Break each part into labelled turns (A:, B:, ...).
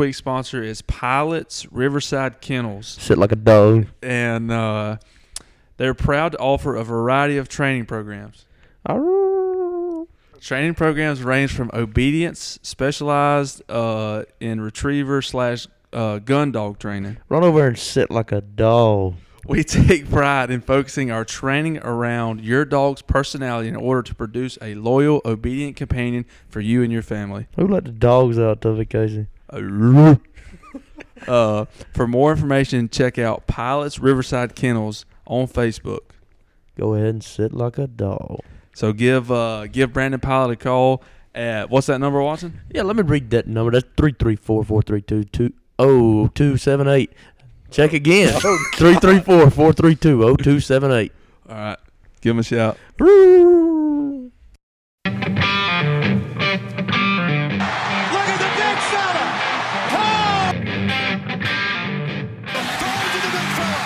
A: week's sponsor is Pilots Riverside Kennels,
B: Sit like a dog.
A: and uh, they're proud to offer a variety of training programs.
B: Arrrrrrr.
A: Training programs range from obedience, specialized uh, in retriever slash uh, gun dog training.
B: Run over and sit like a dog.
A: We take pride in focusing our training around your dog's personality in order to produce a loyal, obedient companion for you and your family.
B: Who let the dogs out to vacation?
A: Uh, for more information, check out Pilots Riverside Kennels on Facebook.
B: Go ahead and sit like a dog.
A: So give uh, give Brandon Pilot a call at what's that number, Watson?
B: Yeah, let me read that number. That's three three four four three two two oh two seven eight. Check again. Three three four four three two oh two seven eight.
A: All right, give him a shout.
C: Look at the big fella. Oh! Throw it to the big fella.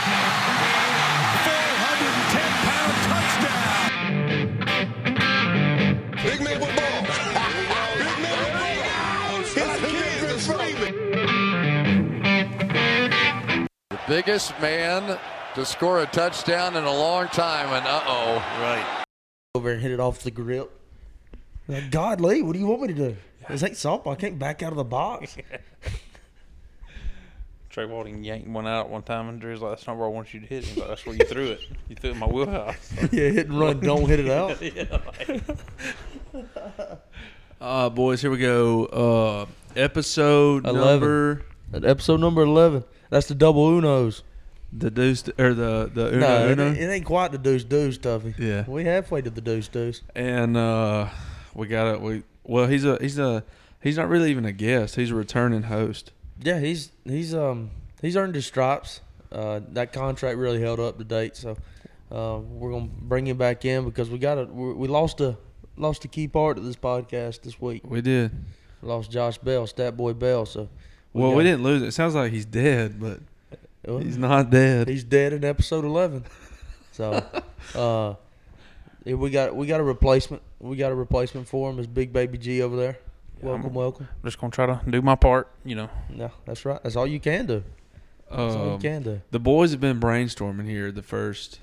C: 410 pound touchdown. Big man with ball. big man with ball. His kids are screaming.
D: The biggest man to score a touchdown in a long time, and uh oh.
B: Over and hit it off the grip. Uh,
E: Like, God, Lee, what do you want me to do? This ain't softball. I can't back out of the box.
F: Trey Walton yanked one out one time, and Drew's like, "That's not where I want you to hit." it." He's like, "That's where you threw it. You threw it in my wheelhouse."
E: yeah, hit and run. Don't hit it out.
A: Uh, boys, here we go. Uh, episode
B: Eleven.
A: number
B: At episode number eleven. That's the double unos.
A: the deuce or the the uno
B: No, it,
A: uno.
B: it ain't quite the deuce deuce, Tuffy.
A: Yeah.
B: we halfway to the deuce deuce.
A: and uh, we got it. We well, he's a he's a he's not really even a guest. He's a returning host.
B: Yeah, he's he's um he's earned his stripes. Uh, that contract really held up to date, so uh, we're gonna bring him back in because we got a we we lost a lost a key part of this podcast this week.
A: We did.
B: Lost Josh Bell, Stat Boy Bell. So
A: Well, we
B: got-
A: didn't lose. It It sounds like he's dead, but
B: well,
A: he's not dead.
B: he's dead in episode eleven. So uh, yeah, we got we got a replacement. We got a replacement for him. Is Big Baby G over there? Welcome,
F: I'm-
B: welcome.
F: I'm just gonna try to do my part, you know.
B: No, that's right. That's all you can do. That's all you
A: Um,
B: can do.
A: the boys have been brainstorming here the first,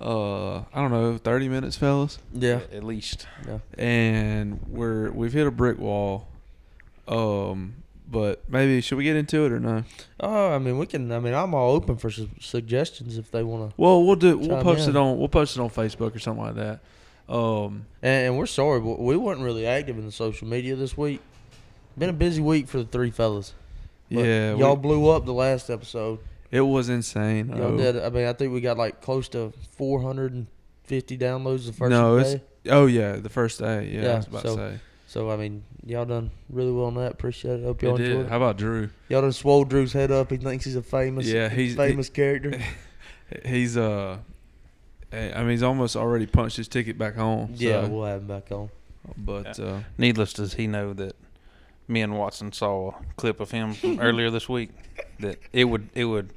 A: uh, I don't know, thirty minutes, fellas,
B: Yeah.
F: At least
A: and we're we've hit a brick wall. Um, but maybe should we get into it or no?
B: Oh, I mean, we can. I mean, I'm all open for su- suggestions if they want to.
A: Well, we'll do. We'll
B: Chime
A: post
B: in.
A: it on. We'll post it on Facebook or something like that. Um,
B: And, and we're sorry, but we weren't really active in the social media this week. Been a busy week for the three fellas. But
A: yeah, we-
B: y'all blew up the last episode.
A: it was insane.
B: Y'all
A: Oh.
B: did. I mean, I think we got like close to 450 downloads the first
A: no,
B: day.
A: it's oh yeah, the first day. Yeah, I
B: Yeah,
A: was about to
B: so
A: say.
B: So I mean, y'all done really well on that. Appreciate it. Hope
A: It
B: y'all
A: did.
B: enjoyed it.
A: How about Drew?
B: Y'all done swole Drew's head up. He thinks he's a famous,
A: Yeah, he's-
B: famous character.
A: He's uh, eh, I mean, he's almost already punched his ticket back home.
B: yeah,
A: so,
B: we'll have him back on.
A: but uh,
F: needless does he know that me and Watson saw a clip of him from earlier this week that it would it would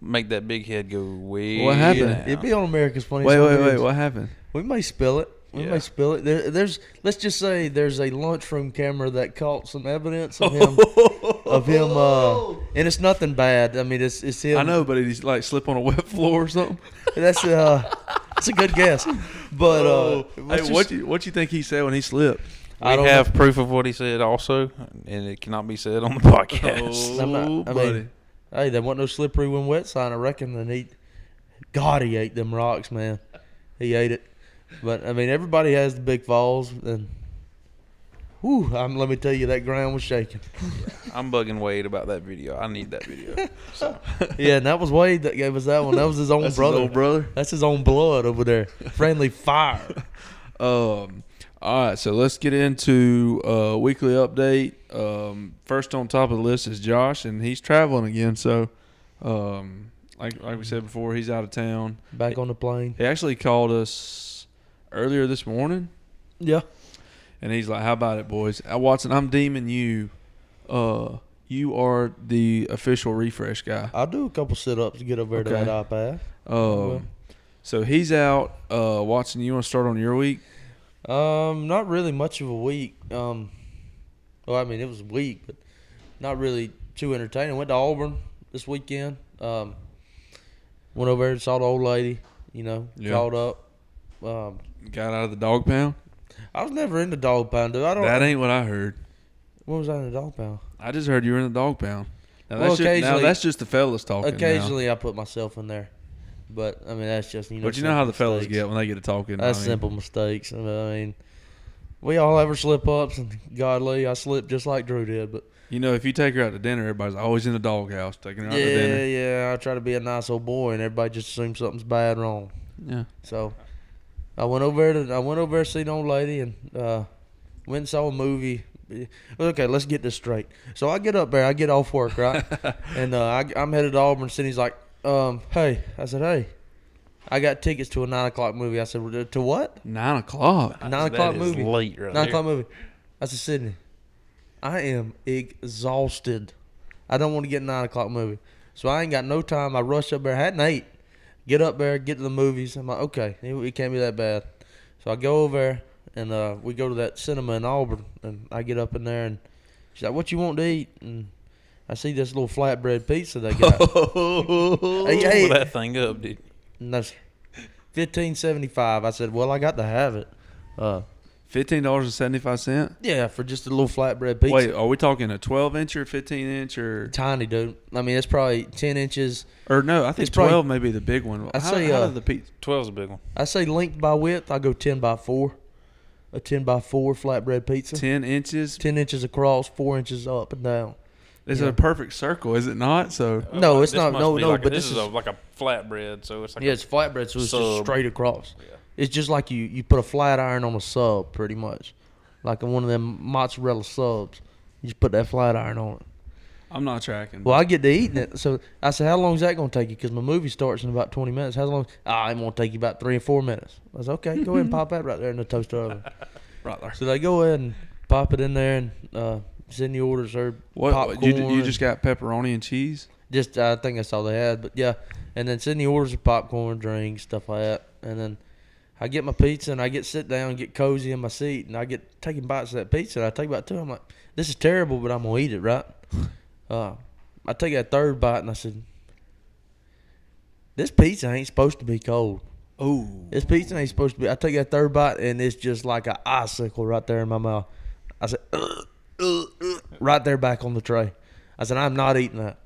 F: make that big head go way.
A: What happened?
F: down.
B: It'd be on America's Funniest.
A: wait, wait,
B: Home
A: wait.
B: Videos.
A: What happened?
B: We may spill it. We
F: Yeah.
B: may spill it. There, there's, let's just say, there's a lunchroom camera that caught some evidence of him, of him, uh, and it's nothing bad. I mean, it's it's him.
A: I know, but did he like slip on a wet floor or something?
B: That's uh, it's a good guess, but uh,
A: Oh. hey,
B: let's just-
A: what you, what you think he said when he slipped?
F: We
B: I don't
F: have proof of what he said also, and it cannot be said on the podcast.
A: Oh,
B: I'm not- I mean-
A: buddy.
B: know. Hey, there wasn't no slippery when wet sign. I reckon then he, God, he ate them rocks, man. He ate it. But I mean, everybody has the big falls, and whew, I'm, let me tell you, that ground was shaking.
F: I'm bugging Wade about that video. I need that video. So.
B: Yeah, and that was Wade that gave us that one. That was his own
A: That's his
B: brother.
A: old brother.
B: That's his own blood over there. Friendly fire.
A: Um, all right, so let's get into uh, weekly update. Um, first on top of the list is Josh, and he's traveling again. So, um, like like we said before, he's out of town.
B: Back on the plane.
A: He actually called us earlier this morning,
B: Yeah.
A: and he's like, "How about it, boys? Uh, Watson, I'm deeming you. Uh, you are the official refresh guy.
B: I'll do a couple sit ups to get over
A: Okay.
B: to that iPad. well.
A: Um, so he's out. Uh, Watson, you want to start on your week?
B: Um, not really much of a week. Um, well, I mean, it was a week, but not really too entertaining. Went to Auburn this weekend. Um, went over there and saw the old lady. You know,
A: Yeah.
B: called up. Um,
A: Got out of the dog pound.
B: I was never into dog pound. Dude. I don't.
A: That ain't what I heard.
B: when was I in the dog pound?
A: I just heard you were in the dog pound. Now
B: Well,
A: that's, just, now
B: occasionally-
A: that's just the fellas talking. now.
B: Occasionally, I put myself in there, but I mean that's just you know.
A: But you know how the
B: simple
A: fellas
B: mistakes.
A: get when they get to talking.
B: That's
A: I mean,
B: simple mistakes. I mean, we all have our slip ups, and godly, I slipped just like Drew did. But
A: You know, if you take her out to dinner, everybody's always in the doghouse taking her out to
B: yeah,
A: dinner.
B: yeah, I try to be a nice old boy, and everybody just assumes something's bad wrong.
A: Yeah.
B: So I went over there to I went over there to see the old lady and uh, went and saw a movie. Okay, let's get this straight. So I get up there, I get off work, right? and uh, I, I'm headed to Auburn City. He's like, um, hey. I said, hey, I got tickets to a nine o'clock movie. I said, to what?
A: Nine o'clock.
B: Nine o'clock
F: that is
B: movie.
F: late
B: Nine
F: right there.
B: o'clock movie. I said, Sydney, I am exhausted. I don't want to get a nine o'clock movie. So I ain't got no time. I rush up there. I hadn't ate. Get up there, get to the movies. I'm like, okay, it, it can't be that bad. So I go over there and uh, we go to that cinema in Auburn and I get up in there and she's like, What you want to eat? And I see this little flatbread pizza they got. hey, hey,
F: Pull that thing up, dude.
B: and that's fifteen seventy five. I said, Well, I got to have it. Uh,
A: Fifteen dollars and seventy five cent.
B: yeah, for just a little flatbread pizza.
A: Wait, are we talking a twelve inch or fifteen inch or
B: tiny, dude. I mean, it's probably ten inches.
A: or no? I think
B: It's probably-
A: twelve may be the big one.
B: I'd
A: how,
B: say,
A: how
B: uh,
A: do the pe-
F: 12's a big one.
B: I say length by width. I go ten by four. A ten by four flatbread pizza. Ten,
A: ten inches?
B: inches across, four inches up and down.
A: It's
B: yeah.
A: a perfect circle, is it not? So
B: No,
F: Like,
B: it's
F: Uh, this
B: not.
F: must
B: No,
F: be
B: no.
F: like-
B: but
F: this, is, a,
B: a,
F: like a flatbread, so it's like
B: yeah, it's flatbread, so it's just
F: sub.
B: straight across. It's just like you you put a flat iron on a sub, pretty much, like one of them mozzarella subs. You just put that flat iron on it.
A: I'm not tracking.
B: Well, I get to eating it. So I said, "How long is that going to take you?" Because my movie starts in about twenty minutes. How long? Ah, I'm going to take you about three or four minutes. I was okay. Go ahead and pop that right there in the toaster oven.
A: right there.
B: So they go ahead and pop it in there and uh, send you orders or
A: What
B: popcorn.
A: you you
B: and
A: just got pepperoni and cheese?
B: just I think that's all they had. But yeah, and then send you orders of popcorn, drinks, stuff like that. And then I get my pizza and I get sit down, get cozy in my seat, and I get taking bites of that pizza. And I take about two. I'm like, this is terrible, but I'm gonna eat it, right? Uh, I take that third bite and I said, this pizza ain't supposed to be cold.
A: Oh,
B: This pizza ain't supposed to be. I take that third bite and it's just like an icicle right there in my mouth. I said, "Ugh, ugh, ugh," right there back on the tray. I said, I'm not eating that.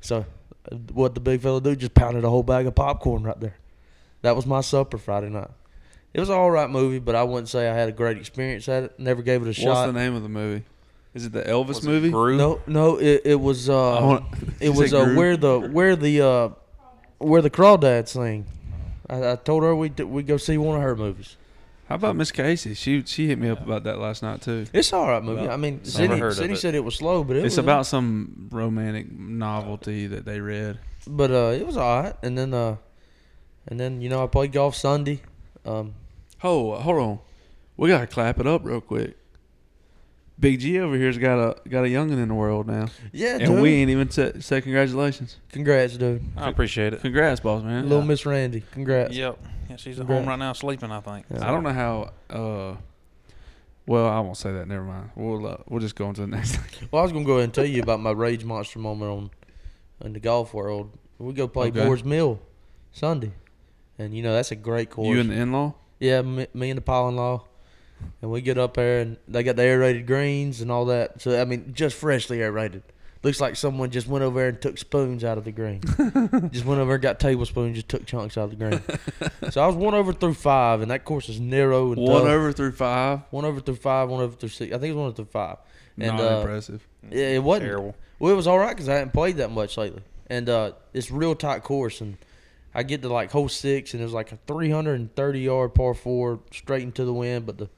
B: So, uh, what the big fella do? Just pounded a whole bag of popcorn right there. That was my supper Friday night. It was an all right movie, but I wouldn't say I had a great experience at it. Never gave it a
A: what's
B: shot.
A: the name of the movie? Is it the Elvis movie?
B: No, no, it, it was uh,
A: I wanna-
B: it
A: You
B: was
A: said
B: uh,
A: Gru?
B: where the where the uh, where the crawdads sing. I, I told her we we go see one of her movies.
A: How about Miss Casey? She she hit me up about that last night too.
B: It's all right movie. I mean, Sydney,
F: heard of
B: Sydney
F: it.
B: said it was slow, but it
A: It's
B: was
A: about some romantic novelty that they read.
B: But uh, it was all right. And then, uh, and then you know, I played golf Sunday. Um,
A: Oh, hold on. We gotta clap it up real quick. Big G over here's got a got a youngin in the world now,
B: yeah,
A: and
B: dude.
A: we ain't even said said congratulations.
B: Congrats, dude.
F: I appreciate it.
A: Congrats, boss man.
B: Little Miss Randy, congrats.
F: Yep. Yeah, she's at
B: Congrats.
F: home right now sleeping, I think.
A: I don't know how. uh Well, I won't say that. Never mind. We'll uh, we'll just go on to the next thing.
B: Well, I was gonna go ahead and tell you about my rage monster moment on in the golf world. We go play
A: Okay.
B: Boar's Mill Sunday, and you know that's a great course.
A: You and the in law.
B: Yeah, me, me and the pile in law. And we get up there and they got the aerated greens and all that. So, I mean, just freshly aerated. Looks like someone just went over there and took spoons out of the green. just went over and got tablespoons, just took chunks out of the green. so I was one over through five, and that course is narrow and
A: One
B: tough.
A: over through five.
B: one over through five, one over through six. I think it was one over through five. And
A: Not
B: uh,
A: impressive.
B: yeah, it wasn't.
F: Terrible.
B: Well, it was all right because I hadn't played that much lately, and uh, it's real tight course. And I get to like hole six, and it was like a 330 yard par four straight into the wind, but the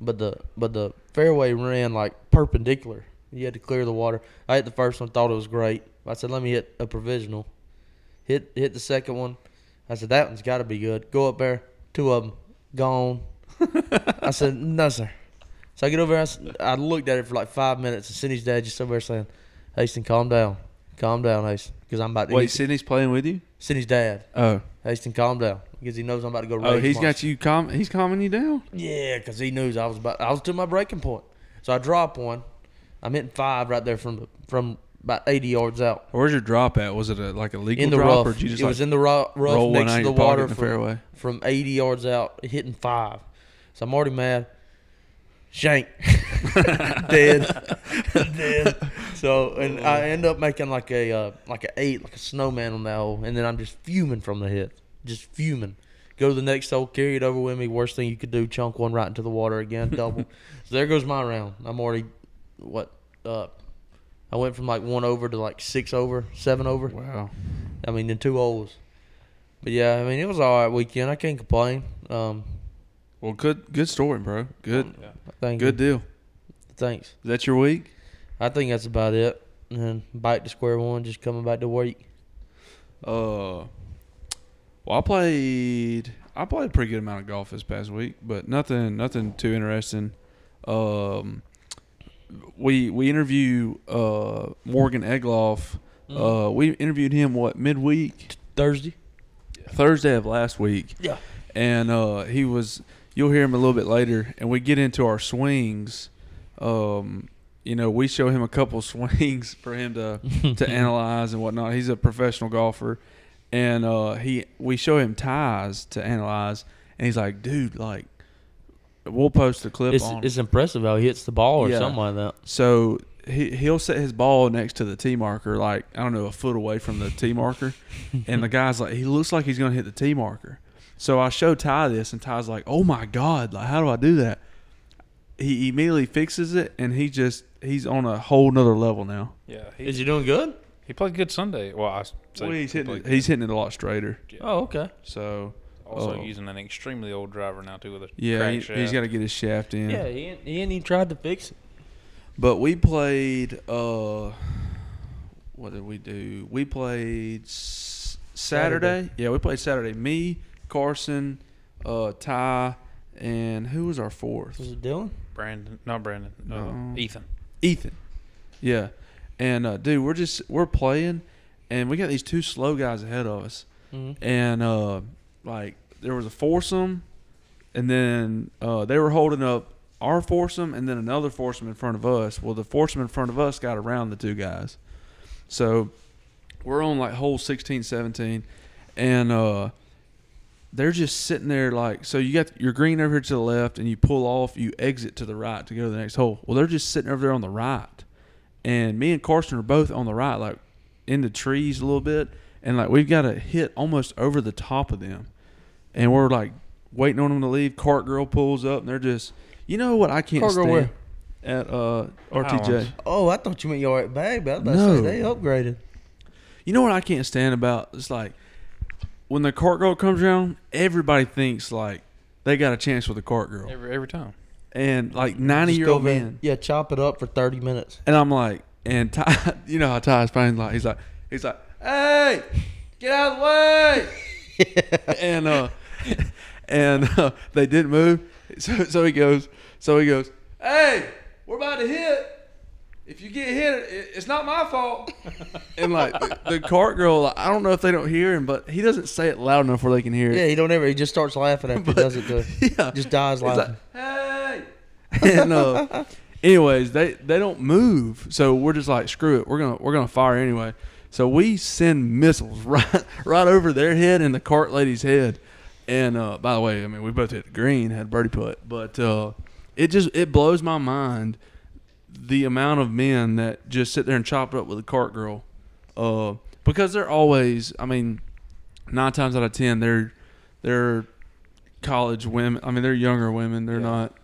B: but the but the fairway ran like perpendicular. You had to clear the water. I hit the first one, thought it was great. I said, let me hit a provisional. Hit hit the second one. I said that one's got to be good. Go up there, two of them gone. I said no sir. So I get over there. I s- I, looked at it for like five minutes, and Cindy's dad just over there saying, "Haston, calm down, calm down, Haston, because I'm about to."
A: Wait,
B: eat-
A: Sydney's playing with you?
B: Cindy's dad,
A: Oh,
B: Haston, calm down, because he knows I'm about to go.
A: oh,
B: rage
A: he's
B: monster.
A: got you. Calm. He's calming you down.
B: Yeah, because he knows I was about I was to my breaking point. So I drop one. I'm hitting five right there from the from about 80 yards out.
A: Where's your drop at? Was it a, like a legal
B: In the
A: drop,
B: rough.
A: or did you just
B: it
A: like,
B: was in the ro- rough
A: roll one
B: next
A: out
B: to
A: of
B: the
A: your pocket
B: water
A: in the
B: from,
A: fairway?
B: from 80 yards out, hitting five. So I'm already mad. Shank. Dead. Dead. So, and I end up making like a uh, like a eight, like a snowman on that hole. And then I'm just fuming from the hit. Just fuming. Go to the next hole, carry it over with me. Worst thing you could do, chunk one right into the water again, double. so there goes my round. I'm already, what, uh, I went from like one over to like six over, seven over.
A: wow?
B: I mean, in two holes. But yeah, I mean, it was all right weekend. I can't complain. Um,
A: Well, good good story, bro. Good
B: Oh, thank
A: good
B: you.
A: deal.
B: Thanks.
A: Is that your week?
B: I think that's about it. And then back to square one, just coming back to work.
A: Uh, well, I played. I played a pretty good amount of golf this past week, but nothing, nothing too interesting. Um, we we interview uh Morgan Egloff.
B: Mm-hmm.
A: Uh, we interviewed him what midweek
B: Thursday.
A: Thursday of last week.
B: Yeah.
A: and uh, he was. You'll hear him a little bit later, and we get into our swings. Um, you know, we show him a couple swings for him to to analyze and whatnot. He's a professional golfer, and uh, he we show him ties to analyze, and he's like, "Dude, like, we'll post a clip
B: It's
A: on."
B: it's impressive how he hits the ball or
A: Yeah.
B: something like that.
A: So he he'll set his ball next to the tee marker, like I don't know, a foot away from the tee marker, and the guy's like, he looks like he's gonna hit the tee marker. So I show Ty this, and Ty's like, "Oh my god, like how do I do that?" He immediately fixes it, and he just he's on a whole nother level now.
F: Yeah, he,
B: Is he doing good?
F: he played good Sunday. Well, I say
A: Well,
F: he
A: he's hitting it,
F: played-
A: he's hitting it a lot straighter.
B: Oh, okay.
A: So
F: also
A: oh.
F: using an extremely old driver now too with a
A: yeah,
F: crack
A: he,
F: shaft.
A: has got to get his shaft in.
B: Yeah, he ain't, he ain't even tried to fix it.
A: But we played. uh What did we do? We played s- Saturday. Yeah, we played Saturday. Me, Carson, uh Ty, and who was our fourth?
B: Was it Dylan?
F: Brandon, not Brandon, uh,
A: No.
F: Ethan.
A: Ethan. Yeah, and uh dude, we're just we're playing, and we got these two slow guys ahead of us,
B: Mhm.
A: and uh like there was a foursome, and then uh they were holding up. Our foursome and then another foursome in front of us. Well, the foursome in front of us got around the two guys. So we're on like hole 16, 17, and uh, they're just sitting there like, so you got your green over here to the left, and you pull off, you exit to the right to go to the next hole. Well, they're just sitting over there on the right. And me and Carson are both on the right, like in the trees a little bit. And like we've got to hit almost over the top of them. And we're like waiting on them to leave. Cart girl pulls up, and they're just, you know what I can't
B: Cart girl
A: stand
B: where?
A: at uh, RTJ.
F: Highlands.
E: Oh, I thought you meant y'all at bag, but I was about to
A: No.
E: say they upgraded.
A: You know what I can't stand about? It's like when the cart girl comes around, everybody thinks like they got a chance with the cart girl,
F: Every every time.
A: and like ninety
B: Just
A: year
B: go
A: old
B: over and-
A: man.
B: Yeah, chop it up for 30 minutes.
A: And I'm like, and Ty, you know how Ty's playing? Like he's like, he's like, hey, get out of the way. and uh, and uh, they didn't move. So so he goes, so he goes, hey, we're about to hit. If you get hit, it, it's not my fault. and like the, the cart girl, like, I don't know if they don't hear him, but he doesn't say it loud enough where they can hear
B: Yeah,
A: it.
B: he don't ever. He just starts laughing after he does it. Too.
A: Yeah.
B: Just dies
A: He's
B: laughing.
A: like, hey. and uh, anyways, they they don't move, so we're just like, screw it, we're gonna we're gonna fire anyway. So we send missiles right right over their head and the cart lady's head. And uh, by the way, I mean we both hit the green, had birdie putt, but uh, it just it blows my mind the amount of men that just sit there and chop it up with a cart girl, uh, because they're always. I mean, nine times out of ten, they're they're college women. I mean, they're younger women. They're
F: Yeah.
A: not.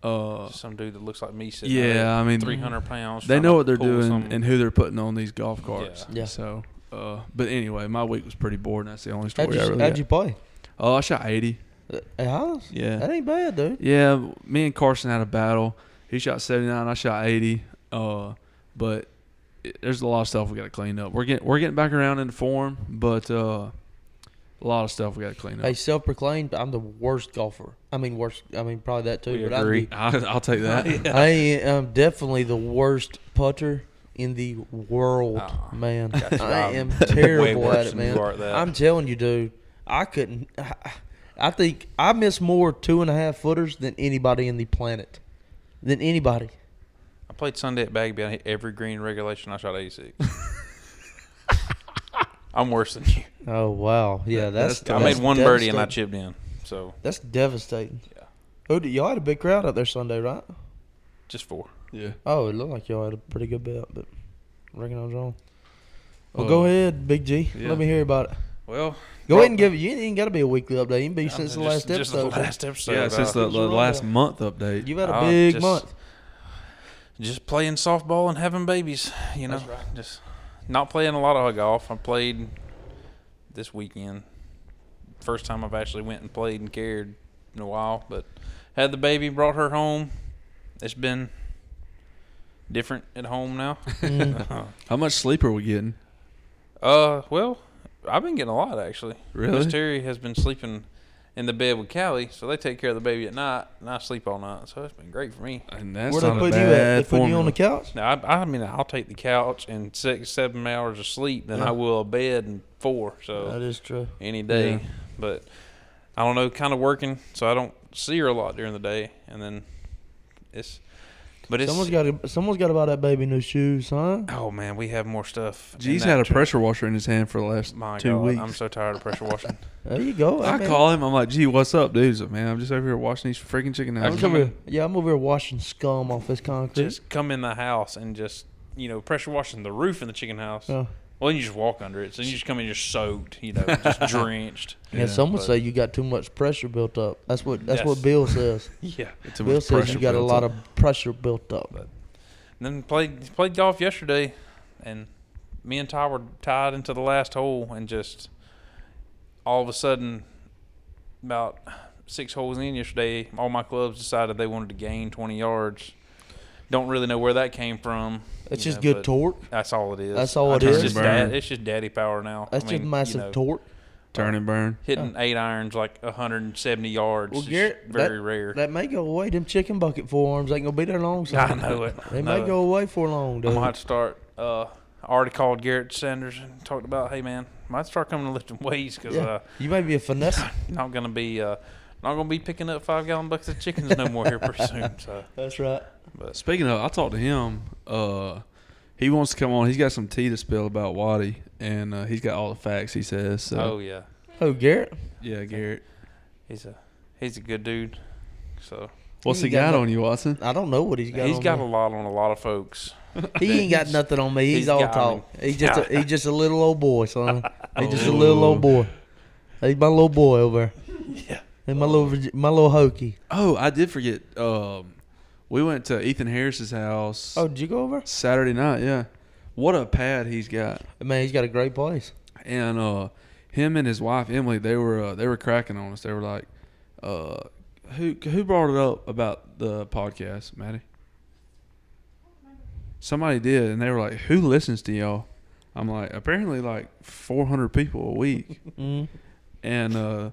A: Uh,
F: Some dude that looks like me sitting.
A: yeah, I mean,
F: three hundred pounds.
A: they
F: trying
A: know
F: to
A: what they're
F: pull
A: doing
F: something.
A: and who they're putting on these golf carts.
B: Yeah. Yeah.
A: So, uh, but anyway, my week was pretty boring. That's the only story I
B: How'd you,
A: really.
B: how'd
A: got.
B: you play?
A: Oh, I shot eighty.
B: Uh, At Highlands?
A: Yeah.
B: That ain't bad, dude.
A: Yeah, me and Carson had a battle. He shot 79, I shot 80. Uh, but it, there's a lot of stuff we got to clean up. We're getting we're getting back around in form, but uh, a lot of stuff we got to clean up.
B: Hey, self-proclaimed, I'm the worst golfer. I mean, worst. I mean, probably that too.
F: We
B: but I'd
F: agree.
B: be-
A: I, I'll take that.
B: I am definitely the worst putter in the world,
F: Oh,
B: man.
F: gotcha.
B: I am
F: Way
B: terrible at
F: worse
B: it,
F: than you
B: man.
F: are at that.
B: I'm telling you, dude. I couldn't. I, I think I miss more two and a half footers than anybody in the planet. Than anybody.
F: I played Sunday at Bagby. I hit every green regulation. I shot 86. I'm worse than you.
B: Oh wow, yeah, that's.
F: I made
B: that's
F: one birdie and I
B: devastating.
F: chipped in. So
B: That's devastating.
F: Yeah.
B: Oh, did- y'all had a big crowd out there Sunday, right?
F: just four.
A: Yeah.
B: Oh, it looked like y'all had a pretty good bet, but I reckon I was wrong. Well, go ahead, Big G.
A: yeah.
B: Let me hear about it.
F: Well,
B: Go ahead and give it. You ain't got to be a weekly update. You can be since the
F: just-
B: last
F: just
B: episode.
F: the last episode.
A: yeah, since
F: uh,
A: the, the
B: wrong
A: last
B: with-
A: month update.
B: You've had a
F: Oh,
B: big
F: just-
B: month.
F: just playing softball and having babies. You know, just not playing a lot of golf. I played this weekend. First time I've actually went and played and cared in a while, but had the baby, brought her home. It's been different at home now.
B: Mm.
A: How much sleep are we getting?
F: uh, well, I've been getting a lot actually.
A: Really?
F: Miss Terry has been sleeping in the bed with Callie, so they take care of the baby at night, and I sleep all night. So it's been great for me.
A: And that's
B: Where they
A: not a
B: put you at? They
A: bad
B: put you on the
A: formula.
B: couch.
F: No, I, I mean I'll take the couch and six, seven hours of sleep than I will a bed and four.
B: That
F: So
B: is true.
F: any day,
A: Yeah.
F: but I don't know, kind of working, so I don't see her a lot during the day, and then it's, but it's.
B: Someone's got to, someone's got to buy that baby new shoes, huh?
F: oh man, we have more stuff. in
A: G's
F: that
A: had a
F: tr-
A: pressure washer in his hand for the last
F: My
A: two
F: God,
A: weeks.
F: I'm so tired of pressure washing.
B: There you go.
A: I
B: mean,
A: call him. I'm like, "Gee, what's up, dude?" He's like, "Man, I'm just over here washing these freaking chicken
B: I'm
A: houses."
B: over here. Yeah, I'm over here washing scum off this concrete.
F: just come in the house and just you know pressure washing the roof in the chicken house.
B: Yeah.
F: Well, you just walk under it, so you just come in, you're soaked, you know, just drenched.
B: yeah, some would
F: but-
B: say you got too much pressure built up. That's what that's what
F: Yes.
B: Bill says.
F: Yeah.
A: Too much
B: Bill says
A: pressure
B: you got a
A: built
B: lot
A: up.
B: of pressure built up.
F: And then played played golf yesterday, and me and Ty were tied into the last hole, and just all of a sudden, about six holes in yesterday, all my clubs decided they wanted to gain twenty yards. Don't really know where that came from.
B: It's
F: you
B: just
F: know,
B: good
F: but
B: torque.
F: That's all it is.
B: That's all it
F: it's
B: is.
F: Just
A: Burn.
F: dad, it's just daddy power now.
B: That's
F: I mean,
B: just
F: you
B: massive
F: know,
B: torque.
A: turn and burn.
F: Hitting eight irons like 170 yards
B: Well,
F: is
B: Garrett,
F: very
B: that,
F: rare.
B: That may go away. Them chicken bucket forearms ain't gonna be there long.
F: I
B: son.
F: know it.
B: They
F: I
B: may
F: know it.
B: go away for long,
F: I
B: dude.
F: might start. Uh, I already called Garrett Sanders and talked about, hey man, might start coming to lifting weights because
B: Yeah.
F: uh,
B: you may be a finesse.
F: not gonna be uh, not gonna be picking up five gallon buckets of chickens no more here pretty soon. So
B: That's right.
A: Speaking of, I talked to him. Uh, he wants to come on. He's got some tea to spill about Waddy, and uh, he's got all the facts. He says, "So
F: oh yeah,
B: Oh, Garrett.
A: yeah, Garrett,
F: he's a he's a good dude. So
A: what's he
B: ain't got
A: got
B: no-
A: on you, Watson?"
B: I don't know what he's got.
F: he's
B: on
F: got
B: me.
F: a lot on a lot of folks.
B: He ain't got nothing on me. He's,
F: he's
B: all
F: got me.
B: talk. He's just a, he's just a little old boy, son. He's just a little old boy. He's my little boy over. Yeah. And my little Virgi- my little hokey.
A: Oh, I did forget. Um, we went to Ethan Harris's house
B: Oh, did you go over?
A: Saturday night. Yeah, what a pad he's got.
B: Man, he's got a great place.
A: and uh, him and his wife Emily, they were uh, they were cracking on us. They were like, uh, "Who who brought it up about the podcast, Maddie?" Somebody did, and they were like, "Who listens to y'all?" I'm like, apparently like 400 people a week, and uh,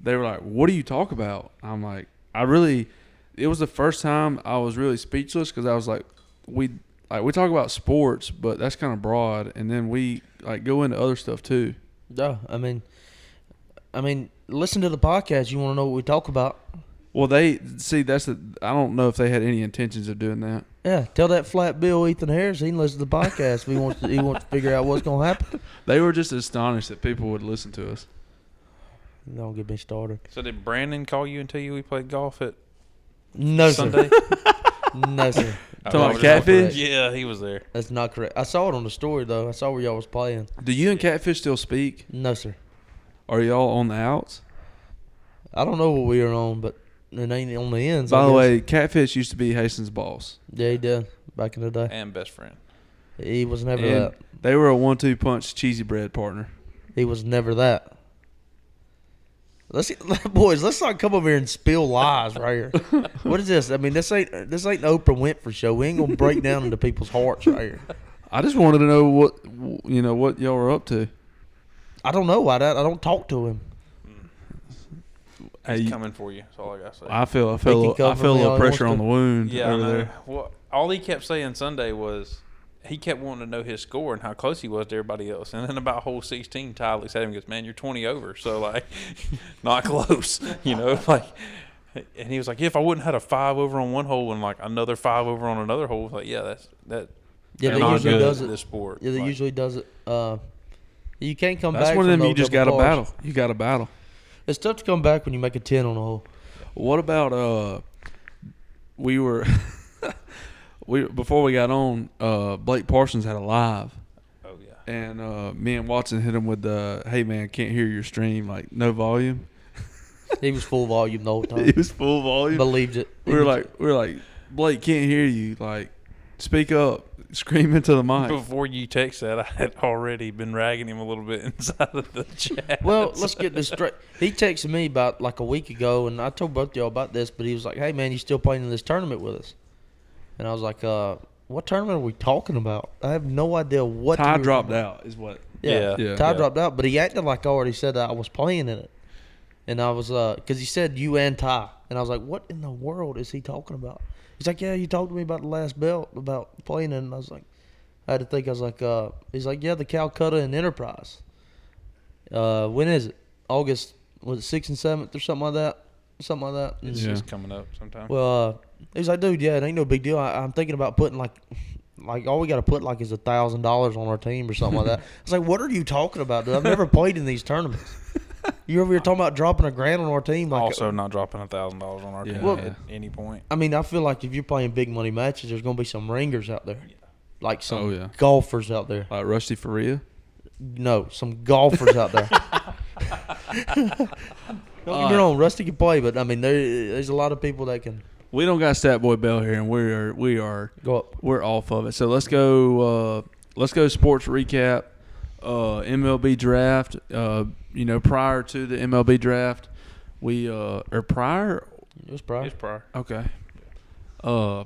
A: they were like, "What do you talk about?" I'm like, "I really." It was the first time I was really speechless because I was like, "We like we talk about sports, but that's kind of broad, and then we like go into other stuff too."
B: Yeah, I mean, I mean, listen to the podcast. You want to know what we talk about?
A: Well, they see that's the. I don't know if they had any intentions of doing that.
B: Yeah, tell that flat Bill Ethan Harris he can listen to the podcast. if he wants to, he wants to figure out what's gonna happen.
A: They were just astonished that people would listen to us.
B: Don't get me started.
F: So did Brandon call you and tell you we played golf at
B: No sir,
F: Sunday?
B: no sir.
A: Talking about
F: Well,
A: catfish?
F: Yeah, he was there.
B: That's not correct. I saw it on the story though. I saw where y'all was playing.
A: Do you and Catfish still speak?
B: No sir.
A: Are y'all on the outs?
B: I don't know what we are on, but it ain't on the ends. I
A: By the
B: guess.
A: way, Catfish used to be Hastings' boss.
B: yeah, he did back in the day.
F: And best friend.
B: He was never
A: And
B: that.
A: they were a one-two punch cheesy bread partner.
B: He was never that. Let's boys, let's not come over here and spill lies right here. what is this? I mean, this ain't this ain't an Oprah Winfrey show. We ain't gonna break down into people's hearts right here.
A: I just wanted to know what you know what y'all were up to.
B: I don't know why that. I don't talk to him.
A: Hey,
F: He's coming for you. That's all I got to say.
A: I feel I feel a
B: can
A: little- I
B: cover
A: feel a
B: me all
A: little
B: he
A: pressure
B: wants
A: on
B: to.
A: the wound
F: Yeah, I
A: over
F: know.
A: there.
F: Well, all he kept saying Sunday was he kept wanting to know his score and how close he was to everybody else. And then about hole 16, Ty looks at him and goes, "Man, you're 20 over, so like, not close." You know, like And he was like, yeah, "If I wouldn't had a five over on one hole and like another five over on another hole, I was like, yeah, that's that."
B: Yeah,
F: they're
B: they
F: not
B: usually
F: good
B: does
F: at
B: it.
F: This sport,
B: Yeah, they
F: Like,
B: usually does it. Uh, you can't come
A: That's
B: back.
A: one of
B: from
A: them you
B: those
A: just got to
B: double pars.
A: battle. You got to battle.
B: It's tough to come back when you make a ten on a hole.
A: What about uh we were we before we got on, uh Blake Parsons had a live
F: oh yeah,
A: and uh me and Watson hit him with the hey man, can't hear your stream, like no volume.
B: He was full volume the whole time.
A: It was full volume.
B: Believed it.
A: we were like we were like, Blake can't hear you, like speak up, scream into the mic.
F: Before you text that, I had already been ragging him a little bit inside of the chat.
B: Well, let's get this straight. He texted me about like a week ago, and I told both y'all about this, but he was like, "Hey, man, you still playing in this tournament with us?" And I was like, "Uh, what tournament are we talking about? I have no idea what."
A: Ty
B: we were
A: dropped
B: talking about."
A: out is what
B: Yeah,
A: Yeah.
B: Ty
F: Yeah.
B: dropped out, but he acted like I already said that I was playing in it, and I was uh, because he said you and Ty, and I was like, "What in the world is he talking about?" He's like, "Yeah, you talked to me about the last belt about playing in," it," and I was like, "I had to think." I was like, "Uh," he's like, "Yeah, the Calcutta and Enterprise." Uh, when is it? August was it sixth and seventh or something like that? Something like that. And-
F: it's
A: Yeah.
F: just coming up sometime.
B: well, uh, he was like, dude, yeah, it ain't no big deal. I, I'm thinking about putting like, like all we got to put like is a thousand dollars on our team or something like that. I was like, what are you talking about, dude? I've never played in these tournaments. You're over here talking about dropping a grand on our team. Like, uh,
F: also, not dropping a thousand dollars on our
A: Yeah.
F: team
A: uh, Well- uh,
F: at any point.
B: I mean, I feel like if you're playing big money matches, there's gonna be some ringers out there, like some
A: Oh, yeah.
B: golfers out there.
A: like Rusty Faria.
B: No, some golfers out there. Don't get me wrong, Rusty can play, but I mean, there, there's a lot of people that can
A: We don't got Stat Boy Bell here and we are we are
B: go up.
A: we're off of it. So let's go. Uh, let's go sports recap. Uh, MLB draft. Uh, you know, prior to the MLB draft, we uh, or prior.
B: It was probably
F: It's prior.
A: Okay. Uh,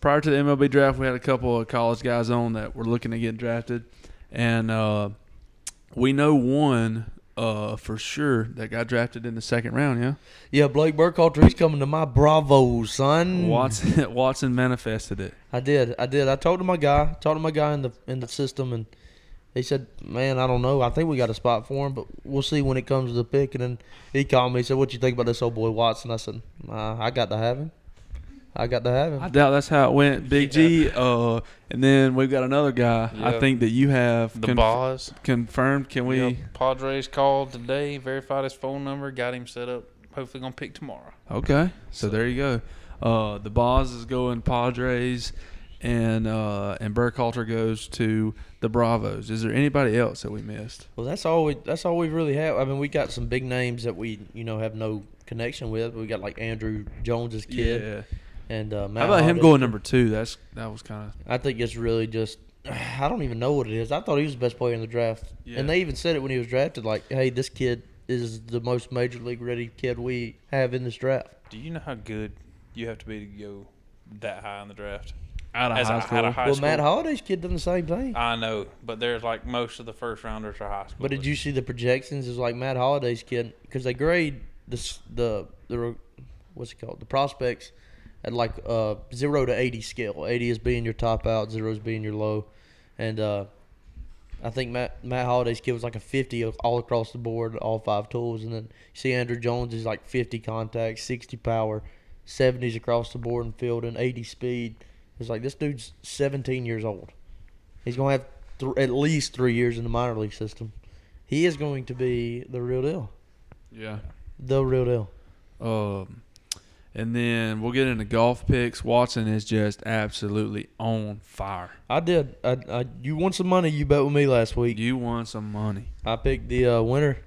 A: prior to the MLB draft, we had a couple of college guys on that were looking to get drafted, and uh, we know one uh for sure that got drafted in the second round. Yeah,
B: Yeah, Blake Burkhalter, he's coming to my Bravo, son.
A: Watson. Watson manifested it.
B: I did, I did. I talked to my guy, talked to my guy in the in the system, and he said, "Man, I don't know. I think we got a spot for him, but we'll see when it comes to the pick." And then he called me, he said, "What you think about this old boy Watson?" I said, uh, "I got to have him. I got to have him."
A: I doubt that's how it went, Big G. Uh, and then we've got another guy. I
F: Yeah.
A: think that you have
F: The
A: conf-
F: boss.
A: confirmed. Can we?
F: Yep. Padres called today, verified his phone number, got him set up. Hopefully, gonna pick tomorrow.
A: Okay, so there you go. Uh, the Boz is going Padres, and uh, and Burkhalter goes to the Bravos. Is there anybody else that we missed?
B: well, that's all we that's all we really have. I mean, we got some big names that we you know have no connection with. We got like Andrew Jones's kid, and uh, Matt
A: How about him
B: Holiday.
A: going number two? That's that was kind of
B: I think it's really just I don't even know what it is. I thought he was the best player in the draft,
A: Yeah.
B: and they even said it when he was drafted. Like, hey, this kid is the most major league ready kid we have in this draft.
F: Do you know how good you have to be to go that high in the draft?
A: out of
F: As
A: high
F: a-
A: school.
F: out of high
B: well,
F: school.
B: Matt Holiday's kid done the same thing.
F: I know, but there's like most of the first rounders are high school.
B: but did you see the projections? Is like Matt Holiday's kid because they grade this the the re- what's it called the prospects at like uh zero to eighty scale. Eighty is being your top out, zero is being your low, and uh, I think Matt Matt Holiday's kid was like a fifty of- all across the board, all five tools, and then you see Andrew Jones is like fifty contact, sixty power, seventies across the board in fielding, eighty speed. It's like this dude's seventeen years old. He's gonna have th- at least three years in the minor league system. He is going to be the real deal.
A: yeah.
B: The real deal.
A: Um, and then we'll get into golf picks. Watson is just absolutely on fire.
B: I did. I, I you won some money. You bet with me last week.
A: You won some money.
B: I picked the uh, winner.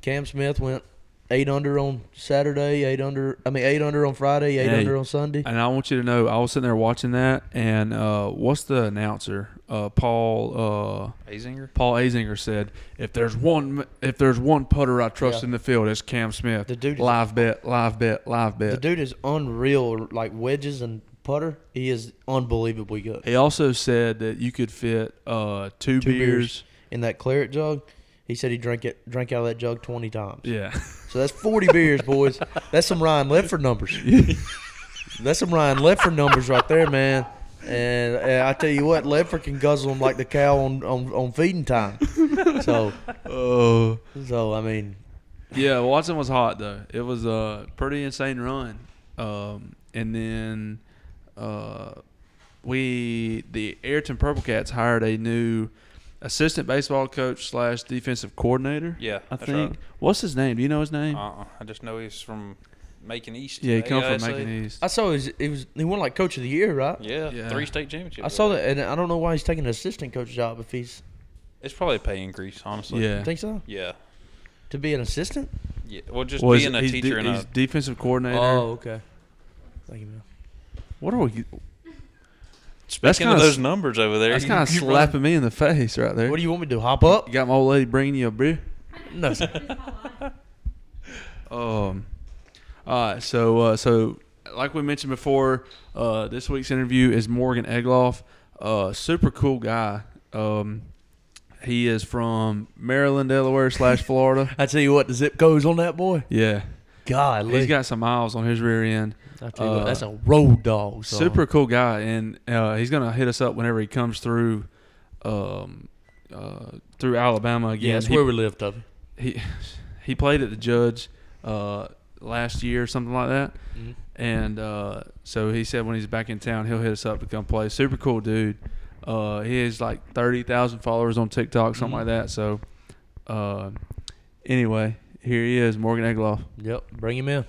B: Cam Smith went eight under on Saturday. Eight under. I mean eight under on Friday. Eight
A: Hey.
B: under on Sunday.
A: And I want you to know, I was sitting there watching that, and uh, what's the announcer, uh, Paul uh,
F: Azinger?
A: Paul Azinger said, "If there's one, if there's one putter I trust
B: Yeah.
A: in the field, it's Cam Smith.
B: The dude is-
A: live bet, live bet, live
B: The
A: bet."
B: dude is unreal. Like wedges and putter. He is unbelievably good.
A: he also said that you could fit uh, two,
B: Two
A: beers.
B: beers in that claret jug. He said he drank it. Drank out of that jug twenty times.
A: Yeah,
B: So that's 40 beers, boys. That's some Ryan Lefford numbers. that's some Ryan Lefford numbers right there, man. And, and I tell you what, Lefford can guzzle them like the cow on, on, on feeding time. So, so I mean,
A: yeah. Watson was hot though. It was a pretty insane run. Um, and then uh, we the Ayrton Purple Cats hired a new assistant baseball coach slash defensive coordinator.
F: Yeah,
A: I
F: that's
A: think.
F: right.
A: What's his name? Do you know his name?
F: Uh-uh. I just know he's from Macon East.
A: yeah, he comes from
F: AISA.
A: Macon East.
B: I saw his, he was he won like coach of the year, right?
F: Yeah,
A: Yeah.
F: three state championships.
B: I saw that, and I don't know why he's taking an assistant coach job if he's
F: It's probably a pay increase, honestly.
A: Yeah.
B: think so
F: Yeah.
B: to be an assistant.
F: Yeah. Well, just
A: Well, he's-
F: being a
A: he's de-
F: teacher and
A: he's
F: a Oh.
A: defensive coordinator.
B: okay. Thank you, man.
A: What are we? That's
F: speaking
A: kind
F: of those
A: of
F: numbers over there.
A: that's
F: you-
A: kind of
F: you run-
A: slapping me in the face right there.
B: What do you want me to do? Hop up?
A: You got my old lady bringing you a beer.
B: No, sir.
A: Um, all right, so uh, so like we mentioned before, uh, this week's interview is Morgan Egloff, uh, super cool guy. Um, he is from Maryland, Delaware slash Florida.
B: I tell you what, the zip codes on that boy.
A: yeah,
B: God,
A: he's got some miles on his rear end.
B: I tell you
A: uh,
B: what, that's a road dog. Song.
A: Super cool guy, and uh, he's gonna hit us up whenever he comes through, um, uh, through Alabama again.
B: Yeah, that's
A: He-
B: where we lived up.
A: he he played at the judge uh, last year or something like that, and uh, so he said when he's back in town he'll hit us up to come play. Super cool dude. Uh, he has like thirty thousand followers on TikTok, something like that. So, uh, anyway, here he is, Morgan Egloff.
B: Yep, bring him in.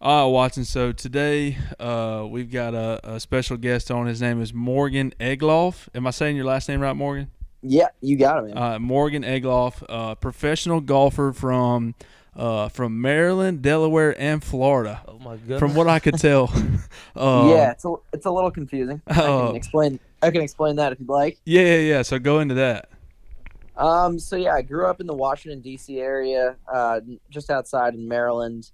A: All right, Ah, Watson. So today uh, we've got a, a special guest on. His name is Morgan Egloff. Am I saying your last name right, Morgan?
G: Yeah, you got it, man.
A: Uh, Morgan Egloff, uh, professional golfer from uh, from Maryland, Delaware, and Florida.
B: Oh my goodness.
A: From what I could tell, uh,
G: yeah, it's a, it's a little confusing. I
A: Oh.
G: can explain. I can explain that if you'd like.
A: yeah, yeah, yeah. So go into that.
G: Um, so yeah, I grew up in the Washington D.C. area, uh, just outside in Maryland,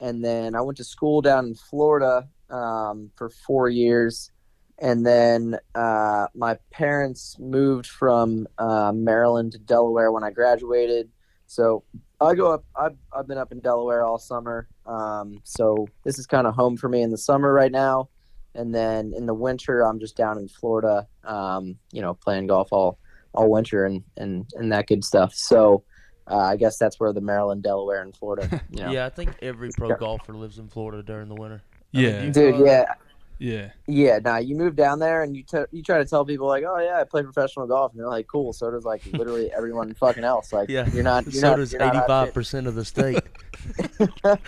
G: and then I went to school down in Florida um, for four years, and then uh, my parents moved from uh, Maryland to Delaware when I graduated. So I go up. I've I've been up in Delaware all summer. Um, so this is kind of home for me in the summer right now, and then in the winter I'm just down in Florida. Um, you know, playing golf all all winter and and and that good stuff. So uh, I guess that's where the Maryland, Delaware, and Florida. You know.
B: Yeah, I think every pro
G: Yeah.
B: golfer lives in Florida during the winter. I mean,
A: Yeah,
B: you-
G: Dude, yeah,
A: yeah,
G: yeah. Now nah, you move down there and you t- you try to tell people like, oh yeah, I play professional golf, and they're like, cool. So does like literally everyone fucking else. Like,
B: Yeah,
G: you're not. You're
B: so
G: not,
B: does
G: you're not out
B: eighty-five percent of the state.
G: there.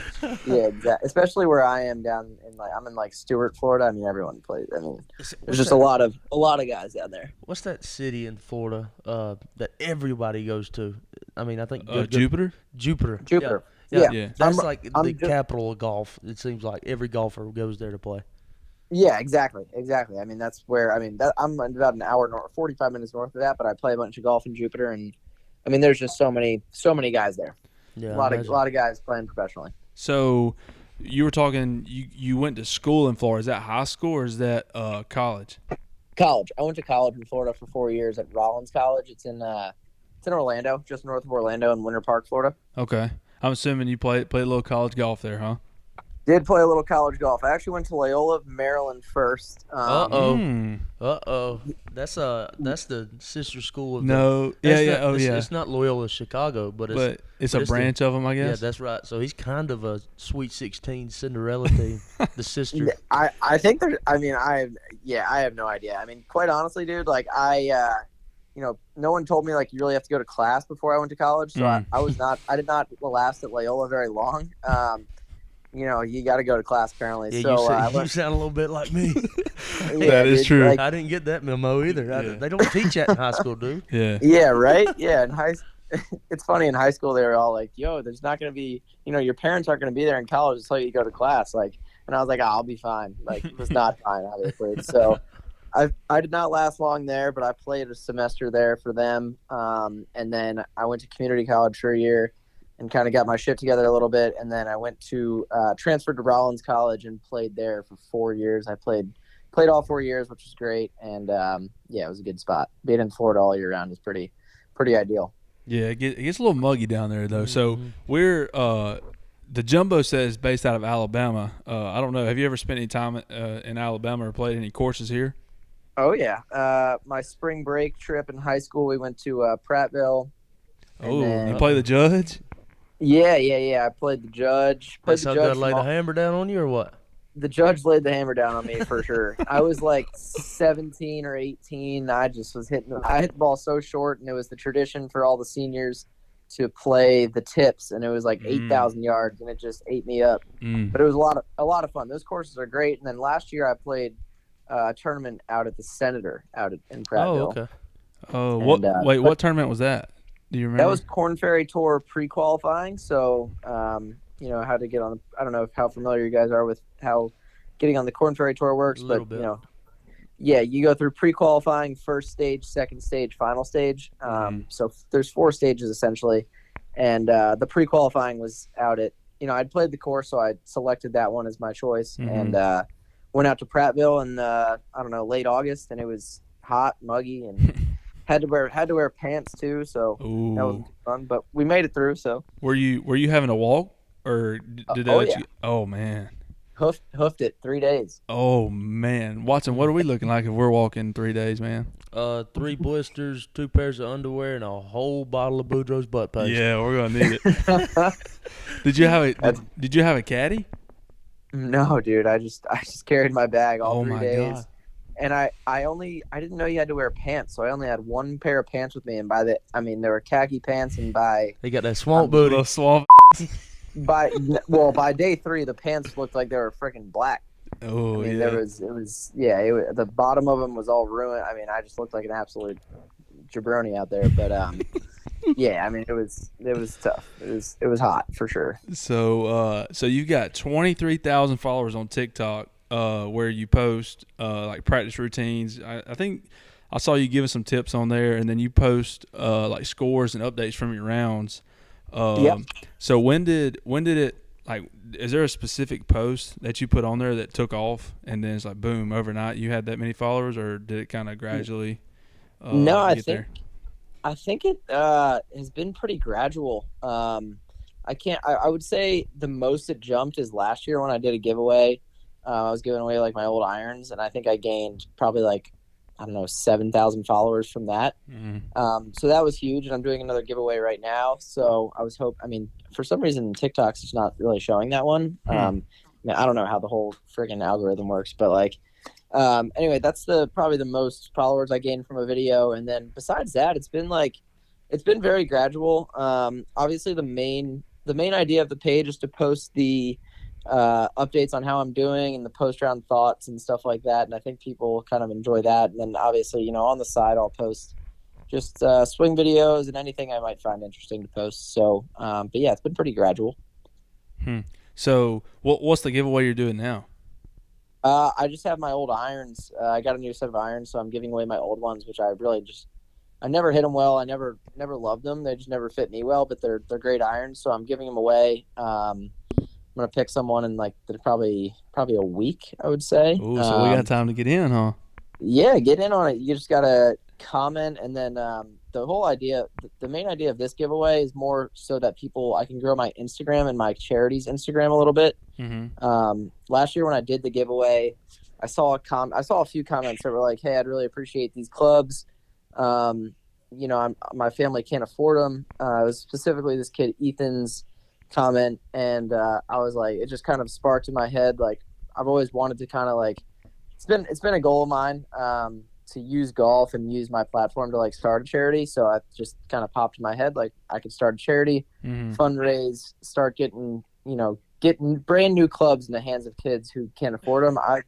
G: yeah, exactly. Especially where I am down in like I'm in like Stewart, Florida. I mean, everyone plays. I mean, there's
B: What's
G: just
B: that,
G: a lot of a lot of guys down there.
B: What's that city in Florida uh, that everybody goes to? I mean, I think
A: uh,
B: good- good-
A: Jupiter.
B: Jupiter. yeah.
G: Jupiter.
B: Yeah.
G: Yeah.
A: Yeah.
B: That's
G: I'm-
B: like
G: I'm
B: the
G: ju-
B: capital of golf. It seems like every golfer goes there to play.
G: Yeah, exactly, exactly. I mean, that's where I mean, that, I'm about an hour north, forty-five minutes north of that, but I play a bunch of golf in Jupiter, and I mean, there's just so many, so many guys there.
B: Yeah,
G: a lot of,
B: imagine.
G: lot of guys playing professionally.
A: So you were talking. You you went to school in Florida. Is that high school or is that uh, college?
G: College. I went to college in Florida for four years at Rollins College. It's in, uh, it's in Orlando, just north of Orlando, in Winter Park, Florida.
A: Okay, I'm assuming you played played a little college golf there, huh?
G: Did play a little college golf. I actually went to Loyola, Maryland first. Um,
B: Uh-oh. Oh.
A: Hmm.
B: Uh oh, that's uh that's the sister school. Of the-
A: No. Yeah.
B: that's
A: Yeah.
B: not-
A: Oh,
B: it's,
A: yeah.
B: It's not Loyola Chicago, but it's
A: But it's
B: but
A: a
B: it's the-
A: branch of them, I
B: yeah,
A: guess.
B: that's right. So he's kind of a Sweet Sixteen Cinderella team. the sister.
G: Yeah, I, I think there's I mean I yeah I have no idea I mean quite honestly dude like I uh, you know no one told me like you really have to go to class before I went to college so
B: Mm.
G: I, I was not I did not last at Loyola very long um, you know you got to go to class apparently
B: Yeah,
G: so
B: you,
G: uh, I
B: sa- you
G: learned-
B: sound a little bit like me.
G: yeah,
A: That is
G: dude,
A: true.
G: like,
B: I didn't get that memo either. I-
A: Yeah.
B: they don't teach that in high school, dude.
A: yeah.
G: yeah right yeah in high it's funny in high school they were all like yo there's not gonna be you know your parents aren't gonna be there in college until you go to class like and I was like, oh, I'll be fine. Like it was not fine, obviously. So I I did not last long there, but I played a semester there for them, um, and then I went to community college for a year and kind of got my shit together a little bit, and then I went to uh, transferred to Rollins College and played there for four years. I played played all four years, which was great, and um, yeah, it was a good spot. Being in Florida all year round is pretty pretty ideal.
A: Yeah, it, get, it gets a little muggy down there though.
B: Mm-hmm.
A: So we're uh, the jumbo says based out of Alabama. Uh, I don't know. Have you ever spent any time uh, in Alabama or played any courses here?
G: Oh yeah, uh, my spring break trip in high school, we went to uh, Prattville. And
A: Oh,
G: then-
A: you play the judge?
G: Yeah, yeah, yeah. I played the judge. Played
B: That's
G: the
B: how
G: judge.
B: God
G: from
B: laid
G: all-
B: a hammer down on you, or what?
G: the judge laid the hammer down on me for sure. I was like 17 or 18. I just was hitting. I hit the ball so short, and it was the tradition for all the seniors to play the tips, and it was like
A: Mm.
G: 8,000 yards, and it just ate me up.
B: Mm-hmm.
A: Mm.
G: But it was a lot of a lot of fun. Those courses are great. And then last year I played uh, a tournament out at the Senator out at, in Prattville.
B: Oh, okay.
A: Oh,
G: And,
A: what?
G: uh,
A: wait,
G: but-
A: what tournament was that? Do you remember?
G: That was Corn Ferry Tour pre-qualifying, so um, you know how to get on. The, I don't know if- how familiar you guys are with how getting on the Corn Ferry Tour works,
B: A little
G: but
B: bit.
G: you know, yeah, you go through pre-qualifying, first stage, second stage, final stage. Um,
B: Mm-hmm.
G: So there's four stages essentially, and uh, the pre-qualifying was out at you know I'd played the course, so I selected that one as my choice,
B: Mm-hmm.
A: Mhm.
G: and uh, went out to Prattville in uh, I don't know late August, and it was hot, muggy, and had to wear had to wear pants too, so.
A: Ooh.
G: That was fun, but we made it through. So
A: were you were you having a walk or d-
G: Uh,
A: did they
G: oh,
A: let
G: yeah.
A: you? Oh man.
G: hoofed, hoofed it three days.
A: Oh man, Watson, what are we looking like if we're walking three days, man?
B: Uh, three blisters, two pairs of underwear, and a whole bottle of Boudreaux's butt paste.
A: Yeah, we're gonna need it. did you have a did, did you have a caddy?
G: no, dude, I just I just carried my bag all
A: Oh,
G: three
A: my
G: days,
A: God.
G: and I I only I didn't know you had to wear pants, so I only had one pair of pants with me, and by the I mean there were khaki pants, and by
B: They got that swamp booty.
A: Little swamp.
G: by well by day three the pants looked like they were freaking black.
A: Oh
G: I mean
A: yeah.
G: there was it was yeah it, wa- the bottom of them was all ruined. I mean I just looked like an absolute jabroni out there, but um. Yeah, I mean it was it was tough. It was it was hot for sure.
A: So uh so you've got twenty three thousand followers on TikTok, uh, where you post uh like practice routines. I, I think I saw you giving some tips on there and then you post uh like scores and updates from your rounds. Um
G: Yep.
A: so when did when did it like is there a specific post that you put on there that took off and then it's like boom overnight you had that many followers or did it kind of gradually uh,
G: No, I
A: get
G: think-
A: there?
G: I think it uh, has been pretty gradual. Um, I can't. I, I would say the most it jumped is last year when I did a giveaway. Uh, I was giving away like my old irons, and I think I gained probably like I don't know seven thousand followers from that.
A: Mhm.
G: Um, so that was huge, and I'm doing another giveaway right now. So I was hope. I mean, for some reason, TikTok's just not really showing that one.
A: Hmm.
G: Um, I mean, I don't know how the whole friggin' algorithm works, but like, um, anyway, that's the probably the most followers I gained from a video, and then besides that, it's been like, it's been very gradual. Um, obviously, the main the main idea of the page is to post the uh, updates on how I'm doing and the post round thoughts and stuff like that, and I think people kind of enjoy that. And then obviously, you know, on the side, I'll post just uh, swing videos and anything I might find interesting to post. So, um, but yeah, it's been pretty gradual.
A: So what what's the giveaway you're doing now?
G: Uh, I just have my old irons. Uh, I got a new set of irons, so I'm giving away my old ones, which I really just I never hit them well. I never never loved them. They just never fit me well, but they're they're great irons, so I'm giving them away. Um, I'm gonna pick someone in like the- probably probably a week, I would say.
A: Oh, so we
G: Um,
A: got time to get in, huh?
G: Yeah, get in on it. You just gotta comment, and then um, the whole idea, th- the main idea of this giveaway is more so that people I can grow my Instagram and my charity's Instagram a little bit.
A: Mm-hmm.
G: Um, last year when I did the giveaway, I saw a com- I saw a few comments that were like, "Hey, I'd really appreciate these clubs." Um, you know, I'm, my family can't afford them. Uh, it was specifically this kid Ethan's comment, and uh, I was like, it just kind of sparked in my head. Like, I've always wanted to kind of like, it's been it's been a goal of mine um, to use golf and use my platform to like start a charity. So I just kind of popped in my head like I could start a charity
A: Mm-hmm.
G: fundraise, start getting, you know, getting brand new clubs in the hands of kids who can't afford them. I,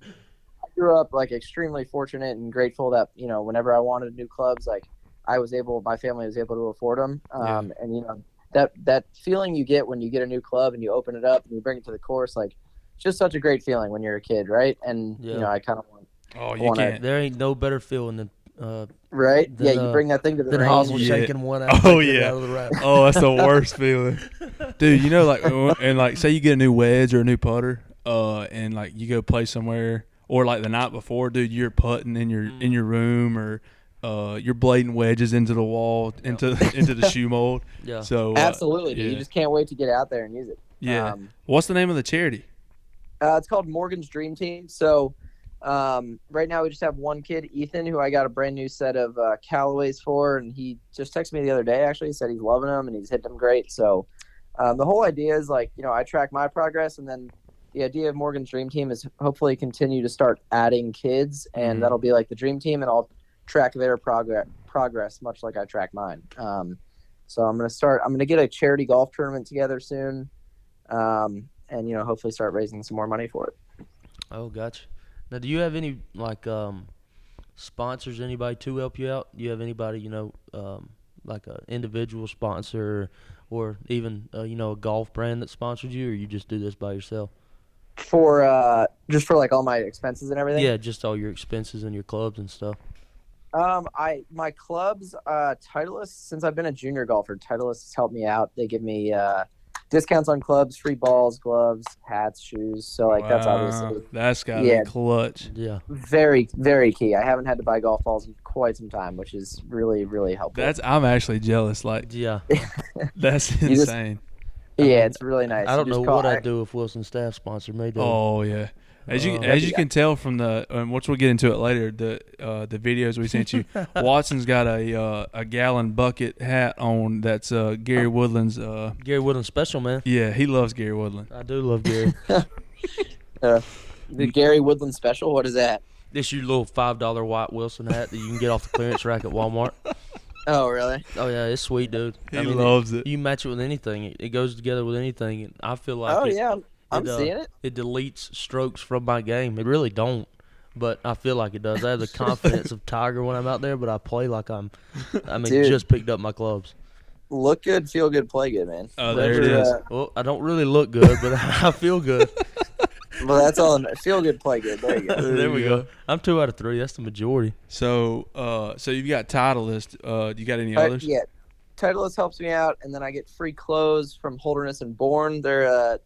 G: I grew up like extremely fortunate and grateful that, you know, whenever I wanted new clubs, like I was able, my family was able to afford them. Um, And, you know, that, that feeling you get when you get a new club and you open it up and you bring it to the course, like it's just such a great feeling when you're a kid. Right. And,
B: Yeah.
G: you know, I kind of want,
A: Oh,
G: you Wanna-
B: There ain't no better feeling than uh,
G: right.
B: Then,
G: yeah. You
B: uh,
G: bring that thing to the
B: than
G: range.
B: Hosel
A: Yeah.
B: shaking one out,
A: Oh,
B: taking it
A: yeah.
B: out of the rack.
A: Oh, that's the worst feeling, dude. You know, like, and like, say you get a new wedge or a new putter, uh, and like you go play somewhere, or like the night before, dude, you're putting in your in your room, or uh, you're blading wedges into the wall, into into the shoe mold.
B: Yeah.
A: So uh,
G: Absolutely. dude.
A: yeah.
G: You just can't wait to get out there and use it.
A: yeah.
G: Um,
A: What's the name of the charity?
G: Uh, it's called Morgan's Dream Team. So um, right now we just have one kid, Ethan, who I got a brand new set of uh, Callaways for, and he just texted me the other day. Actually, he said he's loving them and he's hit them great. So Um, the whole idea is like you know I track my progress, and then the idea of Morgan's dream team is hopefully continue to start adding kids, and
F: Mhm.
G: that'll be like the dream team, and I'll track their progress progress much like I track mine. Um, so I'm gonna start. I'm gonna get a charity golf tournament together soon, um, and you know hopefully start raising some more money for it.
B: Oh, gotcha. Now, do you have any like um, sponsors? Anybody to help you out? Do you have anybody you know um, like a individual sponsor, or even uh, you know a golf brand that sponsored you, or you just do this by yourself?
G: For uh, just for like all my expenses and everything.
B: Yeah, just all your expenses and your clubs and stuff.
G: Um, I my club's uh Titleist since I've been a junior golfer, Titleist has helped me out. They give me uh discounts on clubs, free balls, gloves, hats, shoes. So like that's
A: Wow,
G: obviously
A: that's got to
G: Yeah.
A: be clutch.
B: Yeah.
G: very very key. I haven't had to buy golf balls in quite some time, which is really really helpful.
A: That's I'm actually jealous. Like
B: Yeah.
A: that's
G: just-
A: insane.
G: yeah, it's really nice.
B: I
G: You
B: don't
G: just
B: know
G: call-
B: what
G: I-
B: I'd do if Wilson Staff sponsored me. Though.
A: Oh yeah. As you
B: Oh.
A: as you can tell from the and once we get into it later, the uh, the videos we sent you, Watson's got a uh, a gallon bucket hat on that's uh, Gary Woodland's. Uh,
B: Gary Woodland special man.
A: yeah, he loves Gary Woodland.
B: I do love Gary.
G: The Gary Woodland special. What is that?
B: this your little five dollar white Wilson hat that you can get off the clearance rack at Walmart.
G: Oh really?
B: Oh yeah, it's sweet, dude.
A: He
B: I mean,
A: loves it.
B: You match it with anything; it, it goes together with anything. And I feel like
G: oh
B: it,
G: yeah, I'm, I'm
B: uh,
G: seeing it.
B: it deletes strokes from my game. It really don't, but I feel like it does. I have the confidence of Tiger when I'm out there, but I play like I'm. I mean,
G: Dude.
B: just picked up my clubs.
G: Look good, feel good, play good, man.
A: Oh, there it
G: Those are,
A: is.
G: uh,
B: Well, I don't really look good, but I feel good.
G: well, that's all. Feel good, play good. There you go.
A: There we go.
B: I'm two out of three. That's the majority.
A: So uh, so you've got Titleist. Uh, you got any
G: Uh,
A: others?
G: yeah, Titleist helps me out, and then I get free clothes from Holderness and Born. They're a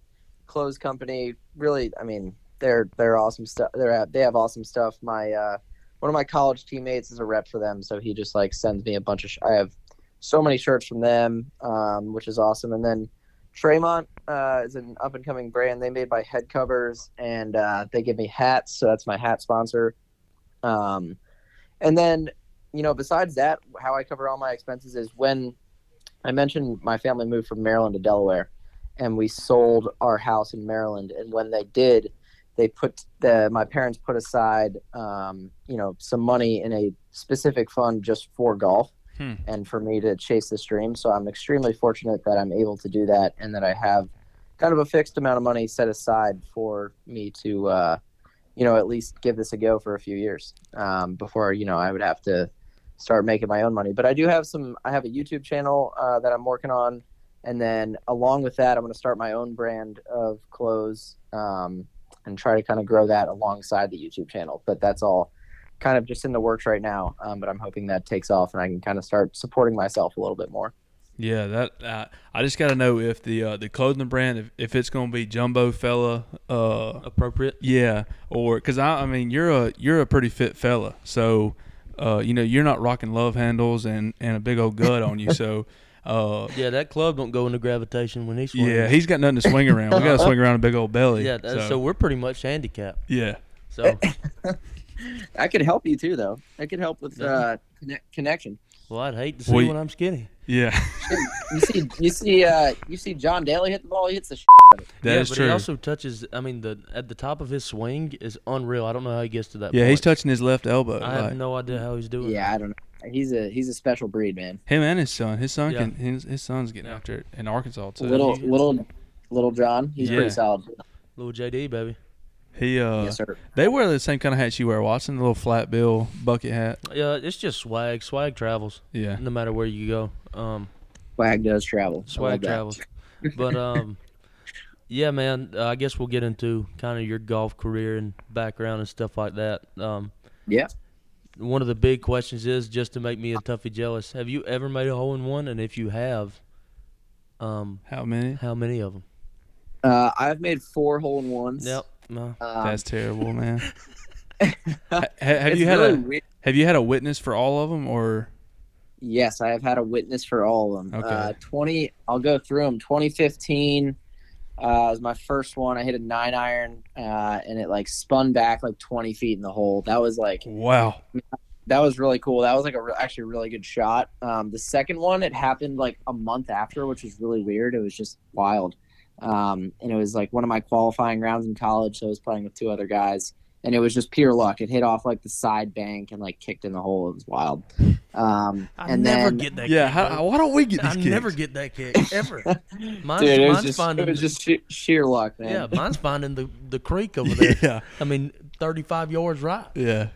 G: clothes company. Really, I mean, they're they're awesome stuff. They're they have awesome stuff. My uh, one of my college teammates is a rep for them, so he just like sends me a bunch of. Sh- I have so many shirts from them, um, which is awesome. And then Tremont uh, is an up and coming brand. They made my head covers, and uh, they give me hats, so that's my hat sponsor. Um, and then you know, besides that, how I cover all my expenses is when I mentioned my family moved from Maryland to Delaware and we sold our house in Maryland. And when they did, they put the, my parents put aside, um, you know, some money in a specific fund just for golf
A: Hmm.
G: and for me to chase this dream. So I'm extremely fortunate that I'm able to do that and that I have kind of a fixed amount of money set aside for me to, uh, you know, at least give this a go for a few years um, before, you know, I would have to start making my own money. But I do have some. I have a YouTube channel uh, that I'm working on, and then along with that, I'm going to start my own brand of clothes um, and try to kind of grow that alongside the YouTube channel. But that's all kind of just in the works right now. Um, but I'm hoping that takes off and I can kind of start supporting myself a little bit more.
A: Yeah, that uh, I just got to know if the uh, the clothing brand if, if it's gonna be Jumbo Fella. Uh,
B: Appropriate.
A: yeah, or because I I mean you're a you're a pretty fit fella, so uh, you know you're not rocking love handles and and a big old gut on you, so. Uh,
B: Yeah, that club don't go into gravitation when he's swings.
A: Yeah, he's got nothing to swing around. We got to swing around a big old belly.
B: yeah. That's, so.
A: so
B: we're pretty much handicapped.
A: yeah,
B: So
G: I could help you too, though. I could help with uh, connect- connection.
B: well, I'd hate to see
A: We-
B: when I'm skinny.
A: yeah,
G: You see, you see, uh, you see John Daly hit the ball. He hits the. Sh- out of it.
A: that is
B: yeah, but
A: true.
B: he also touches. I mean, the at the top of his swing is unreal. I don't know how he gets to that.
A: yeah,
B: point.
A: he's touching his left elbow.
B: I have
A: Like,
B: no idea how he's doing.
G: Yeah, I don't know. He's a he's a special breed, man.
A: him and his son. His son
B: Yeah.
A: can. His, his son's getting after it in Arkansas too.
G: little little little John. He's
A: Yeah.
G: pretty solid.
B: Little JD baby.
A: He uh,
G: yes, sir.
A: they wear the same kind of hats you wear, Watson. The little flat bill bucket hat.
B: Yeah, it's just swag. Swag travels,
A: Yeah,
B: no matter where you go. Um,
G: Swag does travel. I love
B: swag
G: that.
B: travels. But um, yeah, man. Uh, I guess we'll get into kind of your golf career and background and stuff like that. Um,
G: Yeah.
B: one of the big questions is just to make me and Tuffy jealous. Have you ever made a hole in one? And if you have, um,
A: how many?
B: how many of them?
G: Uh, I've made four hole in ones.
B: Yep. No.
G: Um,
A: That's terrible, man. Ha- have
G: it's
A: you had
G: really
A: a
G: weird.
A: Have you had a witness for all of them, or
G: Yes, I have had a witness for all of them.
A: Okay.
G: Uh, 20, I'll go through them. 2015 uh, was my first one. I hit a nine iron uh, and it like spun back like 20 feet in the hole. That was like
A: wow?
G: that was really cool. That was like a re- actually a really good shot. Um, the second one, it happened like a month after, which was really weird. It was just wild, um, and it was like one of my qualifying rounds in college. So I was playing with two other guys, and it was just pure luck. It hit off like the side bank and like kicked in the hole. It was wild. Um,
B: I
G: and
B: never
G: then,
B: get that.
A: Yeah,
B: kick,
A: how,
B: bro.
A: why don't we get
B: I
A: these kicks?
B: never get that kick ever. Mine's,
G: dude, it was
B: mine's
G: just
B: finding
G: it was just sheer, sheer luck, man.
B: yeah, mine's finding the the creek over there.
A: Yeah,
B: I mean, thirty five yards right.
A: yeah.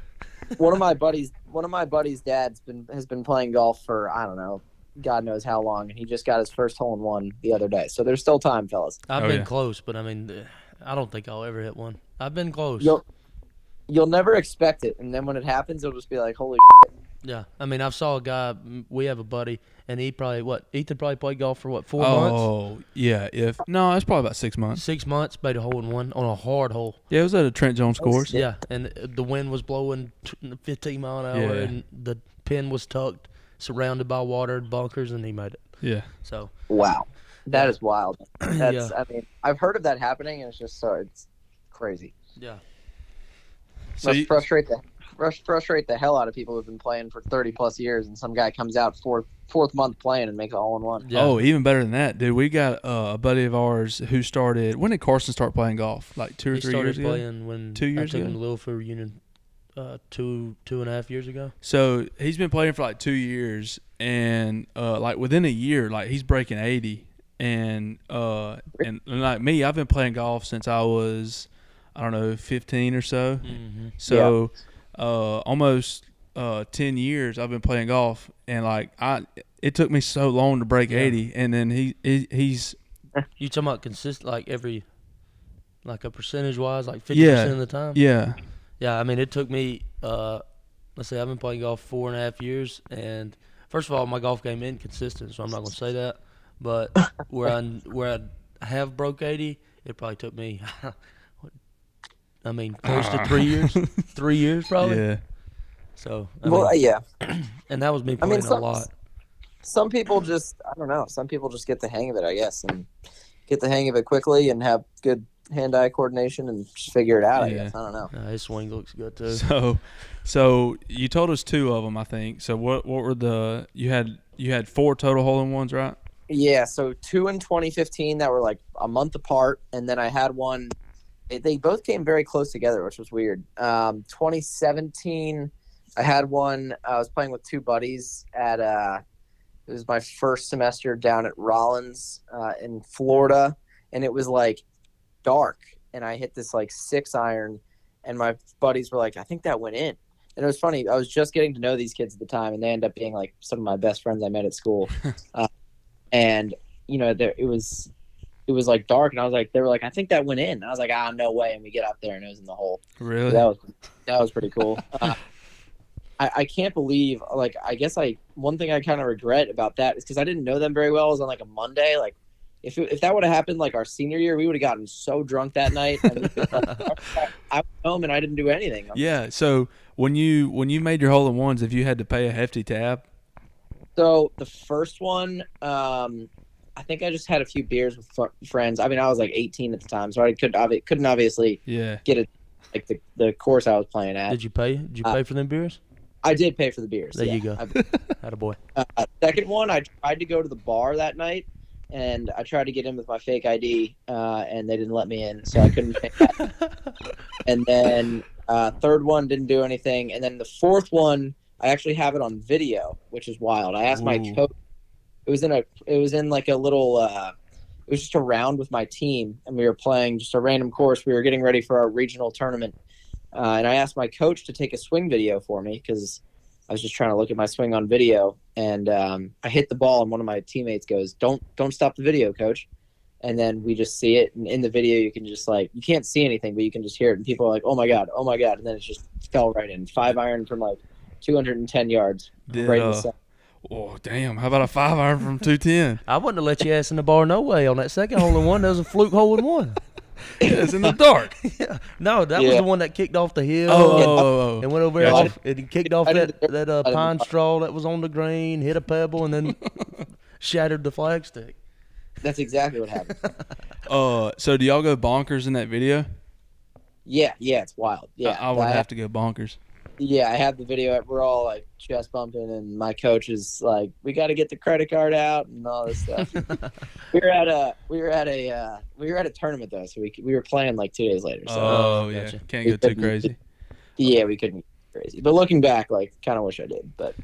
G: one of my buddies one of my buddies dad's been has been playing golf for i don't know god knows how long and he just got his first hole in one the other day so there's still time fellas
B: I've
A: Oh,
B: been
A: yeah.
B: close, but I mean, uh, I don't think I'll ever hit one. I've been close.
G: you'll you'll never expect it and then when it happens it'll just be like holy
B: Yeah, I mean, I saw a guy. m- We have a buddy, and he probably what Ethan probably played golf for what four months,
A: Oh, yeah. If no, it's probably about six months.
B: six months, made a hole in one on a hard hole.
A: Yeah, it was at a Trent Jones course.
B: Yeah, and uh, the wind was blowing t- 15 mile an hour,
A: Yeah.
B: and the pin was tucked, surrounded by water and bunkers, and he made it.
A: Yeah.
B: So
G: wow that is wild that's
B: Yeah.
G: i mean i've heard of that happening and it's just so it's crazy
B: yeah,
A: So
G: must
A: you-
G: frustrate the frus- frustrate the hell out of people who've been playing for 30 plus years and some guy comes out fourth fourth month playing and makes a hole in one
B: yeah.
A: Oh, even better than that, dude. We got uh, a buddy of ours who started. When did Carson start playing golf? Like two or
B: he
A: three
B: started
A: years ago.
B: playing when
A: Two years
B: I took
A: ago?
B: him to Louisville Union, uh, two two and a half years ago.
A: So he's been playing for like two years, and uh, like within a year, like he's breaking eighty. And uh, and and like me, I've been playing golf since I was, I don't know, fifteen or so. So, uh, almost uh, ten years I've been playing golf, and like I, it took me so long to break eighty, and then he, he he's
B: You talking about consist like every, like a percentage wise, like 50 percent of the time.
A: yeah,
B: Yeah, I mean, it took me. Uh, let's say I've been playing golf four and a half years, and first of all, my golf game inconsistent, so I'm not gonna say that. But where I where I have broke eighty, it probably took me. I mean, close to three years. Three years, probably.
A: yeah,
B: So, I
G: well
B: mean,
G: yeah
B: and that was me
G: I
B: playing
G: mean,
B: a
G: some,
B: lot.
G: some people just, I don't know, some people just get the hang of it, I guess, and get the hang of it quickly and have good hand eye coordination and just figure it out, I
A: Yeah.
G: guess. I don't know.
B: Uh, his swing looks good too.
A: So, so you told us two of them, I think. So what what were the you had you had four total hole in ones, right?
G: Yeah, so two in 2015 that were like a month apart, and then I had one. They, they both came very close together, which was weird. Um, 2017, I had one. I was playing with two buddies at. Uh, it was my first semester down at Rollins uh, in Florida, and it was like dark, and I hit this like six iron, and my buddies were like, "I think that went in." And it was funny. I was just getting to know these kids at the time, and they end up being like some of my best friends I met at school. uh, and you know, there it was, it was like dark, and I was like, they were like, "I think that went in." And I was like, "Ah, no way!" And we get up there, and it was in the hole. So
A: Really?
G: that was that was pretty cool. Uh, I, I can't believe like I guess I one thing I kind of regret about that is because I didn't know them very well. It was on like a Monday. Like if it, if that would have happened like our senior year, we would have gotten so drunk that night. And, I went home and I didn't do anything.
A: yeah. So when you when you made your hole in ones, if you had to pay a hefty tab,
G: So the first one, um, I think I just had a few beers with fr- friends. I mean, I was like 18 at the time, so I could obvi- couldn't obviously
A: yeah,
G: get it like the, the course I was playing at.
B: Did you pay? Did you
G: Uh,
B: pay for them beers?
G: I did pay for the beers.
B: There
G: yeah.
B: you go.
G: I-
B: Had a boy.
G: Uh, second one, I tried to go to the bar that night, and I tried to get in with my fake ID, uh, and they didn't let me in, so I couldn't. pay that. And then uh, third one didn't do anything, and then the fourth one, I actually have it on video, which is wild. I asked my
A: Ooh.
G: coach. It was in a. It was in like a little. Uh, it was just a round with my team, and we were playing just a random course. We were getting ready for our regional tournament, uh, and I asked my coach to take a swing video for me because I was just trying to look at my swing on video, and um, I hit the ball, and one of my teammates goes, "Don't don't stop the video, coach." And then we just see it, and in the video, you can just like you can't see anything, but you can just hear it, and people are like, "Oh my god, oh my god!" And then it just fell right in, five iron from like 210 yards,
A: Did,
G: right in
A: uh,
G: the center.
A: oh damn, how about a five iron from two ten?
B: I wouldn't have let your ass in the bar no way on that second hole in one. That was a fluke hole in one.
A: it's in the dark.
B: yeah. No, that was
G: Yeah.
B: the one that kicked off the hill.
A: Oh, oh, oh,
B: and
A: oh.
B: went over
A: Gotcha.
B: off and kicked off
G: I did
B: that,
G: the-
B: that uh,
G: I did the-
B: pine straw that was on the green, hit a pebble, and then shattered the flagstick.
G: That's exactly what happened.
A: Uh, so do y'all go bonkers in that video?
G: yeah, yeah, it's wild. Yeah,
A: I, I would
G: I-
A: have to go bonkers.
G: Yeah, I have the video. up. We're all like chest bumping, and my coach is like, "We got to get the credit card out and all this stuff." we were at a we were at a uh, we were at a tournament though, so we we were playing like two days later. So
A: Oh yeah,
B: gotcha.
A: can't go too crazy.
G: yeah, we couldn't get crazy. But looking back, like, kind of wish I did. But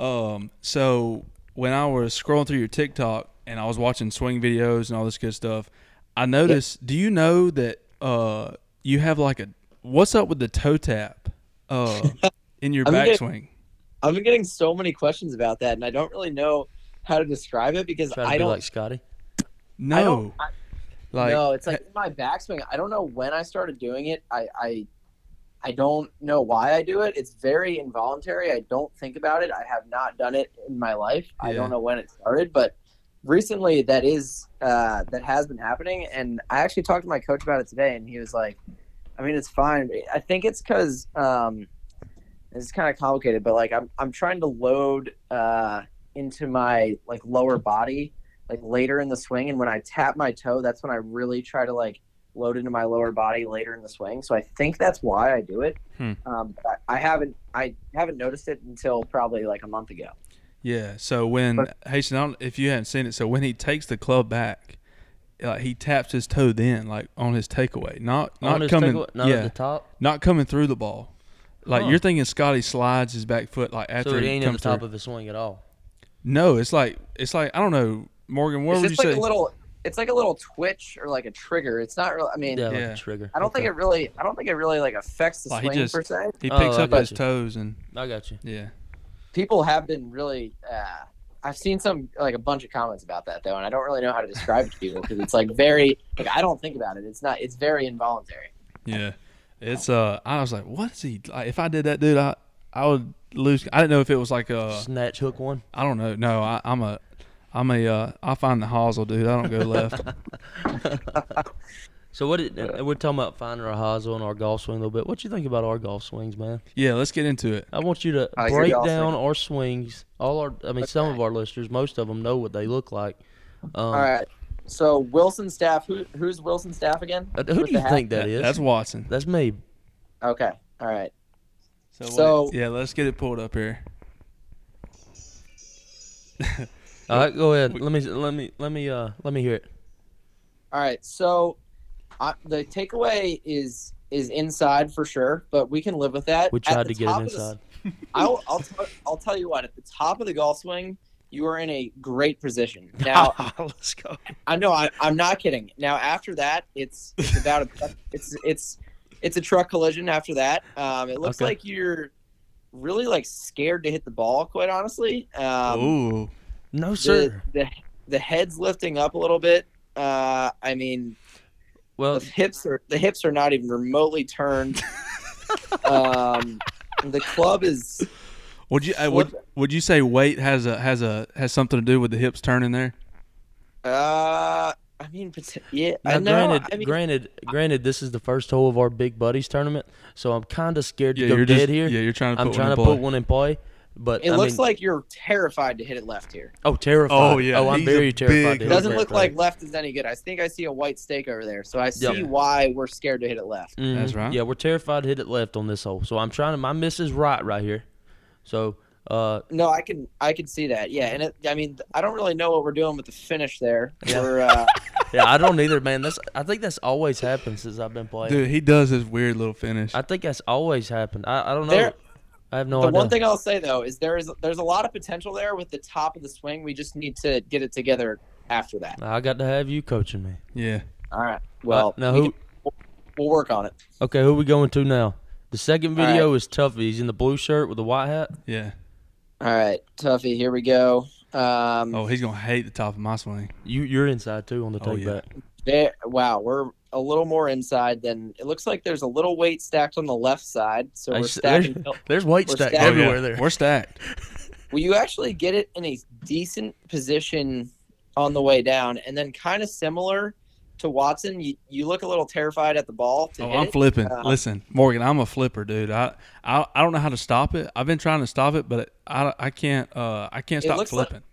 A: Um, so when I was scrolling through your TikTok and I was watching swing videos and all this good stuff, I noticed. Do you know that uh you have like a what's up with the toe tap uh in your
G: I mean, it-
A: backswing?
G: I've been getting so many questions about that, and I don't really know how to describe it because
B: Try to
G: I
B: be
G: don't.
B: like Scotty.
A: No,
G: I don't. I,
A: like
G: no, it's like in my backswing. I don't know when I started doing it. I, I I don't know why I do it. It's very involuntary. I don't think about it. I have not done it in my life. I
A: Yeah.
G: don't know when it started, but recently that is uh, that has been happening. And I actually talked to my coach about it today, and he was like, "I mean, it's fine. I think it's because um, it's kind of complicated, but like I'm I'm trying to load uh, into my like lower body." like later in the swing and when i tap my toe that's when i really try to like load into my lower body later in the swing so i think that's why i do it
A: Hmm.
G: um, but I, I haven't i haven't noticed it until probably like a month ago
A: Yeah. So when Hasten, I don't, if you haven't seen it, so when he takes the club back, like he taps his toe then, like on his takeaway, not not
B: On his
A: coming,
B: takeaway- not
A: yeah,
B: at the top.
A: not coming through the ball. Like
B: Huh.
A: you're thinking, Scotty slides his back foot like after
B: So it
A: he
B: ain't at the
A: comes
B: top
A: through.
B: of his swing at all.
A: no, it's like it's like I don't know, Morgan. What
G: it's
A: would
G: just
A: you
G: like
A: say?
G: a little it's like a little twitch or like a trigger it's not real i mean
B: Yeah, like
A: Yeah.
B: a trigger.
G: i don't think it really i don't think it really like affects the
A: Like, he
G: swing
A: just-
G: per se
A: he
B: Oh,
A: picks
B: I
A: up
B: got
A: his
B: you.
A: toes and
B: it. I got you.
A: yeah,
G: people have been really uh, i've seen some like a bunch of comments about that though and i don't really know how to describe it to people because it's like very like i don't think about it it's not it's very involuntary
A: yeah. It's uh, I was like, what is he? Like, if I did that, dude, I I would lose. I didn't know if it was like
G: Uh,
A: a
B: Snatch hook one.
A: I don't know. No, I, I'm a I'm a uh, I find the hosel, dude. I don't go left.
B: So what? Did, and we're talking about finding our hosel and our golf swing a little bit. What you think about our golf swings, man?
A: yeah, let's get into it.
B: I want you to
G: Uh, your
B: break
G: golf
B: down our swings. All our, I mean, some of our listeners, most of them know what they look like. Um,
A: Oh.
G: All right. So Wilson Staff, who, who's Wilson Staff again?
B: uh, Who do
G: With the
B: you
G: hat?
B: think that is?
A: That's Watson.
B: That's me.
G: Okay. All right.
A: So,
G: So-
A: yeah, let's get it pulled up here.
B: All right, go ahead. Let me let me let me uh let me hear it.
G: All right. So uh, the takeaway is is inside for sure, but we can live with that.
B: We
G: At
B: tried to
G: the
B: get
G: top
B: it
G: of the-
B: inside.
G: I'll I'll, t- I'll tell you what. At the top of the golf swing, you are in a great position. Now
B: let's go.
G: I know I, I'm not kidding. Now after that, it's it's about a it's it's it's a truck collision. After that, um, it looks
B: Okay.
G: like you're really like scared to hit the ball. Quite honestly, um,
A: Ooh,
B: No sir.
G: the, the the head's lifting up a little bit. Uh, I mean, the
B: well,
G: hips are the hips are not even remotely turned. um, the club is
A: would you uh, would, would you say weight has a has a has something to do with the hips turning there?
G: uh, I mean, pot- yeah,
B: now,
G: I know.
B: granted,
G: I mean,
B: granted, granted, this is the first hole of our big buddies tournament, so I'm kind of scared to
A: Yeah,
B: go
A: you're
B: dead
A: just
B: here.
A: yeah, you're trying to. Put
B: I'm trying to put one in play, but
G: it
B: I
G: looks
B: mean-
G: like you're terrified to hit it left here.
B: oh terrified.
A: Oh, yeah,
B: Oh, I'm
A: he's a
B: very
A: big
B: terrified. to
G: It
B: hit
A: Yeah,
G: doesn't
B: that
G: look
B: thing.
G: like left is any good. I think I see a white stake over there, so I see
B: Yep.
G: why we're scared to hit it left.
B: Mhm.
A: That's right.
B: Yeah, we're terrified to hit it left on this hole. So I'm trying to. My miss is right right here. So uh,
G: No, I can I can see that. Yeah, and it, I mean I don't really know what we're doing with the finish there. We're uh,
B: yeah, I don't either, man. That's I think that's always happened since I've been playing.
A: Dude, he does this weird little finish.
B: I think that's always happened. I, I don't know.
G: There-
B: I have no
G: the
B: idea.
G: one thing I'll say though is there is there's a lot of potential there with the top of the swing. We just need to get it together after that.
B: I got to have you coaching me.
A: yeah,
G: All right. Well,
B: now
G: we
B: who?
G: can- we'll work on it.
B: Okay, who we going to now? The second
G: All right.
B: video is Tuffy. He's in the blue shirt with the white hat.
A: yeah.
G: All right, Tuffy, here we go. Um,
A: Oh, he's gonna hate the top of my swing.
B: You you're inside too on the take
A: Oh, yeah.
B: back.
G: there- wow, we're a little more inside than it looks like. There's a little weight stacked on the left side, so
B: I
G: we're
B: s- there's-
G: stacking.
B: There's white
G: We're
B: stack
G: stacked.
B: everywhere
A: yeah.
B: there.
A: We're stacked.
G: Will you actually get it in a decent position on the way down, and then kind of similar to Watson? You, you look a little terrified at the ball. To
A: Oh,
G: hit
A: I'm
G: it.
A: flipping.
G: Uh,
A: Listen, Morgan, I'm a flipper, dude. I, I I don't know how to stop it. I've been trying to stop it, but I, I can't uh I can't
G: It
A: stop
G: looks like-
A: flipping.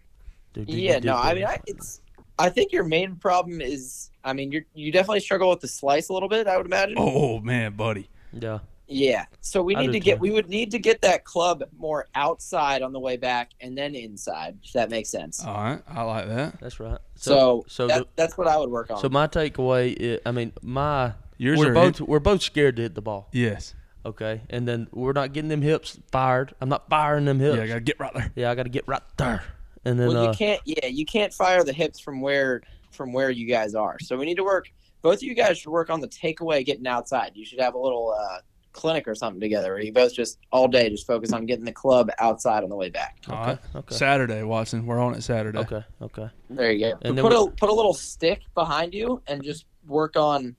B: Dude, dude,
G: Yeah,
B: dude,
G: no, I
B: dude.
G: mean, I, it's. I think your main problem is, I mean, you you definitely struggle with the slice a little bit. I would imagine.
A: oh man, buddy.
B: yeah.
G: Yeah. So we
B: I
G: need
B: do
G: to
B: too.
G: get we would need to get that club more outside on the way back and then inside, if that makes sense.
A: All right, I like that.
B: That's right.
G: so
B: Oh, so
G: that,
B: do-
G: that's what I would work on.
B: so my takeaway, i I mean, my
A: Yours
B: we're
A: are
B: both we're both scared to hit the ball.
A: Yes.
B: Okay, and then we're not getting them hips fired. I'm not firing them hips.
A: Yeah, I gotta get right there.
B: Yeah, I got to get right there. And then
G: well,
B: uh,
G: you can't. Yeah, you can't fire the hips from where from where you guys are. So we need to work. Both of you guys should work on the takeaway, getting outside. You should have a little uh, clinic or something together, where you both just all day just focus on getting the club outside on the way back.
A: All right.
B: okay,
A: Saturday, Watson. We're on it Saturday.
B: okay, okay.
G: There you go.
B: And then
G: put a put a little stick behind you and just work on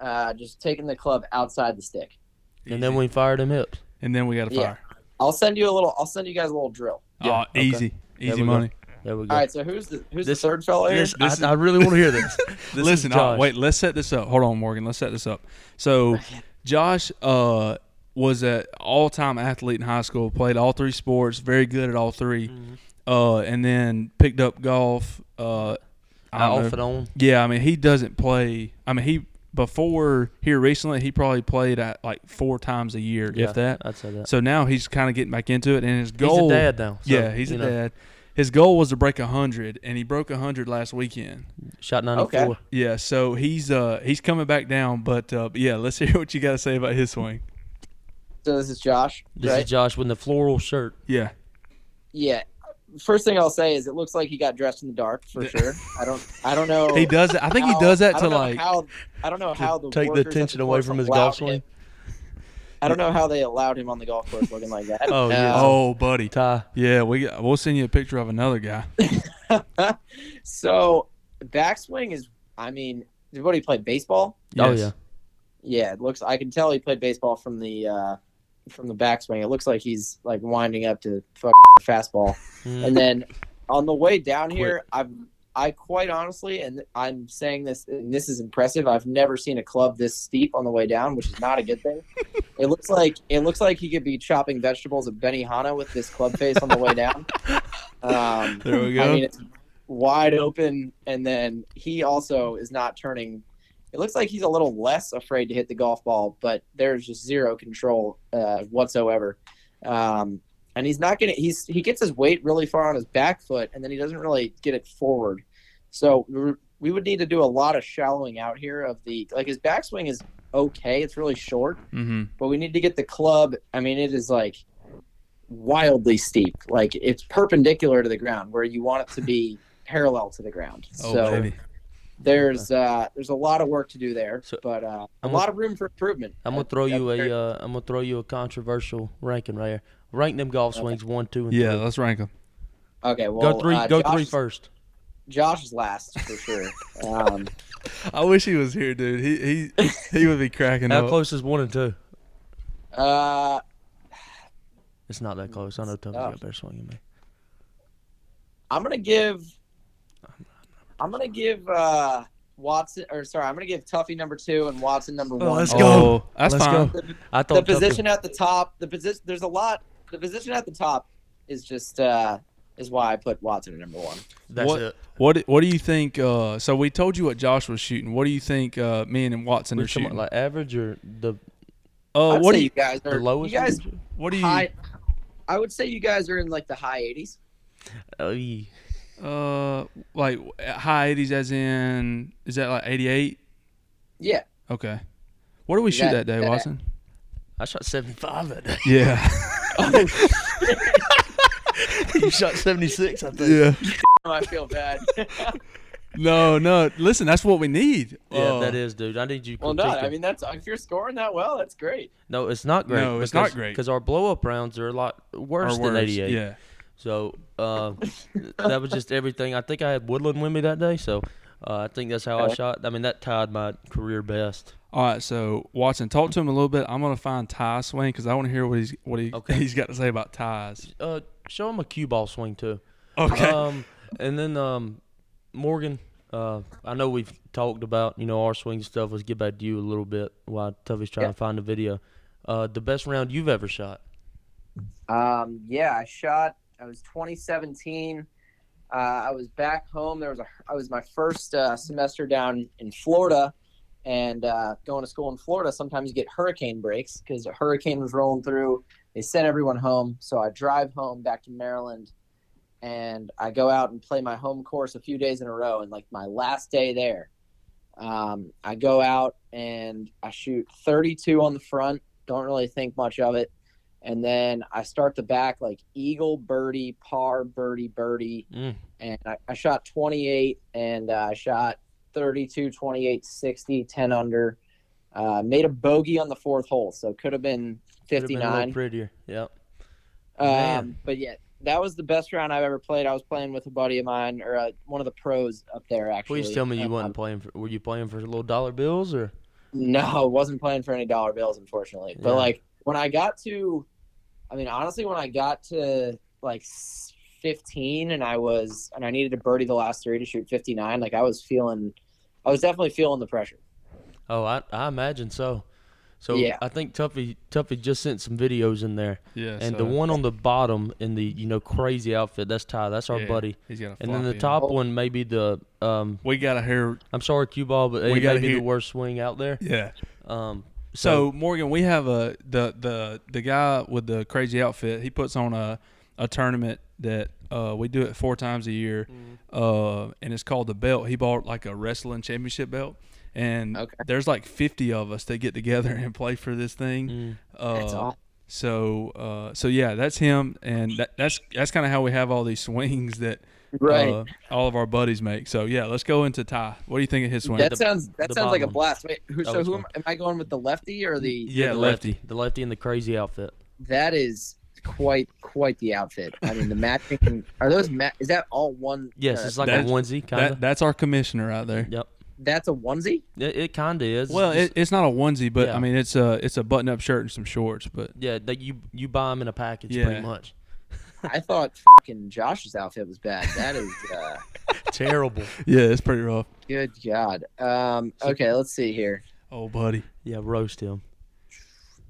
G: uh, just taking the club outside the stick.
A: Easy.
B: And then we fire them hips.
A: and then we got to
G: Yeah.
A: fire.
G: I'll send you a little. I'll send you guys a little drill.
A: oh,
B: Yeah, okay.
A: easy,
B: There we
A: easy
B: go.
A: money.
B: There we go.
G: All right. So who's the who's
B: This-
G: the third fellow here?
A: this- this
B: I, I really want to hear this. is
A: Listen, oh,
B: Josh.
A: wait, let's set this up. Hold on, Morgan. Let's set this up. So, Josh uh, was an all time athlete in high school, played all three sports, very good at all 3
B: Mm-hmm.
A: uh, and then picked up golf. Uh, I don't
B: I off
A: know.
B: and on.
A: Yeah, I mean, he doesn't play. I mean, he before here recently, he probably played at like four times a year,
B: Yeah,
A: if that.
B: I'd say that.
A: So now he's kind of getting back into it, and his goal.
B: dad now, so,
A: yeah, he's a
B: you know.
A: dad. His goal was to break hundred, and he broke hundred last weekend.
B: Shot 94.
G: Okay.
A: Yeah, so he's uh he's coming back down, but uh, but yeah, let's hear what you got to say about his swing.
G: So this is Josh.
B: This
G: right?
B: is Josh with the floral shirt.
A: Yeah,
G: Yeah. First thing I'll say is it looks like he got dressed in the dark for sure. I don't I don't know.
A: he does. I think he
G: how-
A: does that
G: I
A: to
G: don't know
A: like.
G: How, I don't know how the
B: take the
G: workers at
B: attention away
G: course
B: from his
G: allowed
B: golf
G: him-
B: swing.
G: I don't know how they allowed him on the golf course looking like that.
B: Oh, yeah.
A: oh, buddy.
B: Ty.
A: Yeah, we we'll send you a picture of another guy.
G: Um, So backswing is. I mean, did what he play baseball?
B: Oh,
A: Yes.
B: yeah.
G: Yeah, it looks. I can tell he played baseball from the uh, from the backswing. It looks like he's like winding up to fuck fastball.
B: Mm.
G: and then on the way down here, I've I quite honestly, and I'm saying this, and this is impressive. I've never seen a club this steep on the way down, which is not a good thing. it looks like it looks like he could be chopping vegetables at Benihana with this club face on the way down. Um,
A: There we go.
G: I mean, it's wide open, and then he also is not turning. It looks like he's a little less afraid to hit the golf ball, but there's just zero control uh, whatsoever. Um, and he's not gonna. He's he gets his weight really far on his back foot, and then he doesn't really get it forward. So we're- we would need to do a lot of shallowing out here of the like his backswing is okay. It's really short,
A: mm-hmm.
G: but we need to get the club. I mean, it is like wildly steep. Like it's perpendicular to the ground where you want it to be parallel to the ground.
A: Oh,
G: so
A: baby.
G: there's uh, there's a lot of work to do there,
B: So-
G: but uh, a
B: I'm
G: lot of room for improvement.
B: I'm gonna
G: That-
B: throw you
G: that's
B: a
G: fair.
B: uh, I'm gonna throw you a controversial ranking right here. Rank them golf swings one, two, and
A: Yeah,
B: three.
A: let's rank him.
G: okay. Well,
B: Go three,
G: uh,
B: go
G: Josh,
B: three first.
G: Josh is last for sure. um,
A: I wish he was here, dude. He he he would be cracking
B: How
A: up.
B: close is one and two?
G: uh,
B: It's not that close. I know Toby's
G: tough.
B: got better swing than me.
G: I'm gonna give. I'm gonna give uh, Watson, or sorry, I'm gonna give Tuffy number two and Watson number one.
B: let's
A: Oh,
B: go.
A: that's
B: Let's
A: fine.
B: go. I thought
G: the
B: Tucker-
G: position at the top the position there's a lot the position at the top is just uh is why i put watson at number one
B: That's
A: what,
B: it.
A: What what do you think? Uh, so we told you what Josh was shooting. What do you think? Uh, me and Watson
B: We're
A: are
B: somewhat
A: shooting.
B: like average or the
A: uh,
G: I'd
A: what do
G: say you
A: you,
G: guys
B: the
G: are
B: lowest?
G: you guys
B: average?
A: what do you?
G: high, i would say you guys are in like the high 80s
B: Oh, yeah.
A: Uh, like high eighties, as in is that like eighty eight?
G: yeah
A: Okay. What do we shoot
G: got-
A: that day,
G: uh,
A: Watson?
B: I shot 75 that day.
A: Yeah,
B: you shot 76, I think.
A: yeah.
G: Oh, i feel bad
A: No, no. Listen, that's what we need.
B: Yeah,
A: Uh,
B: that is, dude. I need you.
G: well not
B: critiquing.
G: i mean that's if you're scoring that well that's great
B: no, it's not great.
A: No, it's not great.
B: because our blow up rounds are a lot
A: or
B: worse, than
A: worse.
B: 88.
A: Yeah.
B: So um, that was just everything. I think I had Woodland with me that day, so uh, I think that's how I shot. I mean, that tied my career best.
A: All right, so Watson, talk to him a little bit. I'm gonna find Ty Swain because I want to hear what he's what he
B: Okay.
A: he's got to say about ties.
B: Uh, show him a cue ball swing too.
A: Okay.
B: Um, and then um, Morgan, uh, I know we've talked about you know our swing stuff. Let's get back to you a little bit while Tuffy's trying
G: Yeah.
B: to find the video. Uh, the best round you've ever shot.
G: Um, yeah, I shot. I was 2017. Uh, I was back home. There was a. I was my first uh, semester down in Florida, and uh, going to school in Florida, sometimes you get hurricane breaks because a hurricane was rolling through. They sent everyone home, so I drive home back to Maryland, and I go out and play my home course a few days in a row. And like my last day there, um, I go out and I shoot 32 on the front. Don't really think much of it, and then I start the back like eagle, birdie, par, birdie, birdie,
B: Mm.
G: and I, I shot 28 and uh, I shot 32, 28, 60, 10 under. Uh, made a bogey on the fourth hole, so could have been
B: Could've been a little
G: 59.
B: prettier. Yep.
G: Um,
B: Man.
G: but yeah, that was the best round I've ever played. I was playing with a buddy of mine, or uh, one of the pros up there, actually.
B: Please tell me you
G: Um,
B: wasn't playing. For, were you playing for little dollar bills or?
G: No, wasn't playing for any dollar bills, unfortunately. But
B: Yeah.
G: like when I got to, I mean, honestly, when I got to like s- 15 and I was, and I needed to birdie the last three to shoot 59, like I was feeling, I was definitely feeling the pressure.
B: Oh, I, I imagine so. So
G: Yeah.
B: I think Tuffy Tuffy just sent some videos in there,
A: Yeah.
B: and
A: so-
B: the one on the bottom in the you know crazy outfit that's Ty, that's our
A: yeah,
B: buddy,
A: He's got a
B: and then the
A: floppy.
B: top one maybe the um
A: We gotta hear.
B: I'm sorry cue ball, but
A: We
B: it may
A: gotta
B: be
A: hear-
B: the worst swing out there.
A: Yeah.
B: Um, so,
A: So Morgan, we have a the the the guy with the crazy outfit. He puts on a a tournament that uh, we do it four times a year,
G: Mm-hmm.
A: uh, and it's called the belt. He bought like a wrestling championship belt, and
G: Okay.
A: there's like 50 of us that get together and play for this thing. Uh,
G: Mm. That's awesome.
A: So uh, so yeah, that's him, and that, that's that's kind of how we have all these swings that
G: Right.
B: Oh,
A: uh, all of our buddies make. So yeah, let's go into Ty. What do you think of his swing?
G: that
B: the-
G: sounds, that
B: the
G: sounds like a
B: bottom one.
G: blast. Wait, who, so
B: which
G: who
B: one?
G: am, am I going with the lefty or the,
A: yeah,
B: the
A: lefty.
B: the lefty in the crazy outfit.
G: that is quite, quite the outfit. I mean, the matching, are those, ma- is that all one?
B: Yes,
G: uh,
B: it's like
A: That-
B: a onesie kind
A: That,
B: of.
A: that's our commissioner out there.
B: Yep,
G: that's a onesie?
B: it, it kind of is.
A: Well,
B: It's-
A: it, it's not a onesie, but
B: Yeah.
A: I mean it's a it's a button up shirt and some shorts. But
B: yeah, that you you buy them in a package
A: Yeah.
B: pretty much.
G: I thought fucking Josh's outfit was bad. That is, uh,
B: Terrible.
A: yeah, it's pretty rough.
G: Good God. Um, okay, let's see here.
A: Oh, buddy.
B: Yeah, roast him.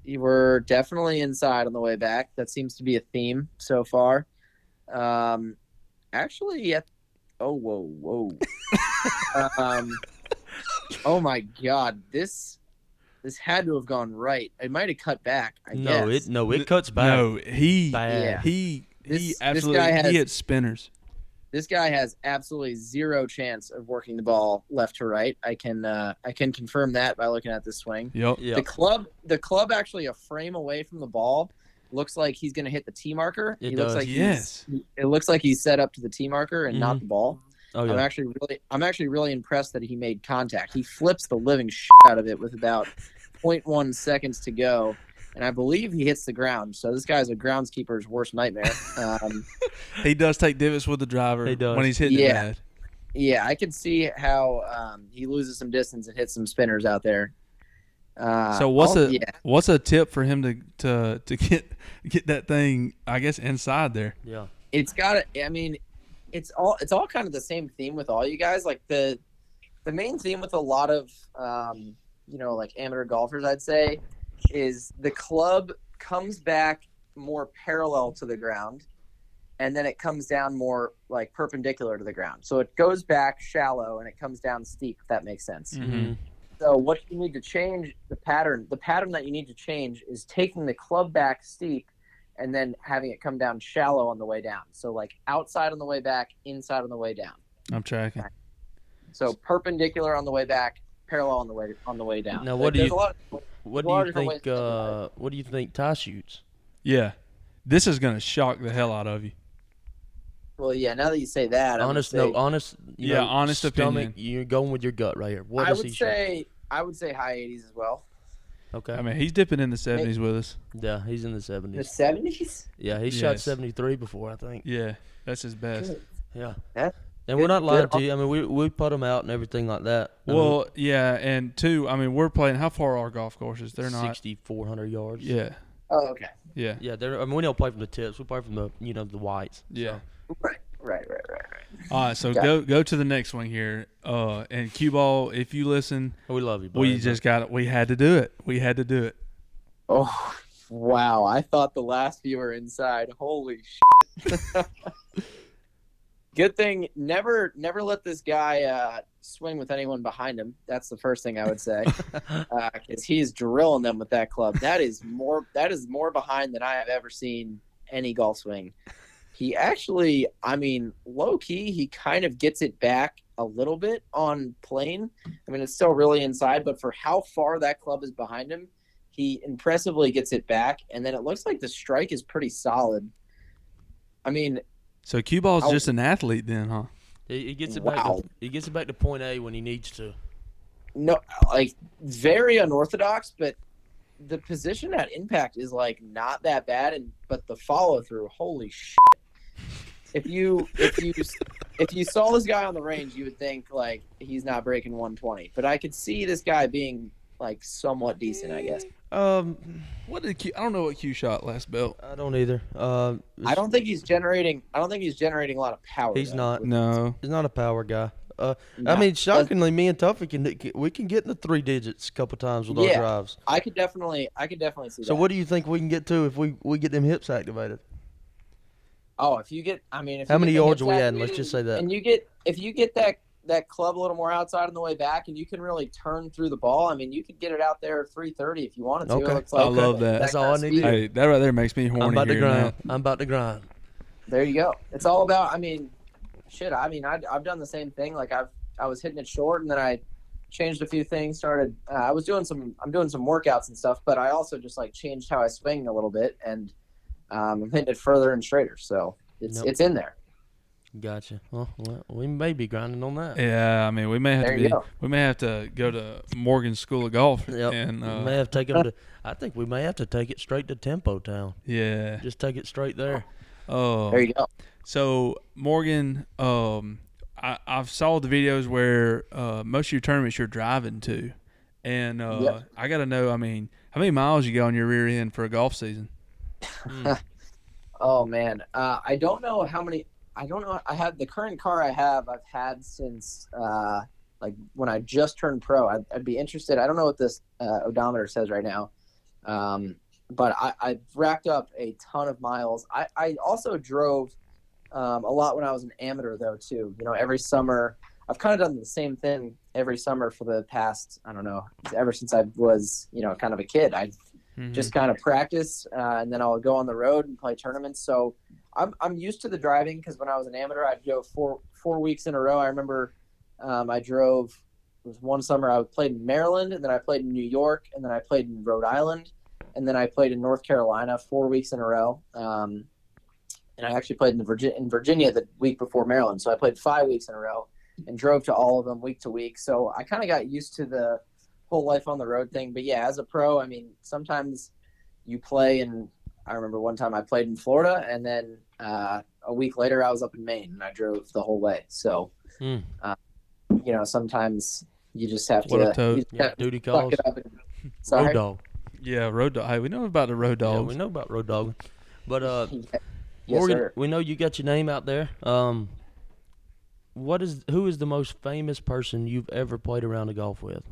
G: You were definitely inside on the way back. That seems to be a theme so far. Um, actually, yeah. Oh, whoa, whoa. um, oh my God, this this had to have gone right. It might have cut back. I
B: no,
G: guess.
B: it no it cuts back.
A: No, he
B: Bad.
G: Yeah.
A: he
G: This-
A: he
G: this
A: absolutely
G: guy has-
A: he hits spinners.
G: This guy has absolutely zero chance of working the ball left to right. I can uh, I can confirm that by looking at this swing.
A: Yep.
B: Yeah.
G: The club, the club actually a frame away from the ball. Looks like he's going to hit the tee marker.
B: It
G: he
B: does.
G: looks like
A: yes.
G: he's, it looks like he's set up to the tee marker and not
B: Mhm.
G: the ball.
B: oh yeah.
G: I'm actually really, I'm actually really impressed that he made contact. He flips the living shit out of it with about 0.1 seconds to go, and I believe he hits the ground. So this guy's a groundskeeper's worst nightmare. Um,
A: He does take divots with the driver
B: He does.
A: when he's hitting
G: Yeah.
A: it bad.
G: yeah, I can see how um, he loses some distance and hits some spinners out there. Uh,
A: So what's
G: I'll-
A: a
G: yeah.
A: what's a tip for him to to to get get that thing I guess inside there?
B: yeah.
G: it's got to i mean it's all it's all kind of the same theme with all you guys like the the main theme with a lot of um you know like amateur golfers i'd say is the club comes back more parallel to the ground and then it comes down more like perpendicular to the ground so it goes back shallow and it comes down steep if that makes sense
A: Mm-hmm.
B: Mhm.
G: so what you need to change the pattern, the pattern that you need to change is taking the club back steep and then having it come down shallow on the way down. So like outside on the way back, inside on the way down.
A: I'm tracking.
G: So perpendicular on the way back, parallel on the way on the way down.
B: Now, what do
G: there's
B: you-
G: a lot of-
B: What
G: There's a lot
B: do
G: of
B: you
G: different ways
B: think?
G: to think about
B: Uh, what do you think? Ty shoots.
A: Yeah. This is gonna shock the hell out of you.
G: well, yeah. Now that you say that, I would
B: honest,
G: say,
B: no, uh, honest. You
A: Yeah,
B: know,
A: honest
B: stomach,
A: opinion.
B: You're going with your gut right here. What
G: I
B: does
G: would
B: he
G: say I would say high 80s as well.
B: shoot? Okay.
A: I mean, he's dipping in the 70s with us.
B: yeah, he's in the
G: The
B: seventies.
G: 70s.
B: Yeah, he shot
A: Yes.
B: seventy three before, I think.
A: Yeah, that's his best.
B: Yeah.
G: Yeah.
B: And we're
G: Good-
B: not lying
G: good.
B: to you. I mean, we we put him out and everything like that. I mean,
A: Well, yeah, and two, I mean, we're playing. How far are golf courses? They're not.
B: 6,400 yards.
A: Yeah,
G: Oh, okay.
A: yeah,
B: Yeah, they're, I mean, we don't play from the tips. We play from the, you know, the whites.
A: yeah.
G: Right. Right. Right. Right.
A: All right, so
G: Got
A: go go to the next one here. Uh, and cue ball, if you listen,
B: We love you, buddy.
A: we just got it. We had to do it. We had to do it.
G: Oh, wow. I thought the last few were inside. Holy Good thing never never let this guy uh, swing with anyone behind him. That's the first thing I would say, because he's drilling them with that club. That is more that is more behind than I have ever seen any golf swing. He actually, I mean, low key, he kind of gets it back a little bit on plane. I mean, it's still really inside, but for how far that club is behind him, he impressively gets it back, and then it looks like the strike is pretty solid. I mean,
A: So cue ball's
G: I'll-
A: just an athlete then, huh?
E: He, he gets it
G: Wow.
E: back. To, he gets it back to point A when he needs to.
G: no like very unorthodox but the position at impact is like not that bad and but the follow through holy shit if you if you if you saw this guy on the range you would think like he's not breaking 120 but i could see this guy being like somewhat decent i guess
E: Um,
A: What did Q? I don't know what Q shot last belt.
E: I don't either. Uh,
G: i don't think he's generating i don't think he's generating a lot of power
E: He's
G: though.
E: not.
A: No,
E: He's not a power guy. Uh,
G: No.
E: I mean, shockingly, me and Tuffy can we can get in the three digits a couple times with
G: Yeah.
E: our drives.
G: i could definitely i could definitely see
E: So
G: that.
E: what do you think we can get to if we, we get them hips activated?
G: Oh, if you get, I mean, if
E: How
G: you
E: many
G: get the
E: yards
G: hip
E: are we
G: sack
E: adding? Let's just say that.
G: And you get if you get that that club a little more outside on the way back, and you can really turn through the ball. I mean, you could get it out there at three thirty if you wanted to. It
E: Okay.
G: looks like
A: I love that.
E: That's all
G: kind of
E: I need to
G: speed.
E: do.
A: hey, that right there makes me horny.
E: I'm about to
A: hearing that.
E: grind. I'm about to grind.
G: There you go. It's all about. I mean, shit. I mean, I, I've done the same thing. Like I've I was hitting it short, and then I changed a few things. Started. Uh, I was doing some. I'm doing some workouts and stuff, but I also just like changed how I swing a little bit, and um, I'm hitting it further and straighter. So it's
E: Nope.
G: it's in there.
E: Gotcha. Well, well, we may be grinding on that.
A: Yeah, I mean, we may have
G: There
A: to
G: you
A: be,
G: go.
A: we may have to go to Morgan School of Golf
E: Yep.
A: and
E: we
A: uh,
E: may have taken to. I think we may have to take it straight to Tempo Town.
A: yeah.
E: Just take it straight there.
A: Oh,
G: There you go.
A: so Morgan, um, I, I've saw the videos where uh, most of your tournaments you're driving to, and uh,
G: Yep.
A: I got to know. I mean, how many miles you got on your rear end for a golf season?
G: Oh man, uh, I don't know how many. I don't know. I have the current car I have. I've had since uh, like when I just turned pro. I'd, I'd be interested. I don't know what this uh, odometer says right now, um, but I, I've racked up a ton of miles. I, I also drove um, a lot when I was an amateur though too. You know, every summer I've kind of done the same thing every summer for the past. I don't know, ever since I was you know kind of a kid. I
A: Mm-hmm.
G: just kind of practice, uh, and then I'll go on the road and play tournaments. So I'm I'm used to the driving because when I was an amateur, I'd go four four weeks in a row. I remember um, I drove it was one summer I played in Maryland, and then I played in New York, and then I played in Rhode Island, and then I played in North Carolina four weeks in a row. Um, and I actually played in the Virgin in Virginia the week before Maryland, so I played five weeks in a row and drove to all of them week to week. So I kind of got used to the whole life on the road thing. But yeah, as a pro, I mean, sometimes you play in. I remember one time I played in Florida, and then uh, a week later I was up in Maine and I drove the whole way. So,
E: Hmm.
G: uh, you know, sometimes you just have
A: What
G: to,
A: up, Toad?
G: you just
E: Yeah,
G: have to
E: duty
G: suck
E: calls.
G: it up. And,
E: Road
G: sorry.
E: dog.
A: yeah, road dog. Hey, we know about the road
E: Yeah,
A: dogs.
E: we know about road dog. But uh,
G: Yes,
E: Morgan,
G: sir.
E: we know you got your name out there. Um, what is who is the most famous person you've ever played around a golf with?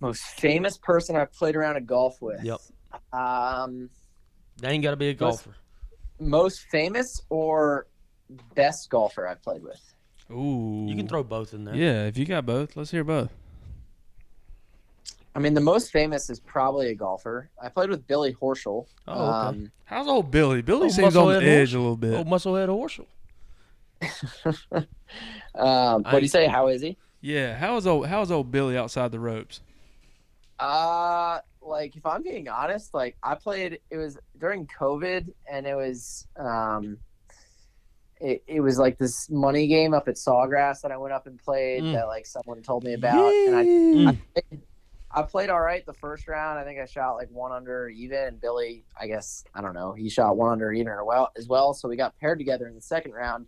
G: Most famous person I've played around a golf with.
E: Yep.
G: Um,
E: They ain't got to be a golfer.
G: most famous or best golfer I've played with.
A: Ooh,
E: You can throw both in there.
A: Yeah, if you got both, let's hear both.
G: I mean, the most famous is probably a golfer. I played with Billy Horschel.
E: Oh, okay.
G: Um,
A: How's old Billy? Billy
E: Old
A: seems on the
E: musclehead horse.
A: edge a little bit.
E: Oh, musclehead Horschel.
G: Um, what do you say? How is he?
A: Yeah, how is old how is old Billy outside the ropes?
G: Uh, like if I'm being honest, like I played. It was during COVID, and it was um, it, it was like this money game up at Sawgrass that I went up and played
E: Mm.
G: that like someone told me about, and I I played all right the first round. I think I shot like one under even. And Billy, I guess I don't know. He shot one under even or well as well. So we got paired together in the second round.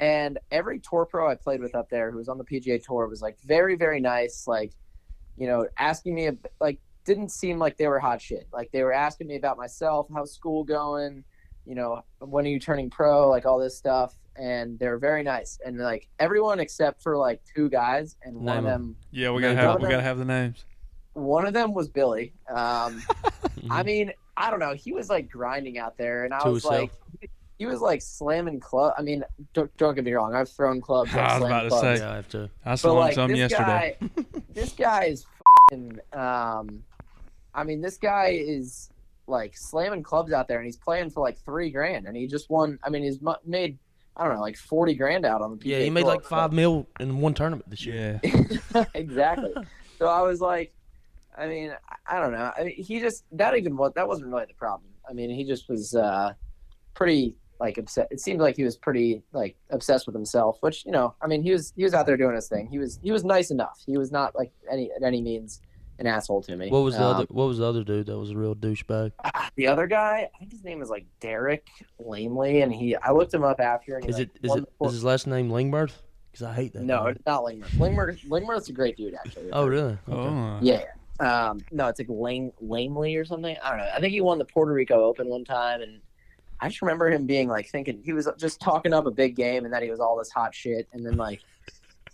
G: And every tour pro I played with up there, who was on the PGA tour, was like very very nice. Like, you know, asking me ab- like didn't seem like they were hot shit. Like they were asking me about myself, how's school going, you know, when are you turning pro, like all this stuff. And they were very nice. And like everyone except for like two guys, and one of
E: Name 'em.
G: them
A: Yeah, we
E: Man,
A: gotta have
G: Billy-
A: we gotta have the names.
G: one of them was Billy.
B: Mm.
G: Um, I mean, I don't know. He was like grinding out there, and I
E: To
G: was
E: himself.
G: like, he was like slamming club. I mean, don't, don't get me wrong. I've thrown clubs. I've
A: I was
G: slammed
A: about to
G: clubs.
A: say,
B: Yeah, I have to.
A: I
G: But
A: saw
G: like
A: some
G: this
A: yesterday.
G: guy, this guy is fing um, I mean, this guy is like slamming clubs out there, and he's playing for like three grand, and he just won. I mean, he's mu- made I don't know, like forty grand out on the.
B: Yeah,
G: PGA
B: he made
G: Tour.
B: like five mil in one tournament this year.
A: yeah,
G: exactly. So I was like, I mean, I- I don't know. I mean, he just that even was that wasn't really the problem. I mean, he just was uh, pretty like upset. It seemed like he was pretty like obsessed with himself, which you know, I mean, he was he was out there doing his thing. He was he was nice enough. He was not like any at any means an asshole to me.
B: What was the
G: Um,
B: other? What was the other dude that was a real douchebag?
G: ah, the other guy? I think his name is like Derek Lamely, and he I looked him up after. And he,
B: Is
G: like,
B: it is
G: won
B: it
G: the-
B: is his last name Lingberth? Because I hate that.
G: no,
B: name.
G: it's not Lingmer. Lingmer Lingmer's a great dude actually.
B: Oh really? Okay.
A: oh,
G: Yeah. Um, no, it's like Lame, Lamely or something. I don't know. I think he won the Puerto Rico Open one time, and I just remember him being like thinking he was just talking up a big game and that he was all this hot shit, and then like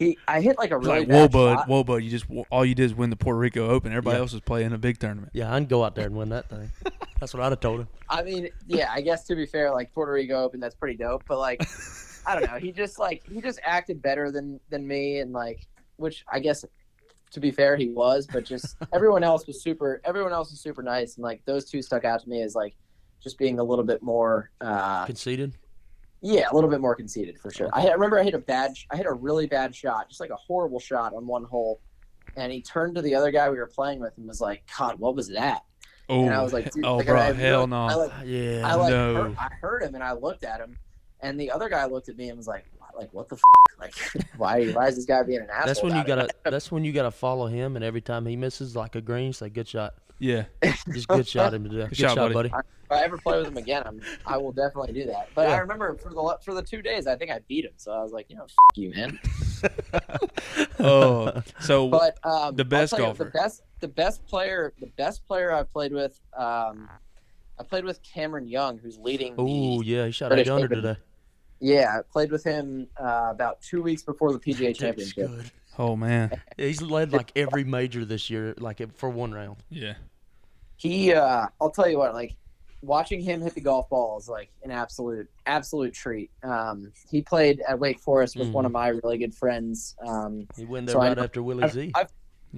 G: he, I hit like a
A: It's
G: really
A: like,
G: bad
A: whoa, bud,
G: shot.
A: whoa, bud. You just all you did is win the Puerto Rico Open. Everybody
B: Yeah.
A: else is playing a big tournament.
B: Yeah, I'd go out there and win that thing. That's what I'd have told him.
G: I mean, yeah, I guess to be fair, like Puerto Rico Open, that's pretty dope. But like, I don't know. He just like he just acted better than than me, and like, which I guess to be fair, he was. But just everyone else was super. Everyone else was super nice, and like those two stuck out to me as like just being a little bit more. uh
B: Conceded.
G: Yeah, a little bit more conceited for sure. I, I remember I hit a bad, sh- I hit a really bad shot, just like a horrible shot on one hole, and he turned to the other guy we were playing with and was like, "God, what was that?"
A: Oh,
G: and I was like, "Dude,"
A: oh,
G: like,
A: bro,
G: I- I
A: hell
G: like-
A: no.
G: I like,
B: Yeah.
G: I like
A: No.
G: heard, I heard him and I looked at him, and the other guy looked at me and was like, like what the f-? like why why is this guy being an asshole?
B: that's when you
G: about it?
B: gotta. That's when you gotta follow him, and every time he misses like a green, say good shot.
A: yeah,
B: Just good shot him to death. Good, shot, buddy.
G: If I ever play with him again, I'm, I will definitely do that. But
B: Yeah.
G: I remember for the for the two days, I think I beat him, so I was like, you know, f- you man.
A: Oh, so
G: But um,
A: The
G: I'll
A: best
G: tell you,
A: golfer.
G: the best, the best player, the best player I've played with. Um, I played with Cameron Young, who's leading. the-
B: Oh yeah, he shot
G: British
B: eight under
G: Open
B: today.
G: yeah, I played with him uh, about two weeks before the PGA
B: That's
G: Championship.
B: good.
A: oh man,
B: He's led like every major this year, like for one round.
A: yeah,
G: he uh i'll tell you what like watching him hit the golf ball is like an absolute absolute treat um he played at wake forest with
B: Mhm.
A: Mm.
G: one of my really good friends um
B: He went there
G: So I
B: right
G: know-
B: after Willie
G: I've,
B: Z. I
G: I've,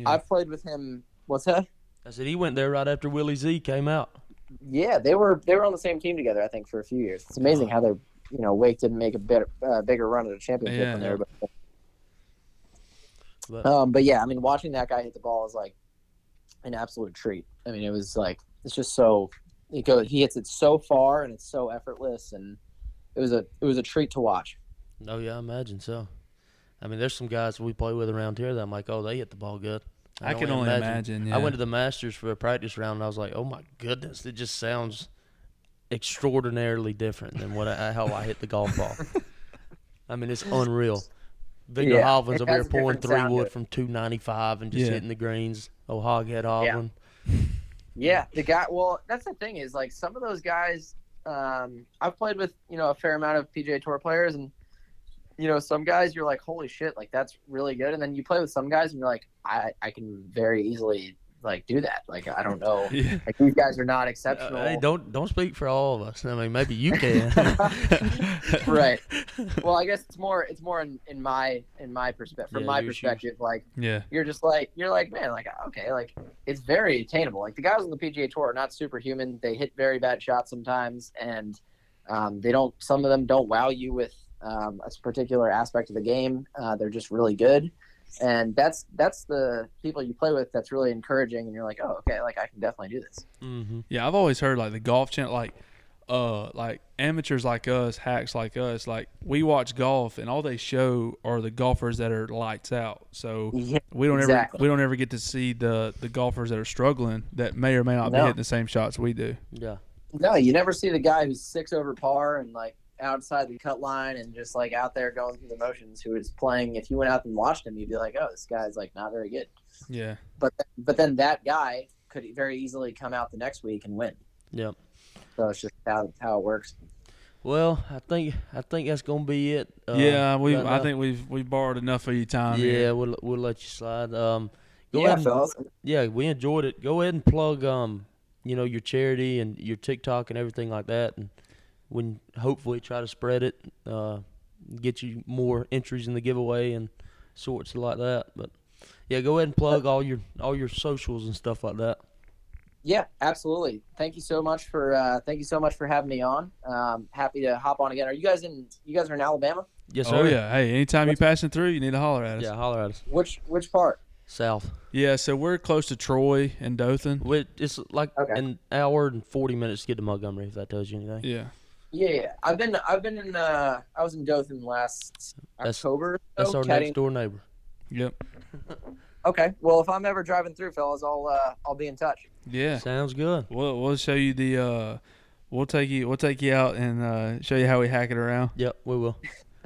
G: I've played with him what's that
B: said he went there right after Willie Z came out.
G: yeah they were they were on the same team together i think for a few years it's amazing how they're you know wake didn't make a better, uh, bigger run at the championship
A: Yeah.
G: than everybody
B: But-
G: um but yeah i mean watching that guy hit the ball is like an absolute treat i mean it was like it's just so it goes he hits it so far and it's so effortless and it was a it was a treat to watch
B: No, yeah, I imagine so. I mean, there's some guys we play with around here that I'm like, oh, they hit the ball good.
A: I,
B: don't
A: can
B: even
A: only imagine. yeah.
B: I went to the Masters for a practice round, and I was like, oh my goodness, it just sounds extraordinarily different than what I, how I hit the golf ball. I mean, it's unreal. Victor
G: Yeah,
B: Hovland's
G: it
B: over here
G: has a
B: pulling
G: different
B: three
G: sound to
B: wood
G: it.
B: from 295 and just
A: Yeah.
B: hitting the greens. Oh, Hoghead Hovland.
G: Yeah, the guy. Well, that's the thing is like some of those guys. Um, I've played with you know a fair amount of PGA Tour players, and you know some guys you're like, holy shit, like that's really good. And then you play with some guys, and you're like, I I can very easily like do that. Like I don't know,
A: Yeah.
G: like these guys are not
B: Uh,
G: exceptional.
B: hey, don't don't speak for all of us. I mean, maybe you can.
G: right. Well, I guess it's more it's more in, in my in my perspective from
B: Yeah,
G: my
B: your shoes.
G: perspective. Like
A: yeah,
G: you're just like you're like man like uh, okay like it's very attainable like the guys on the pga tour are not superhuman they hit very bad shots sometimes and um, they don't some of them don't wow you with um, a particular aspect of the game uh, they're just really good and that's that's the people you play with that's really encouraging and you're like oh okay like i can definitely do this
B: hmm
A: yeah. I've always heard like the golf channel, like, uh, like amateurs like us, hacks like us, like we watch golf and all they show are the golfers that are lights out. So
G: yeah
A: we don't
G: Exactly.
A: ever we don't ever get to see the the golfers that are struggling that may or may not be
G: No.
A: hitting the same shots we do.
B: Yeah.
G: no you never see the guy who's six over par and like outside the cut line and just like out there going through the motions who is playing if you went out and watched him you'd be like oh this guy's like not very good
A: Yeah,
G: but but then that guy could very easily come out the next week and win.
B: Yep.
G: So it's just how, how it works.
B: Well, I think I think that's gonna be it. Uh,
A: yeah. We
B: right
A: I
B: now.
A: think we've we've borrowed enough of your time.
B: yeah,
A: here.
B: we'll we'll let you slide. Um, go
G: yeah,
B: ahead. And,
G: fellas.
B: yeah, we enjoyed it. Go ahead and plug um, you know, your charity and your TikTok and everything like that, and
E: when hopefully try to spread it, uh, get you more entries in the giveaway and sorts like that. But yeah, go ahead and plug all your all your socials and stuff like that.
G: Yeah, absolutely. Thank you so much for uh, thank you so much for having me on. Um, happy to hop on again. Are you guys in? You guys are in Alabama?
E: Yes, sir.
A: Oh yeah. Hey, anytime you're passing through, you need to holler at us.
E: Yeah,
A: Yeah.
E: holler at us.
G: Which which part?
E: South.
A: so we're close to Troy and Dothan.
E: We, it's like
G: Okay.
E: an hour and 40 minutes to get to Montgomery, if that tells you anything.
A: Yeah.
G: Yeah, yeah. I've been I've been in uh, I was in Dothan last
E: That's-
G: October. or
E: That's
G: so,
E: our
G: caddying-
E: next door neighbor.
A: Yep.
G: Okay. Well, if I'm ever driving through, fellas, I'll uh, I'll be in touch.
A: Yeah.
E: Sounds good.
A: We'll we'll show you the uh we'll take you we'll take you out and uh show you how we hack it around.
E: Yep, we will.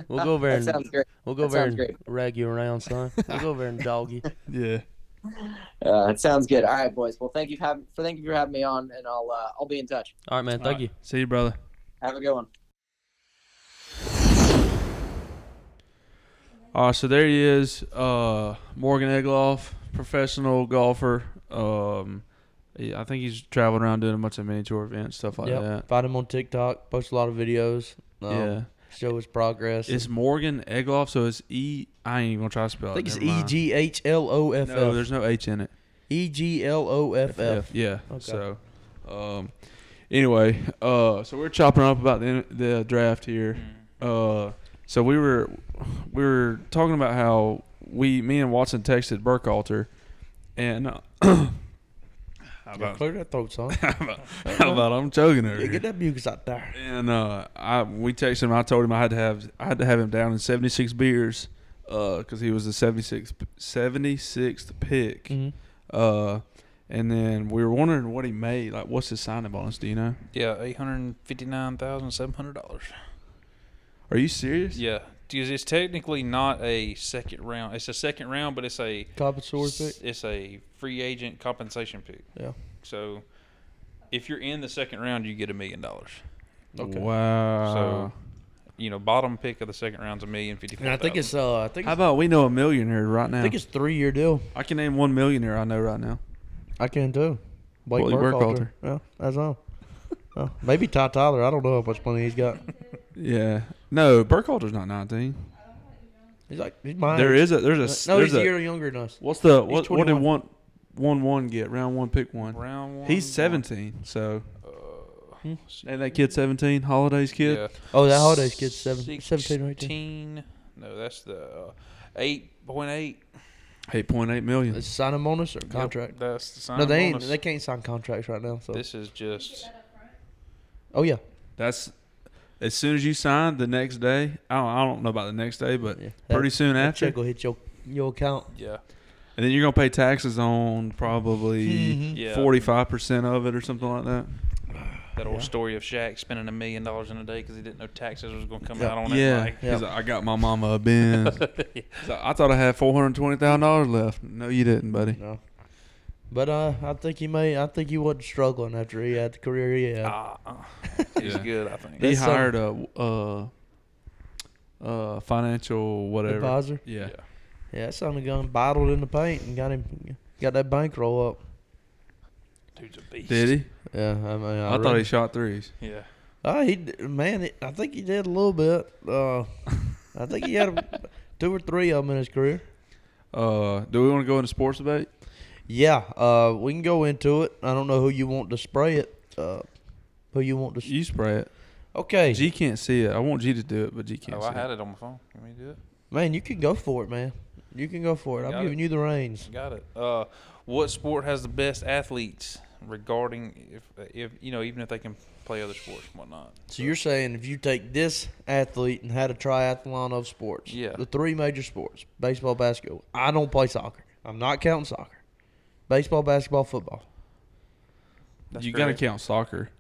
E: We'll go over
G: That
E: and
G: sounds great.
E: we'll go
G: that
E: over
G: sounds
E: and
G: great.
E: rag you around, son. We'll go over and dog you.
A: Yeah.
G: Uh, it sounds good. All right, boys. Well, thank you for having for thank you for having me on, and I'll uh, I'll be in touch.
E: All right, man. Thank you.
A: See you, brother.
G: Have a good one.
A: Uh, so there he is, uh, Morgan Egloff, professional golfer. Um, he- I think he's traveling around doing a bunch of mini tour events, stuff like
B: Yep.
A: that.
B: Find him on TikTok. Post a lot of videos. Um,
A: yeah,
B: Show his progress.
A: it's Morgan Egloff, so it's E. I ain't even gonna try to spell
B: I
A: it.
B: think it's
A: never
B: E
A: mind.
B: G H L O F
A: No,
B: F.
A: there's no H in it.
B: E G L O F F.
A: Yeah.
B: Okay.
A: So, um, anyway, uh, so we're chopping up about the the draft here.
B: Mm-hmm.
A: Uh, so we were we were talking about how we me and Watson texted Burkhalter, and uh, how about
B: Clear that throat, son.
A: how about, how about I'm choking her.
B: Yeah, get that mucus out there.
A: And uh, I we texted him. I told him I had to have I had to have him down in 76 beers because he was the 76th, 76th pick.
B: Mm-hmm.
A: Uh, and then we were wondering what he made. Like, what's his signing bonus? Do you know?
F: Yeah, eight hundred fifty nine thousand seven hundred dollars.
A: Are you serious?
F: Yeah, because it's technically not a second round. It's a second round, but it's a
B: Top of sword pick.
F: it's a free agent compensation pick.
B: Yeah.
F: So if you're in the second round, you get a million dollars.
B: Okay.
A: Wow.
F: So you know, bottom pick of the second round's a million fifty four.
B: And I think it's uh, I think
A: how
B: it's,
A: about we know a millionaire right now?
B: I
A: I,
B: think it's three year deal.
A: can name one millionaire I know right now.
B: I can too. Blake
A: Blake
B: Burkhalter. Yeah, that's all. Oh, maybe Ty Tyler. I don't know how much money he's got.
A: Yeah. No, Burkhalter's not 19.
B: He's like he's mine.
A: There is a there's a
B: no.
A: there's
B: He's a
A: a,
B: year younger than us.
A: what's the what, what did
B: 21.
A: one one one get round one pick one.
F: round one.
A: He's 17, so.
B: Hmm.
A: and that kid 17, Holidays kid.
F: Yeah.
B: Oh, that holidays kid's seven, 17 or 18.
F: 16. No, that's the uh, eight point eight.
A: 8.8 million.
B: Is sign him bonus or contract?
F: That's the sign.
B: No, they ain't. They can't sign contracts right now. So
F: This is just
B: oh yeah,
A: That's as soon as you sign the next day. I don't, I don't know about the next day, but
B: Yeah.
A: pretty soon
B: that
A: after.
B: check will hit your your account.
F: yeah.
A: And then you're going to pay taxes on probably
F: Yeah.
A: 45% of it or something like that.
F: That old story of Shaq spending a million dollars in a day because he didn't know taxes was going to come out on
A: yeah.
F: it.
A: He's like, I got my mama a Benz. so I thought I had $420,000 left. No, you didn't, buddy.
B: No, but uh, I think he may. I think he wasn't struggling after he had the career he had.
F: Like, uh, he's
A: Yeah.
F: good, I think.
A: He
B: That's some-
A: hired a uh, uh, financial whatever.
B: Advisor.
A: Yeah.
F: Yeah.
B: Yeah, that son of a gun bottled in the paint and got him got that bankroll up.
F: Dude's a beast.
A: Did he?
B: Yeah, I mean, I,
A: I thought
B: read-
A: he shot threes.
F: Yeah.
B: Oh, he d- man, he- I think he did a little bit. Uh, I think he had a, two or three of them in his career.
A: Uh, do we want to go into sports debate?
B: Yeah, uh, we can go into it. I don't know who you want to spray it. Uh, who you want to? s-
A: You spray it.
B: okay,
A: G can't see it. I want G to do it, but G can't
F: Oh,
A: see
F: I had
A: it.
F: it on my phone. Let me do it.
B: Man, you can go for it, man. You can go for it. I'm
F: Got
B: giving you the reins.
F: Got it. Uh, what sport has the best athletes regarding if if you know even if they can play other sports and whatnot?
B: So you're saying if you take this athlete and had a triathlon of sports,
F: Yeah.
B: the three major sports, baseball, basketball. I don't play soccer. I'm not counting soccer. Baseball, basketball, football.
F: That's
A: you got to
F: correct.
A: count soccer.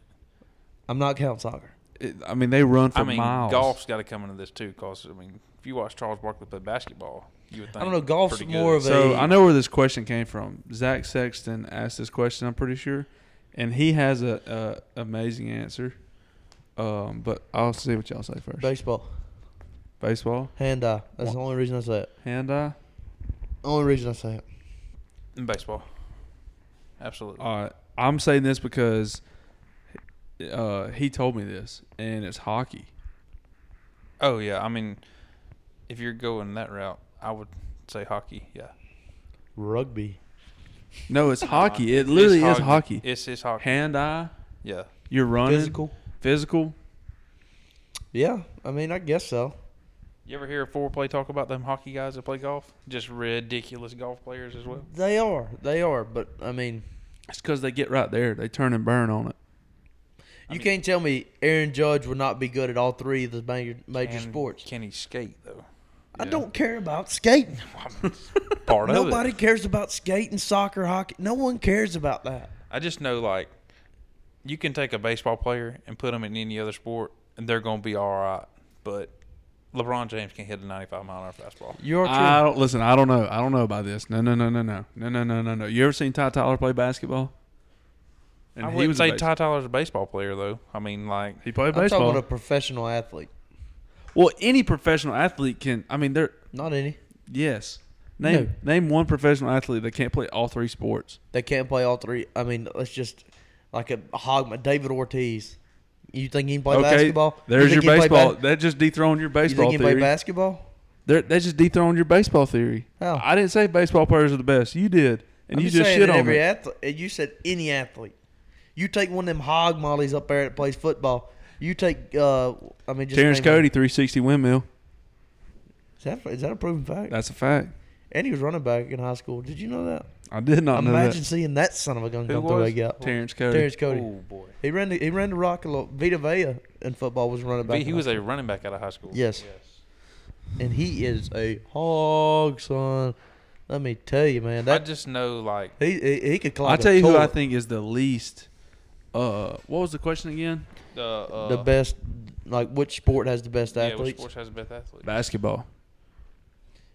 B: I'm not counting soccer.
A: It, I mean, they run for
F: I mean,
A: miles.
F: golf's got to come into this too, cause I mean, if you watch Charles Barkley play basketball, you would think
B: don't know, golf's
F: pretty
B: more
F: good.
B: of a-
A: So
B: they-
A: I know where this question came from. Zach Sexton asked this question. I'm pretty sure, and he has a, a amazing answer. Um, but I'll see what y'all say first.
B: Baseball,
A: Baseball,
B: hand eye. That's the only reason I say it.
A: hand eye.
B: Only reason I say it.
F: in baseball. Absolutely.
A: All right. I'm saying this because uh, he told me this, and it's hockey.
F: Oh yeah, I mean, if you're going that route, I would say hockey. Yeah,
B: Rugby.
A: No, it's hockey. It literally
F: It's
A: is hockey.
F: It's it's hockey.
A: Hand eye,
F: yeah,
A: you're running
B: Physical.
A: physical.
B: Yeah, I mean, I guess so.
F: you ever hear a foreplay talk about them hockey guys that play golf? Just ridiculous golf players as well.
B: They are. They are. But, I mean,
A: It's because they get right there. They turn and burn on it.
B: you can't tell me Aaron Judge would not be good at all three of the major, major
F: And
B: sports.
F: Can he skate though?
B: I don't care about skating.
F: Part of
B: Nobody
F: it.
B: cares about skating, soccer, hockey. No one cares about that.
F: I just know like, you can take a baseball player and put them in any other sport, and they're gonna be all right. But LeBron James can hit a 95 mile an hour fastball.
B: You're
A: I don't listen. I don't know. I don't know about this. No, no, no, no, no, no, no, no, no, no. You ever seen Ty Tyler play basketball? And
F: I wouldn't
A: a
F: say
A: base-
F: Ty Tyler's a baseball player though. I mean, like
A: He played
B: I'm talking
A: baseball.
B: about a professional athlete.
A: well, any professional athlete can. I mean, they're
B: Not any.
A: yes. Name name one professional athlete that can't play all three sports.
B: They can't play all three. I mean, let's just like a hog. David Ortiz. You think he can play
A: okay,
B: basketball? You
A: there's your
B: think he can play
A: baseball.
B: ba-
A: that just dethroned your
B: you think
A: baseball
B: he can play
A: theory.
B: basketball?
A: They're- That just dethroned your baseball theory.
B: How?
A: I didn't say baseball players are the best. You did, and
B: I'm
A: you
B: just
A: just
B: saying
A: shit
B: that
A: on
B: every
A: it.
B: athlete. You said any athlete. You take one of them hog mollies up there that plays football. You take. Uh, I mean, just
A: Terrence
B: name one.
A: Cody, 360 windmill.
B: Is that, is that a proven fact?
A: That's a fact.
B: and he was running back in high school. Did you know that?
A: I did not know
B: Imagine
A: that.
B: seeing that son of a gun
F: Who
B: come through
F: was?
B: a gap.
A: Terrence Cody.
B: Terrence Cody.
F: Oh boy.
B: He ran the, he ran the rock a lot. Vita Vea in football was running back.
F: He
B: in
F: was
B: high
F: a running back out of high school.
B: Yes. school. and he is a hog son. Let me tell you, man.
F: I
B: That
F: just know like
B: he, he he could climb.
A: I'll
B: a
A: tell you who I
B: toilet.
A: think is the least. Uh, what was the question again?
F: the uh,
B: the best like which sport has the best
F: yeah, which
B: athletes
F: sports has the best athlete?
A: Basketball.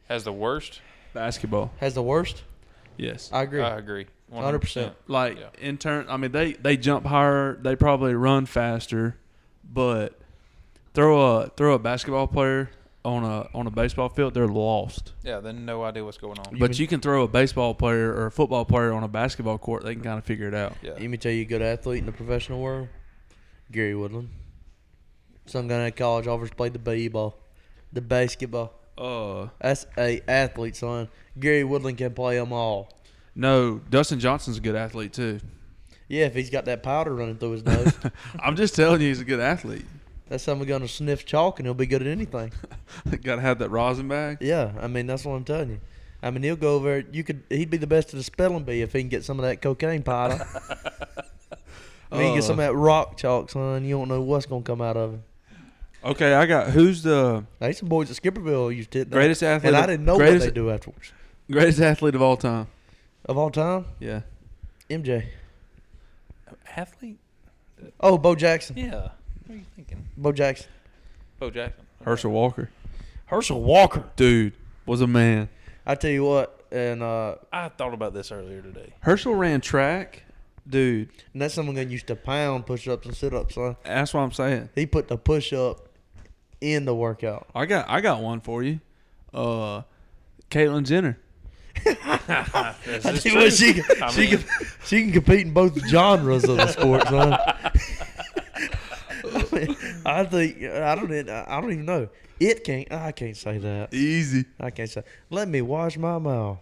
F: Has the worst?
A: Basketball.
B: has the worst.
A: Yes.
B: I agree.
F: I agree.
B: 100%.
A: Like
F: Yeah.
A: in turn, I mean they they jump higher. They probably run faster, but throw a throw a basketball player on a on a baseball field, they're lost.
F: Yeah, then no idea what's going on.
A: but you can throw a baseball player or a football player on a basketball court, they can kind of figure it out.
F: Yeah.
B: Let me tell you, a good athlete in the professional world, Gary Woodland. Some guy in college always played the b ball, the basketball.
A: Uh,
B: That's a athlete, son. Gary Woodland can play them all.
A: no, Dustin Johnson's a good athlete too.
B: Yeah, if he's got that powder running through his nose,
A: I'm just telling you, he's a good athlete.
B: that's something gonna sniff chalk and he'll be good at anything.
A: Got to have that rosin bag.
B: Yeah, I mean that's what I'm telling you. I mean he'll go over. You could he'd be the best at the spelling bee if he can get some of that cocaine powder. I mean, he can get
A: Uh.
B: some of that rock chalk, son. You don't know what's gonna come out of him.
A: Okay, I got who's the
B: They some boys at Skipperville used it.
A: Greatest athlete
B: and I
A: of-
B: didn't know
A: greatest-
B: what they do afterwards.
A: greatest athlete of all time?
B: Of all time,
A: Yeah.
B: MJ.
F: athlete?
B: Oh, Bo Jackson.
F: Yeah. What are you thinking?
B: Bo Jackson.
F: Bo Jackson.
A: Herschel Walker.
B: Herschel Walker.
A: Dude was a man.
B: I tell you what, and uh,
F: I thought about this earlier today.
A: Herschel ran track. Dude,
B: and that's someone gonna used to pound push ups and sit ups, son.
A: that's what I'm saying.
B: He put the push up in the workout.
A: I got I got one for you. Uh Caitlyn Jenner.
B: I tell you what, she can,
F: I
B: she,
F: mean-
B: can, she can compete in both genres of the sport, son. I, mean, I think I don't. even- I don't even know. It can't. I can't say that.
A: Easy.
B: I can't say. Let me wash my mouth.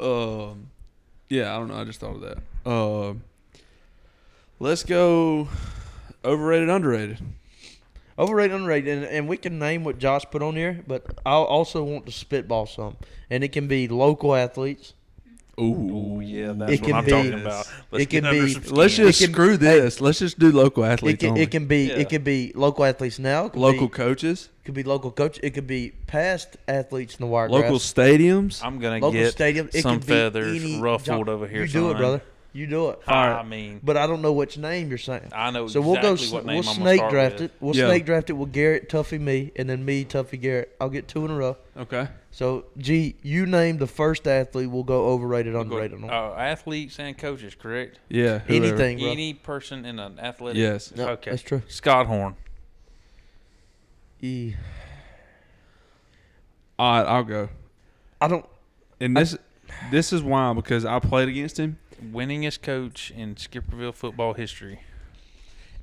A: Um Yeah, I don't know. I just thought of that. Um Let's go overrated, underrated.
B: Overrated, underrated, and, and we can name what Josh put on here, but I also want to spitball some, and it can be local athletes.
A: Ooh.
F: Oh, yeah, that's
B: It
F: what
B: can
F: I'm
B: be-
F: talking about.
B: it can
F: get under
B: be-
F: some skin.
A: Let's just
B: It can-
A: screw this. Let's just do local
B: It
A: athletes
B: can,
A: only.
B: it can be
F: Yeah.
B: it could be local athletes now. It could
A: local
B: be,
A: coaches,
B: it could be local coach. It could be past athletes in the wire.
A: local
B: grass,
A: stadiums.
F: I'm gonna
B: local
F: get
B: stadium. It
F: some
B: could be
F: feathers
B: any
F: ruffled
B: job.
F: over here.
B: You do it,
F: son.
B: brother. You do it.
F: I mean,
B: But I don't know which name you're saying.
F: I know
B: So we'll go.
F: exactly what
B: sn-
F: name
B: we'll
F: I'm gonna
B: snake
F: start
B: draft
F: with.
B: it. We'll
A: Yeah.
B: snake draft it. We'll Garrett, Tuffy, me, and then me, Tuffy, Garrett. I'll get two in a row.
A: okay.
B: So, G, you name the first athlete. We'll go overrated, underrated. on.
F: uh, athletes and coaches, correct?
A: Yeah. whoever.
B: Anything, bro.
F: Any person in an athletic.
A: Yes.
B: No,
F: okay.
B: that's true.
F: Scott Horn.
B: E.
A: All right, I'll go.
B: I don't.
A: And this this is why because I played against him.
F: winningest coach in Skipperville football history.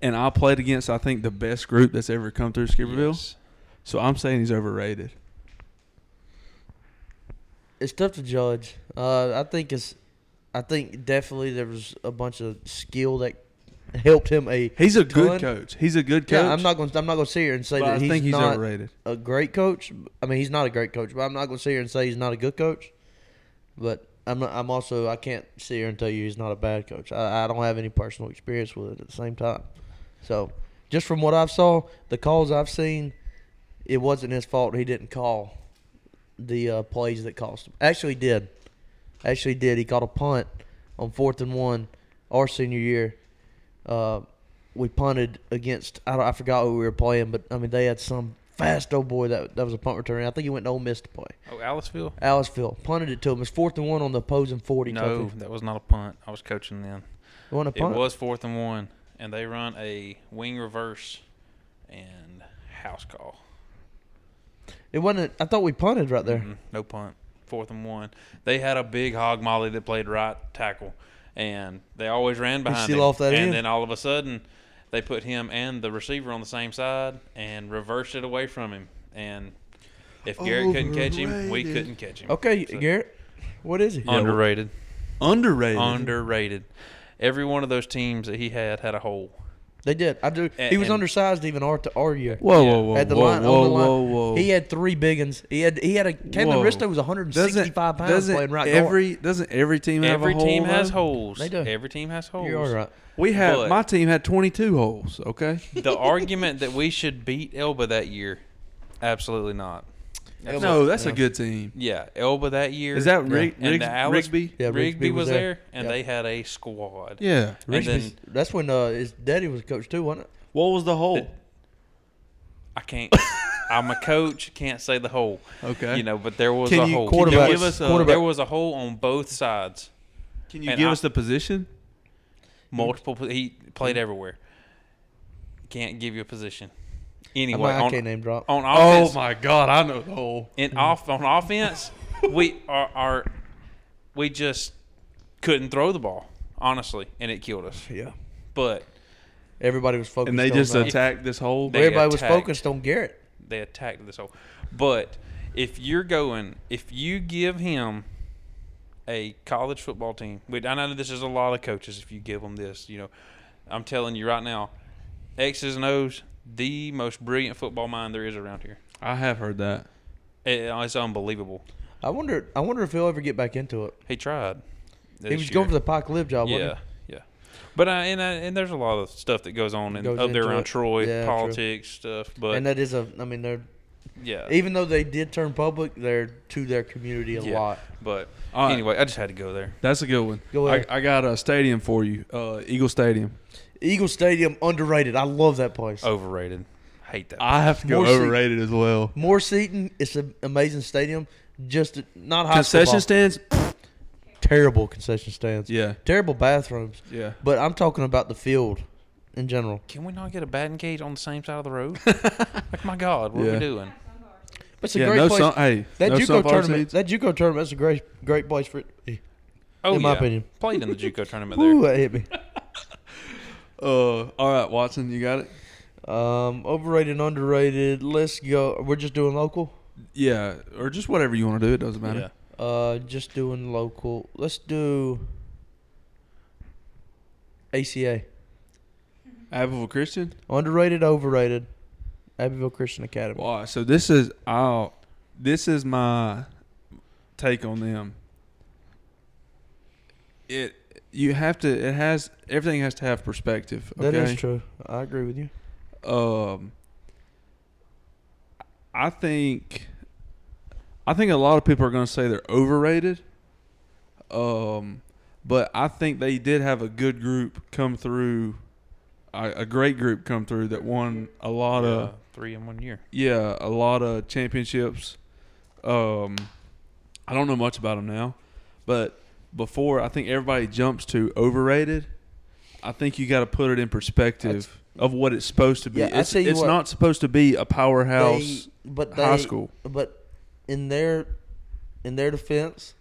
A: and I played against I think the best group that's ever come through Skipperville.
F: Yes.
A: So I'm saying he's overrated.
B: It's tough to judge. Uh, I think it's, I think definitely there was a bunch of skill that helped him. A
A: He's a good
B: Ton.
A: coach. He's a good coach.
B: yeah, I'm not gonna I'm not gonna sit here and say
A: But
B: that
A: I
B: he's,
A: think he's
B: not
A: overrated.
B: a great coach. I mean, he's not a great coach, but I'm not gonna sit here and say he's not a good coach. But I'm not, I'm also I can't sit here and tell you he's not a bad coach. I, I don't have any personal experience with it at the same time. So just from what I've saw, the calls I've seen, it wasn't his fault. He didn't call the uh, plays that cost him. Actually, he did. Actually, he did. He caught a punt on fourth and one our senior year. Uh, we punted against I, don't, I forgot who we were playing, but I mean they had some fast old boy that that was a punt returner. I think he went to Ole Miss to play.
F: Oh, Aliceville?
B: Aliceville punted it to him. It's fourth and one on the opposing forty.
F: No,
B: Tucker.
F: that was not a punt. I was coaching then.
B: it wasn't a
F: It
B: punt.
F: was fourth and one, and they run a wing reverse and house call.
B: It wasn't. I thought we punted right there.
F: Mm, No punt. Fourth and one. They had a big hog molly that played right tackle, and they always ran behind
B: still
F: him.
B: off that
F: and
B: end.
F: then all of a sudden, they put him and the receiver on the same side and reversed it away from him. And if Garrett couldn't catch him, we
A: Overrated.
F: couldn't catch him.
B: Okay,
F: So-
B: Garrett, what is he?
F: Underrated.
A: underrated.
F: Underrated. Every one of those teams that he had had a hole.
B: They did. I do.
F: A-
B: he was
F: and-
B: undersized even our to our year.
A: Whoa, whoa, whoa,
B: At the
A: whoa,
B: line,
A: whoa,
B: on the line,
A: whoa, whoa.
B: he had three biggins. He had he had a Kalen
A: Whoa.
B: Risto was 165 pounds playing right guard.
A: every doesn't every team have
F: Every
A: a hole?
F: team has
A: though?
F: holes.
B: They do.
F: Every team has holes.
B: You are right.
A: We had
F: But-
A: my team had 22 holes. Okay,
F: the argument that we should beat Elba that year, absolutely not.
A: no, that's a good team.
F: Yeah, Elba that year.
A: Is that Rig,
F: and
A: Riggs,
F: the Alex-
A: Rigby?
B: Yeah,
F: Rigby, was there, and
B: Yeah.
F: they had a squad.
A: Yeah,
F: And
A: Rigby.
F: then
B: That's when uh, his daddy was a coach too, wasn't it?
A: What was the hole?
F: I can't. I'm a coach. Can't say the hole.
A: Okay.
F: You know, but there was
A: Can
F: a
A: you-
F: hole.
A: can you
F: there,
B: Quarterback-
F: was a,
B: quarterback-
F: there was a hole on both sides.
A: Can you
F: and
A: give
F: I-
A: us the position?
F: Multiple. He played
A: Mm-hmm.
F: everywhere. Can't give you a position.
B: I,
F: Anyway,
B: might- I
F: on,
B: can't name drop.
F: on offense,
A: Oh my God, I know the hole.
F: in off on offense, we are, are we just couldn't throw the ball honestly, and it killed us.
B: Yeah.
F: But
B: Everybody was focused.
A: And they
B: on
A: just
B: that.
A: attacked this hole.
F: They-
B: everybody was
F: attacked.
B: focused on Garrett.
F: they attacked this whole. But if you're going, if you give him a college football team, which I know this is a lot of coaches. If you give them this, you know, I'm telling you right now, X's and O's, the most brilliant football mind there is around here.
A: I have heard that.
F: It- uh, it's unbelievable.
B: I wonder. I wonder if he'll ever get back into it.
F: He tried.
B: he
F: this
B: was
F: year.
B: going for the Pike Live job.
F: Yeah,
B: Wasn't
F: yeah. But I, and I, and there's a lot of stuff that goes on in,
B: Goes
F: up there
B: into
F: around
B: it.
F: Troy,
B: Yeah, true.
F: politics stuff.
B: he?
F: But
B: And that is a. I mean, they're
F: yeah,
B: even though they did turn public, they're to their community a
F: yeah.
B: lot.
F: But
A: All right.
F: anyway, I just had to go there.
A: That's a good one.
B: Go ahead.
A: I, I got a stadium for you, uh, Eagle Stadium.
B: Eagle Stadium underrated. I love that place.
F: Oh. Overrated. Hate that.
A: I have to go
B: More seat-
A: overrated as well.
B: More seating. It's an amazing stadium. Just not high
A: Concession stands?
B: Terrible concession stands.
A: Yeah,
B: Terrible bathrooms.
A: yeah.
B: But I'm talking about the field in general.
F: Can we not get a batting cage on the same side of the road? like my God, what are
A: Yeah.
F: we doing?
B: It's a
A: Yeah,
B: great
A: no
B: place.
A: sun, hey,
B: that
A: no
B: JUCO
A: sunflower
B: tournament.
A: seeds.
B: That JUCO tournament. That's a great, great place for it.
F: Oh,
B: In my
F: yeah.
B: opinion.
F: played in the JUCO tournament
B: Ooh,
F: there.
B: that hit me.
A: Uh, all right, Watson, you got it?
B: Um, overrated, underrated. Let's go. We're just doing local.
A: Yeah, or just whatever you want to do. It doesn't matter.
F: Yeah.
B: Uh, just doing local. Let's do ACA.
A: Abbeville Christian?
B: Underrated, overrated. Abbeville Christian Academy.
A: Wow. So this is I'll this is my take on them. It you have to it has everything has to have perspective. Okay?
B: That is true. I agree with you.
A: Um I think I think a lot of people are gonna say they're overrated. Um but I think they did have a good group come through a, a great group come through that won a lot of
F: Uh, three in one year.
A: yeah, a lot of championships. Um, I don't know much about them now, but before I think everybody jumps to overrated. I think you got to put it in perspective of what it's supposed to be.
B: Yeah, I
A: it's
B: tell you
A: it's
B: what.
A: not supposed to be a powerhouse.
B: They- but
A: high school.
B: But in their in their defense,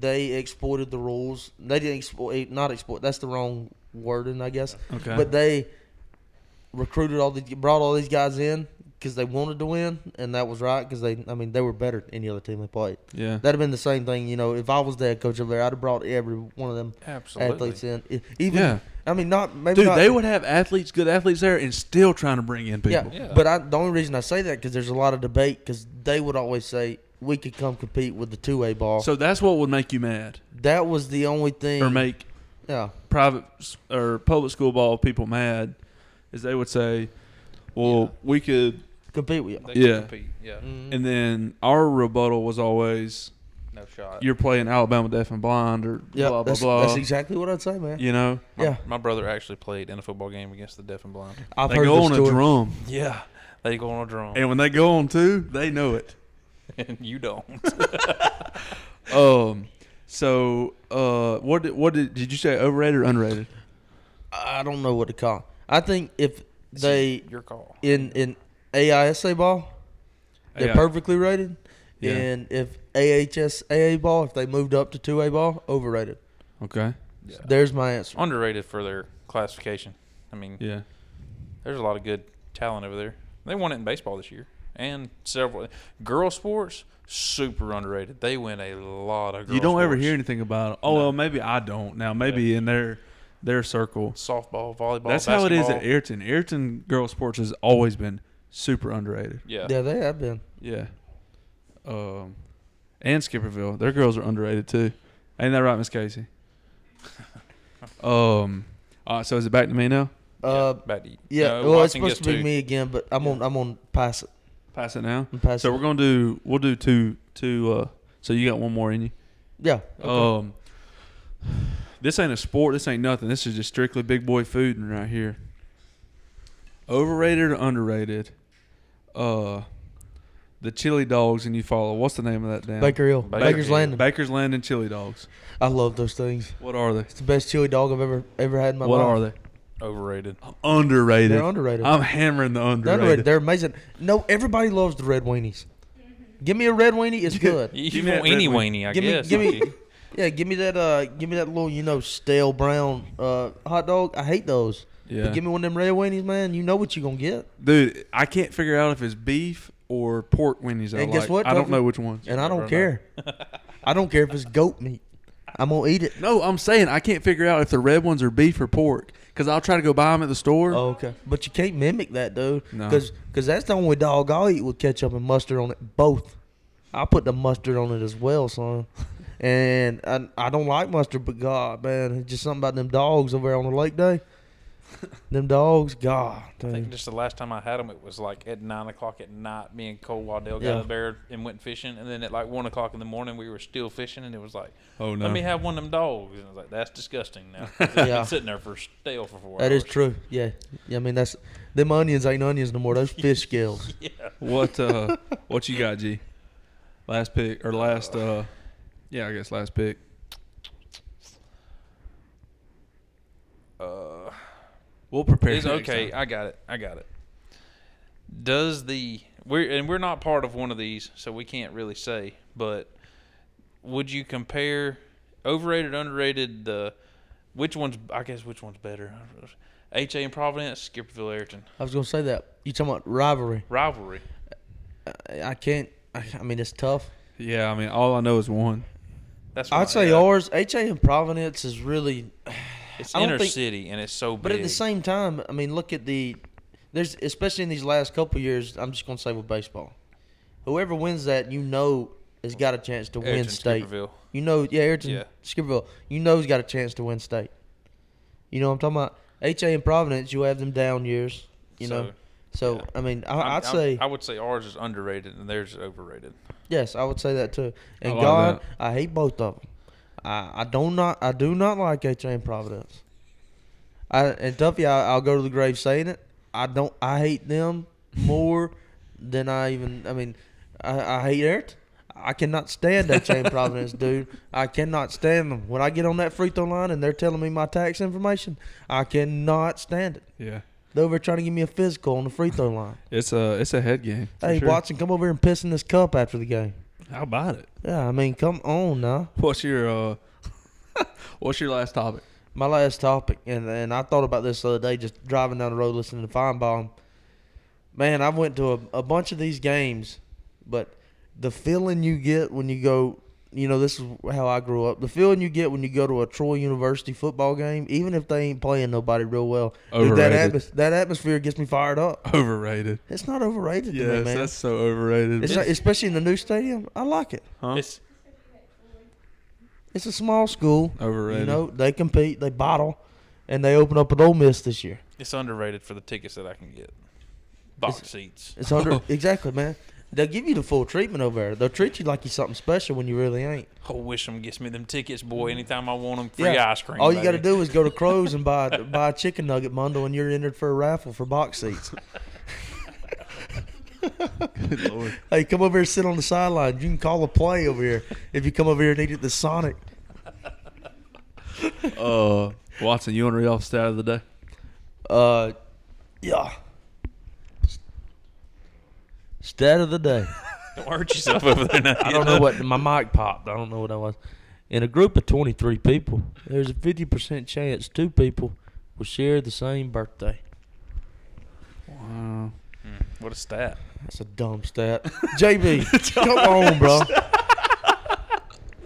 B: they exploited the rules. They didn't eh, exploit, not exploit. That's the wrong wording, I guess.
A: Okay.
B: But they recruited all the brought all these guys in because they wanted to win, and that was right because they I mean they were better than any other team they played.
A: yeah.
B: That'd have been the same thing, you know. If I was the head coach over there, I'd have brought every one of them
F: Absolutely.
B: athletes in. E- Even
A: Yeah.
B: I mean, not maybe
A: Dude,
B: not,
A: they would have athletes, good athletes there, and still trying to bring in people.
B: Yeah, but I, the only reason I say that because there's a lot of debate because they would always say we could come compete with the two A ball.
A: So that's what would make you mad,
B: that was the only thing.
A: or make
B: yeah,
A: private s- or public school ball people mad, is they would say, "Well, we could,"
B: compete with you.
F: They can
A: Yeah. Mm.
F: compete. Yeah.
A: and then our rebuttal was always,
F: No shot.
A: "You're playing Alabama deaf and blind," or blah
B: Yeah,
A: blah
B: that's,
A: blah.
B: that's exactly what I'd say, man.
A: you know,
F: my,
B: yeah.
F: my brother actually played in a football game against the deaf and blind.
B: I've
A: they
B: heard
A: go
B: this
A: on a
B: story.
A: drum,
F: Yeah. They go on a drum.
A: and when they go on two, they know it.
F: And you don't.
A: Um, so uh, what did, what did did you say? Overrated or underrated?
B: I don't know what to call. it. I think if they
F: Your call.
B: in in AISA ball, they're
A: Yeah.
B: perfectly rated.
A: Yeah.
B: And if AHSAA ball, if they moved up to two A ball, overrated.
A: Okay.
B: There's my answer.
F: Underrated for their classification. I mean,
A: Yeah.
F: there's a lot of good talent over there. They won it in baseball this year and several girl sports. Super underrated. They win a lot of. Girl
A: You don't ever
F: sports.
A: hear anything about it. Oh well, maybe I don't now. Maybe in their their circle.
F: softball, volleyball.
A: That's how it is at
F: basketball.
A: Ayrton. Ayrton girls sports has always been super underrated.
F: Yeah.
B: Yeah, they have been.
A: Yeah. Um, and Skipperville, their girls are underrated too. Ain't that right, Miss Casey? um. All right, so is it back to me now?
B: Uh,
F: Back to you.
B: yeah.
F: No,
B: well, it's
F: Watson gets
B: supposed to be
F: two.
B: me again, but I'm on. I'm on pass it.
A: Pass it now.
B: I'm passing
A: So we're gonna do. We'll do two. Two. Uh. So you got one more in you.
B: Yeah.
A: Um. This ain't a sport. This ain't nothing. This is just strictly big boy food and right here. Overrated or underrated? Uh, the chili dogs and you follow. What's the name of that damn?
B: Baker Hill,
F: Baker
B: Baker's
F: Hill.
B: Landing.
A: Baker's Landing chili dogs.
B: I love those things.
A: What are they?
B: It's the best chili dog I've ever ever had in my
A: What
B: life.
A: are they?
F: Overrated.
A: Underrated.
B: They're underrated.
A: I'm hammering the underrated.
B: They're underrated. They're amazing. No, everybody loves the red weenies. Give me a red weenie, it's good.
F: You
A: Give
F: give
A: me
F: me
A: that
F: weenie
A: red wing.
F: weenie, I
B: Give me,
F: guess.
B: give me,
F: don't you?
B: yeah, give me that, uh, give me that little, you know, stale brown uh, hot dog. I hate those.
A: Yeah.
B: But give me one of them red weenies, man. You know what you're gonna get,
A: Dude, I can't figure out if it's beef or pork weenies. I
B: And guess
A: like.
B: what,
A: I don't
B: Topher?
A: know which ones.
B: and I don't
F: Right.
B: care. I don't care if it's goat meat. I'm gonna eat it.
A: No, I'm saying I can't figure out if the red ones are beef or pork because I'll try to go buy them at the store.
B: Oh, okay. But you can't mimic that, dude.
A: No.
B: Because that's the only dog I'll eat with ketchup and mustard on it. Both. I put the mustard on it as well, son. And I, I don't like mustard, but God, man, it's just something about them dogs over there on the lake day. them dogs, God,
F: I think
B: dude.
F: just the last time I had them, it was like at nine o'clock at night. Me and Cole Waddell got
B: Yeah.
F: a bear and went fishing, and then at like one o'clock in the morning, we were still fishing, and it was like,
A: Oh, no.
F: let me have one of them dogs." And I was like, "That's disgusting." Now 'Cause it's
B: Yeah.
F: been sitting there for stale for four.
B: That is
F: hours.
B: true. Yeah. yeah. I mean, that's them onions ain't onions no more. Those fish scales.
A: What uh what you got, G? Last pick or last uh yeah, I guess last pick.
F: Uh,
A: We'll prepare.
F: it's
A: for next
F: okay.
A: time.
F: I got it. I got it. Does the we're and we're not part of one of these, so we can't really say. But would you compare overrated, underrated? The which one's I guess which one's better? HA and Providence, Skipperville, Ayrton
B: I was gonna say that. You talking about rivalry?
F: rivalry.
B: I, I can't. I, I mean, it's tough.
A: Yeah, I mean all I know is one.
F: That's what I-
B: I'd say
F: yeah.
B: ours. HA and Providence is really
F: It's
B: I don't
F: inner
B: think-
F: city, and it's so big.
B: But at the same time, I mean, look at the there's especially in these last couple years. I'm just gonna say with baseball, whoever wins that, you know, has got a chance to win
F: Ayrton,
B: state.
F: Skipperville.
B: You know, yeah, Ayrton
F: Yeah.
B: Skipperville. You know, he's got a chance to win state. You know, what I'm talking about HA and Providence. You have them down years. You know, so I mean, I,
F: I'm-
B: I'd
F: I'm-
B: say
F: I would say ours is underrated, and theirs is overrated.
B: yes, I would say that too. And
A: like
B: God,
A: that.
B: I hate both of them. I, I don't not I do not like HA and Providence. I and Tuffy, I, I'll go to the grave saying it. I don't. I hate them more than I even. I mean, I, I hate Ayrton. I cannot stand that chain Providence, dude. I cannot stand them. When I get on that free throw line and they're telling me my tax information, I cannot stand it.
A: Yeah.
B: They're over trying to give me a physical on the free throw line.
A: It's a it's a head game. for
B: hey,
A: sure.
B: Watson, come over here and piss in this cup after the game.
A: How about it?
B: Yeah, I mean, come on now.
A: What's your uh what's your last topic?
B: my last topic, and and I thought about this the other day, just driving down the road listening to Feinbaum. Man, I went to a, a bunch of these games, but the feeling you get when you go, you know, this is how I grew up. The feeling you get when you go to a Troy University football game, even if they ain't playing nobody real well, dude, that
A: Overrated.
B: atmos- that atmosphere gets me fired up.
A: Overrated.
B: It's not overrated to me,
A: Yes,
B: man.
A: that's so overrated.
B: It's not, especially in the new stadium. I like it.
A: huh?
F: It's
B: It's a small school.
A: overrated.
B: You know, they compete, they bottle, and they open up at Ole Miss this year.
F: it's underrated for the tickets that I can get. Box seats.
B: It's under exactly, man. They'll give you the full treatment over there. They'll treat you like you something special when you really ain't.
F: I wish them gets me them tickets, boy. Anytime I want them, free ice cream.
B: Mm-hmm. All you got to
F: baby.
B: do is go to Crow's and buy buy a chicken nugget bundle, and you're entered for a raffle for box seats.
A: Good lord.
B: hey, come over here, sit on the sideline. You can call a play over here if you come over here and eat at the Sonic.
A: Uh, Watson, you want to read off stat of the day?
B: Uh, yeah. Stat of the day.
F: Don't hurt yourself over there. Now,
B: I don't know what my mic popped. I don't know what that was. In a group of 23 people, there's a 50% chance two people will share the same birthday.
A: Wow.
F: What a stat.
B: That's a dumb stat. JB, come on, bro.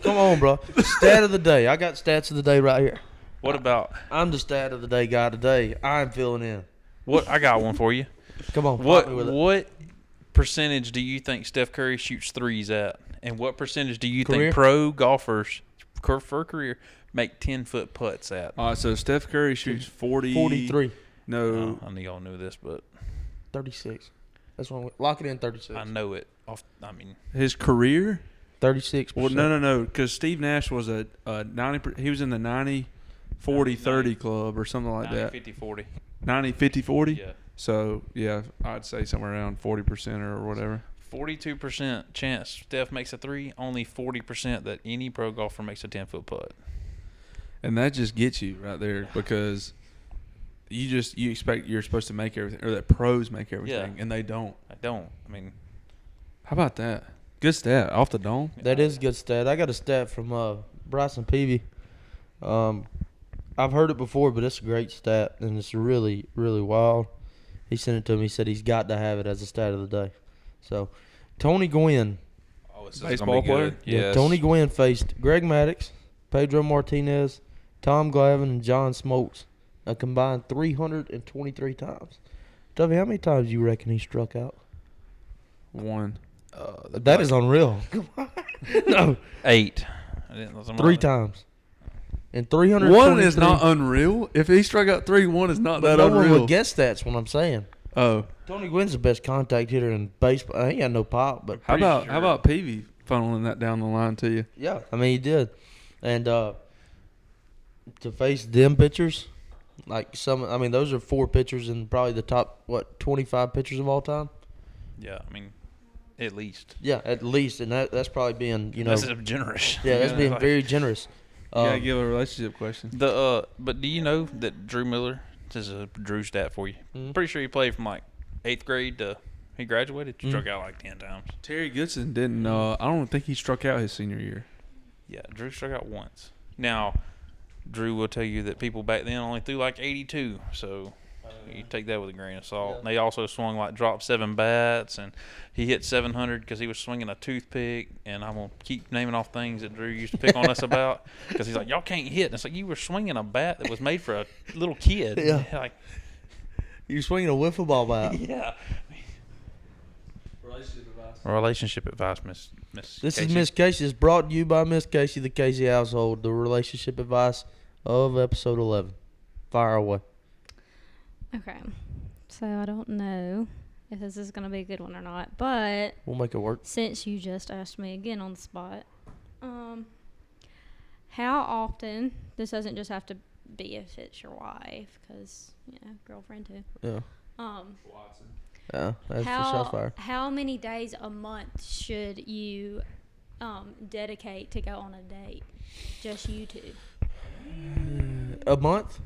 B: Come on, bro. Stat of the day. I got stats of the day right here.
F: What about
B: I'm the stat of the day guy today. I'm filling in.
F: what? I got one for you.
B: Come on,
F: What
B: pop me with it.
F: what percentage do you think Steph Curry shoots threes at, and what percentage do you
B: Career?
F: think pro golfers cur- for career make ten foot putts at?
B: Uh,
A: All right, so Steph Curry shoots 40,
B: 43,
A: No,
F: Oh, I knew y'all knew this, but
B: 36. That's one. Lock it in. 36.
F: I know it. Off, I mean,
A: his career.
B: 36.
A: Well, no, no, no, because Steve Nash was a, a ninety. per- He was in the 90, 40, 30 club or something like
F: 90,
A: that.
F: 50, 40.
A: 90, 50, 40?
F: Yeah.
A: So, yeah, I'd say somewhere around 40% or whatever.
F: Forty-two percent chance Steph makes a three. Only forty percent that any pro golfer makes a ten-foot putt.
A: And that just gets you right there because you just you expect you're supposed to make everything or that pros make everything and they don't.
F: I don't. I mean,
A: How about that? Good stat off the dome.
B: That is a good stat. I got a stat from uh, Bryson Peavy. Um, I've heard it before, but it's a great stat, and it's really, really wild. He sent it to me. He said he's got to have it as a stat of the day. So, Tony Gwynn.
F: oh, this is
A: gonna be Baseball player? good.
B: Yeah, Tony Gwynn faced Greg Maddox, Pedro Martinez, Tom Glavine, and John Smoltz a combined 323 times. Tubby, how many times do you reckon he struck out?
A: One.
B: That is unreal. no,
F: Uh, eight. I didn't, I'm
B: three
F: not-
B: times. And 300.
A: One is not unreal. If he struck out three, one is not that
B: no one
A: unreal.
B: would guess that's what I'm saying.
A: oh,
B: Tony Gwynn's the best contact hitter in baseball. He got no pop, but
A: how
F: Pretty
A: about
F: sure.
A: how about Peavy funneling that down the line to you?
B: yeah, I mean he did. And uh, to face them pitchers, like some, I mean those are four pitchers and probably the top what 25 pitchers of all time.
F: Yeah, I mean, at least
B: Yeah, at least, and that that's probably being you know,
F: this is generous.
B: yeah, that's
F: You know,
B: being
F: like-
B: very generous.
A: You gotta
B: Um,
A: give a relationship question.
F: The uh, but do you know that Drew Miller? This is a Drew stat for you.
B: Mm-hmm.
F: Pretty sure he played from like eighth grade to he graduated. Struck
B: Mm-hmm.
F: out like ten times.
A: Terry Goodson didn't. Uh, I don't think he struck out his senior year.
F: Yeah, Drew struck out once. Now, Drew will tell you that people back then only threw like eighty-two. So you take that with a grain of salt. They also swung like drop seven bats, and he hit seven hundred because he was swinging a toothpick. And I'm gonna keep naming off things that Drew used to pick on us about because he's like, y'all can't hit. And it's like you were swinging a bat that was made for a little kid.
B: Yeah.
F: Like.
B: you're swinging a wiffle ball bat.
F: Yeah. Relationship advice, Miss Miss.
B: This
F: Casey.
B: is Miss Casey. It's brought to you by Miss Casey, the Casey household, the relationship advice of episode 11. Fire away.
H: Okay. So I don't know if this is going to be a good one or not, but
B: We'll make it work.
H: since you just asked me again on the spot, um, how often, this doesn't just have to be if it's your wife, because, you know, girlfriend too.
B: Yeah.
H: Um,
B: Yeah. That's for
H: how,
B: shots fire.
H: how many days a month should you um, dedicate to go on a date? Just you two?
B: A month?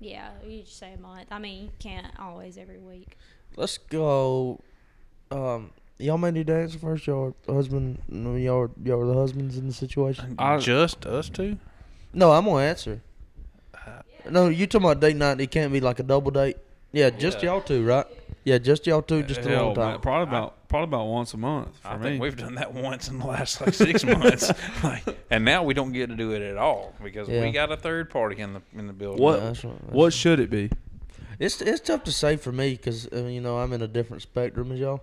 H: Yeah, you just say a month. I mean, you can't always every week.
B: Let's go. Um, y'all made you dance first. Y'all were husband. no, Y'all were, y'all were the husbands in the situation.
A: I-
F: just us two.
B: No, I'm gonna answer.
F: I,
B: No, you talking about date night? It can't be like a double date. Yeah, just y'all two, right? Yeah, just y'all two, just a
A: Hell,
B: long
A: man,
B: time.
A: probably about probably about once a month for
F: I
A: me.
F: think we've done that once in the last like six months, like, and now we don't get to do it at all because
B: Yeah.
F: we got a third party in the in the building.
A: what
B: that's right, that's
A: what should it be?
B: It's it's tough to say for me because you know I'm in a different spectrum as y'all.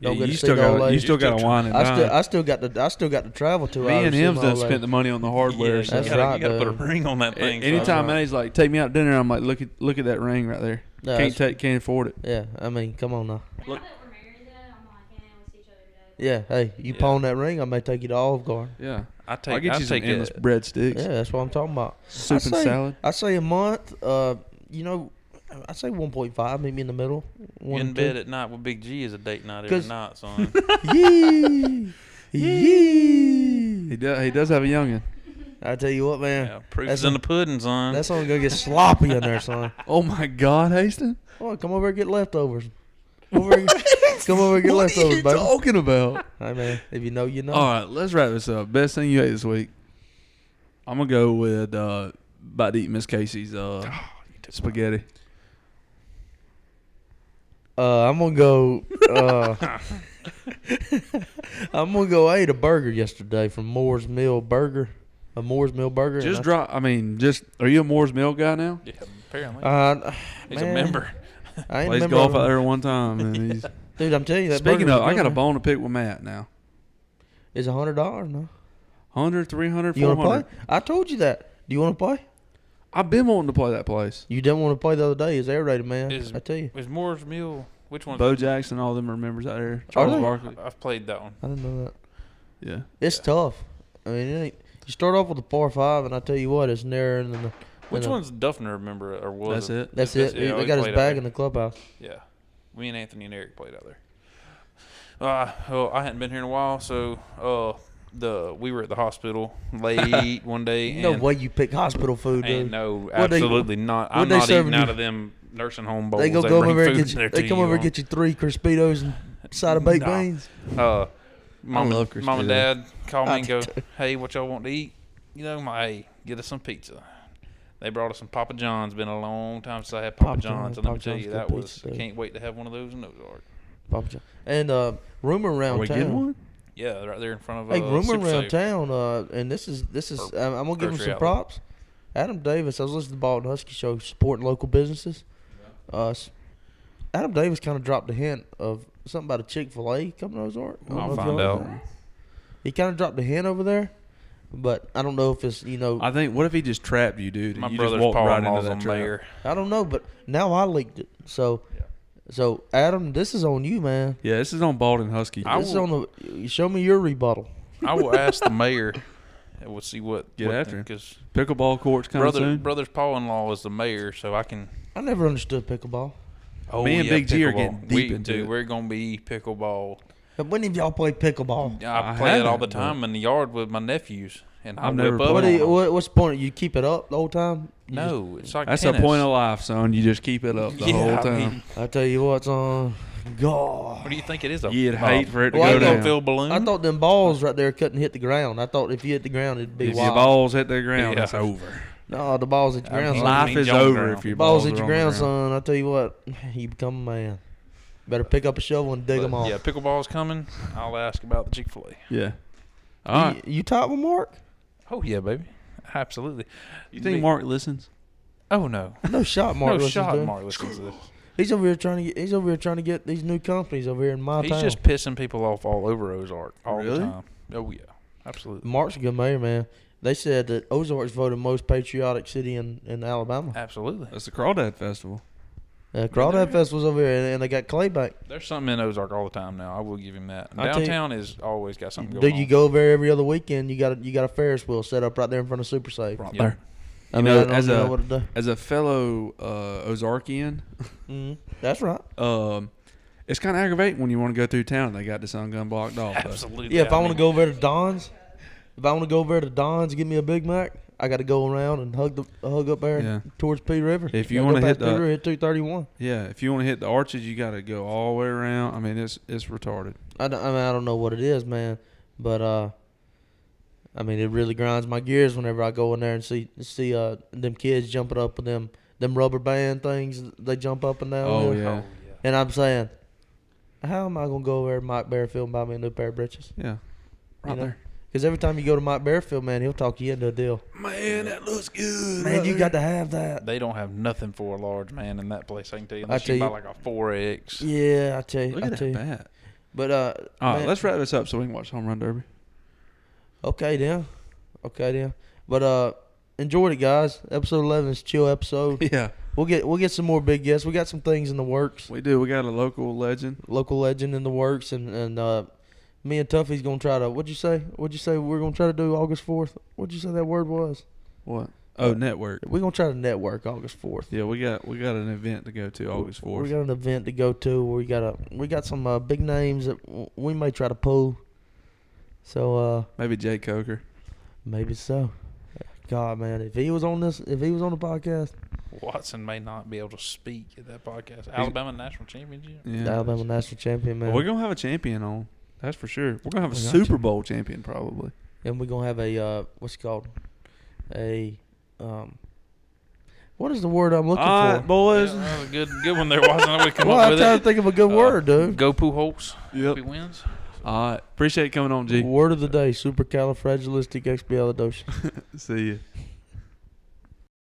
B: Don't
A: you,
B: get to see
A: still
B: the old
A: got,
B: lady.
A: you still got to wine and
B: I still I
A: dine.
B: still got to I still got to travel two
A: Me
B: hours.
A: and
B: to see
A: him's
B: my
A: done
B: old
A: spent
B: lady.
A: the money on the
F: Yeah,
A: hardware.
F: you
A: so-
B: That's
F: gotta,
B: right,
F: you gotta put a
B: dude.
F: ring on that
A: A-
F: thing.
A: Anytime
F: somehow.
A: Manny's like, take me out to dinner, I'm like, look at look at that ring right there.
B: No,
A: can't
B: that's-
A: take, can't afford it.
B: Yeah, I mean, come on now.
H: Look. Now that we're married, though, I'm like, yeah, we see each other
B: Yeah,
H: today.
B: hey, you pawn that ring, I may take you to Olive Garden.
A: Yeah,
F: I take,
A: I get
F: I
A: you some
F: take
A: endless
F: it.
A: breadsticks,
B: Yeah, that's what I'm talking about. I
A: soup and
B: say-
A: salad.
B: I say a month. Uh, you know, I say 1.5, meet me in the middle. One
F: in
B: and
F: bed
B: two.
F: at night with Big G is a date night every
B: 'Cause-
F: night, son.
B: Yee, yee.
A: He does he does have a youngin.
B: I tell you what, man.
F: yeah, proof
B: that's
F: is in
B: a-
F: the pudding, son.
B: That's only gonna get sloppy in there, son.
A: Oh my God, Haston!
B: Oh, come over and get leftovers. Come over, and- come over and get
A: What are
B: leftovers,
A: you
B: baby.
A: talking about?
B: Hey man, if you know, you know.
A: All right, let's wrap this up. Best thing you ate this week? I'm gonna go with uh, about to eat Miss Casey's uh, spaghetti.
B: Uh, I'm gonna go. Uh, I'm gonna go. I ate a burger yesterday from Moore's Mill Burger. A Moore's Mill Burger. and
A: Just
B: I-
A: drop. I mean, just are you a Moore's Mill guy now?
F: yeah, apparently.
B: Uh,
F: He's
B: man,
F: a member.
B: I ain't a
A: Plays
B: member
A: golf
B: of-
A: out there one time. And he's,
B: Dude, I'm telling you. That
A: speaking
B: burger's
A: of, I got a
B: good, man.
A: bone to pick with Matt now.
B: It's a hundred dollars. No,
A: 100, 300,
B: you
A: 400.
B: want to play? I told you that. Do you want to play?
A: I've been wanting to play that place.
B: You didn't want to play the other day. It's aerated, man.
F: Is-
B: I tell you.
F: Is Moore's Mule? Which one?
A: Bo Jackson, all them are members out there.
B: Are
A: Charles
B: they?
A: Barkley.
F: I've played that one.
B: I didn't know that.
A: Yeah.
B: It's tough. I mean, it ain't, you start off with a par five, and I tell you what, it's narrower than the. than
F: Which
B: the-
F: one's Duffner? Remember or was
A: That's it.
B: That's
F: That's-
B: it.
F: yeah,
B: they
F: we
B: got
F: played
B: his
F: out
B: bag
F: there.
B: in the clubhouse.
F: Yeah. Me and Anthony and Eric played out there. Uh, well, I hadn't been here in a while, so uh, the we were at the hospital late one day.
B: No
F: and,
B: way you pick hospital food,
F: And
B: dude.
F: no,
B: What they-
F: absolutely not.
B: what
F: I'm
B: they
F: not
B: serving
F: eating out
B: you?
F: of them nursing home bowls.
B: they go
F: bring
B: come over and
F: food
B: get
F: in
B: you,
F: there
B: they
F: to
B: come over and
F: on.
B: get you three Crispitos and a side of baked
F: Nah.
B: beans.
F: Uh, mom,
A: love
F: and, mom and dad call me
B: I
F: and
B: do
F: go, "Hey, what y'all want to eat? You know, my hey, get us some pizza." They brought us some Papa John's. Been a long time since I had Papa,
B: Papa
F: John's,
B: John's,
F: and let me
B: Papa
F: tell
B: John's
F: you,
B: good
F: that was
B: pizza,
F: I
B: dude.
F: can't wait to have one of those in Ozark.
B: Papa John. And uh, rumor
A: Are
B: around
A: we
B: town.
A: getting one?
F: Yeah, right there in front of.
B: Hey,
F: uh,
B: rumor
F: Super
B: around
F: Save.
B: town. Uh, and this is this is.
F: Or
B: I'm, I'm gonna give him
F: grocery
B: some
F: outlet.
B: props. Adam Davis. I was listening to the Bald Husky show, supporting local businesses. Uh, s- Adam Davis kind of dropped a hint of something about a Chick Fil A coming to Ozark. I don't
F: I'll
B: know if
F: find
B: y'all-
F: out.
B: He kind of dropped a hint over there, but I don't know if it's you know
A: I think, what if he just trapped you, dude? and
F: My
A: you
F: brother's
A: just walked
F: Paul
A: right into
F: Mall's
A: that
F: on
A: trap?
F: mayor.
B: I don't know, but now I leaked it. So, so Adam, this is on you, man.
A: Yeah, this is on Bald and Husky.
F: I
B: this is
F: will-
B: on the. you Show me your rebuttal.
F: I will ask the mayor. and We'll see what
A: Get
F: what
A: after him.
F: Because
A: Pickleball courts coming
F: brother,
A: soon.
F: brother's paw-in-law is the mayor, so I can.
B: I never understood pickleball.
F: Oh,
A: Me and
F: yeah,
A: Big G are
F: pickleball.
A: getting
F: We-
A: deep into
F: dude,
A: it.
F: We're gonna be pickleball.
B: But When have y'all played pickleball?
F: I,
A: I
F: play it all
A: haven't,
F: the
A: but-
F: time in the yard with my nephews, and I
A: I've
F: whip
A: never
F: up.
A: played
B: What, do
A: on.
B: you, what what's the point? You keep it up the whole time? You
F: No, it's like
A: That's
F: tennis.
A: a point of life, son. You just keep it up the
F: Yeah,
A: whole
F: I
A: time.
F: mean,
B: just- I tell you what's on. God.
F: what do you think it is? A
A: You'd hate for it to
B: Well,
A: go
B: I
A: down.
B: don't
F: fill balloon.
B: I thought them balls right there couldn't hit the ground. I thought if you hit the ground, it'd be
A: if your
B: wild.
A: balls hit the ground,
F: Yeah.
A: it's over.
B: no, the balls hit the
F: I
B: ground.
F: mean,
B: son.
A: Life
F: mean,
A: is
F: y'all
A: over
F: ground.
A: if your balls,
B: balls hit
A: are
B: your
A: on the
B: ground,
A: ground.
B: son. I tell you what, you become a man. Better pick up a shovel and dig
F: But,
B: them off.
F: Yeah, pickleball's coming. I'll ask about the Chick Fil A.
A: Yeah. Uh, All
B: You,
A: right.
B: you top with Mark?
F: Oh yeah, baby, absolutely.
A: You think Mark listens?
F: Oh no,
B: No shot, Mark.
F: no
B: listens
F: shot.
B: to him.
F: Mark listens to this.
B: He's over here trying to get. He's over here trying to get these new companies over here in my
F: He's
B: town.
F: just pissing people off all over Ozark all
A: Really?
F: the time. Oh yeah, absolutely,
B: Mark's a good mayor, man. They said that Ozark's voted most patriotic city in, in Alabama.
F: absolutely.
A: That's the Crawdad Festival.
B: Uh, Crawdad Fest was over here, and, and they got clay back.
F: There's something in Ozark all the time now. I will give him that.
B: I tell you-
F: Downtown is always got something going
B: Dude,
F: on.
B: you go over there every other weekend. You got a, you got a Ferris wheel set up right there in front of Super Safe.
A: Right
F: Yeah.
A: there.
B: I
A: You
B: mean,
A: know,
B: I don't
A: as
B: even
A: a-
B: know what to do.
A: As a fellow uh, Ozarkian,
B: Mhm. That's right.
A: um, it's kind of aggravating when you want to go through town and they got this on gun blocked off. but-
F: Absolutely.
B: Yeah, if I want to
F: mean,
B: go over to Don's, if I want to go over to Don's, give me a Big Mac. I got to go around and hug the hug up there
A: Yeah.
B: towards P River.
A: If you
B: Gotta go
A: wanna hit
B: past P
A: the-
B: River, hit two thirty one.
A: Yeah, if you want to hit the arches, you got to go all the way around. I mean, it's it's retarded.
B: I don't, I, mean, I don't know what it is, man, but uh, I mean, it really grinds my gears whenever I go in there and see see uh them kids jumping up with them them rubber band things. They jump up and down.
A: Oh,
B: with.
A: yeah.
B: And I'm saying, how am I gonna go over there to Mike Bearfield and buy me a new pair of breeches?
A: Yeah. Right
B: know?
A: there.
B: Because every time you go to Mike Bearfield, man, he'll talk you into a deal.
A: Man, that looks good.
B: Man, you got to have that.
F: They don't have nothing for a large man in that place. I can tell you.
B: I
F: Unless
B: tell
F: you buy
B: you-
F: like a four X.
B: Yeah, I tell you,
A: Look
B: I
A: at
B: tell
A: that
B: you.
A: bat.
B: But uh,
A: All right,
B: man-
A: let's wrap this up so we can watch home run derby.
B: Okay then. Okay then. But uh enjoyed it guys. Episode eleven is a chill episode.
A: Yeah,
B: we'll get we'll get some more big guests. We got some things in the works.
A: we do. We got a local legend.
B: Local legend in the works and, and uh me and Tuffy's gonna try to what'd you say? What'd you say we're gonna try to do August fourth? What'd you say that word was?
A: What? Oh, network.
B: We're gonna try to network August fourth.
A: Yeah, we got we got an event to go to August
B: We
A: fourth.
B: got an event to go to. Where we got a we got some uh, big names that w- we may try to pull. So uh
A: Maybe Jay Coker.
B: maybe so. God man, if he was on this, if he was on the podcast,
F: Watson may not be able to speak at that podcast. Alabama national championship.
A: Yeah.
B: the Alabama national champion man.
A: Well, we're gonna have a champion on. That's for sure. We're gonna have a
B: We got
A: Super Bowl champion probably.
B: And we're gonna have a uh, what's it called a um, what is the word I'm looking
A: All right,
B: for?
A: boys.
F: Yeah, that was a good, good one there, Watson. We Uh, come
B: Well,
F: up
B: I'm
F: with
B: trying
F: it.
B: to think of a good
F: Uh,
B: word, dude.
F: Go poo holes.
A: Yep.
F: He wins.
A: All right. Appreciate you coming on, G.
B: Word of the day: supercalifragilisticexpialidocious.
A: See you.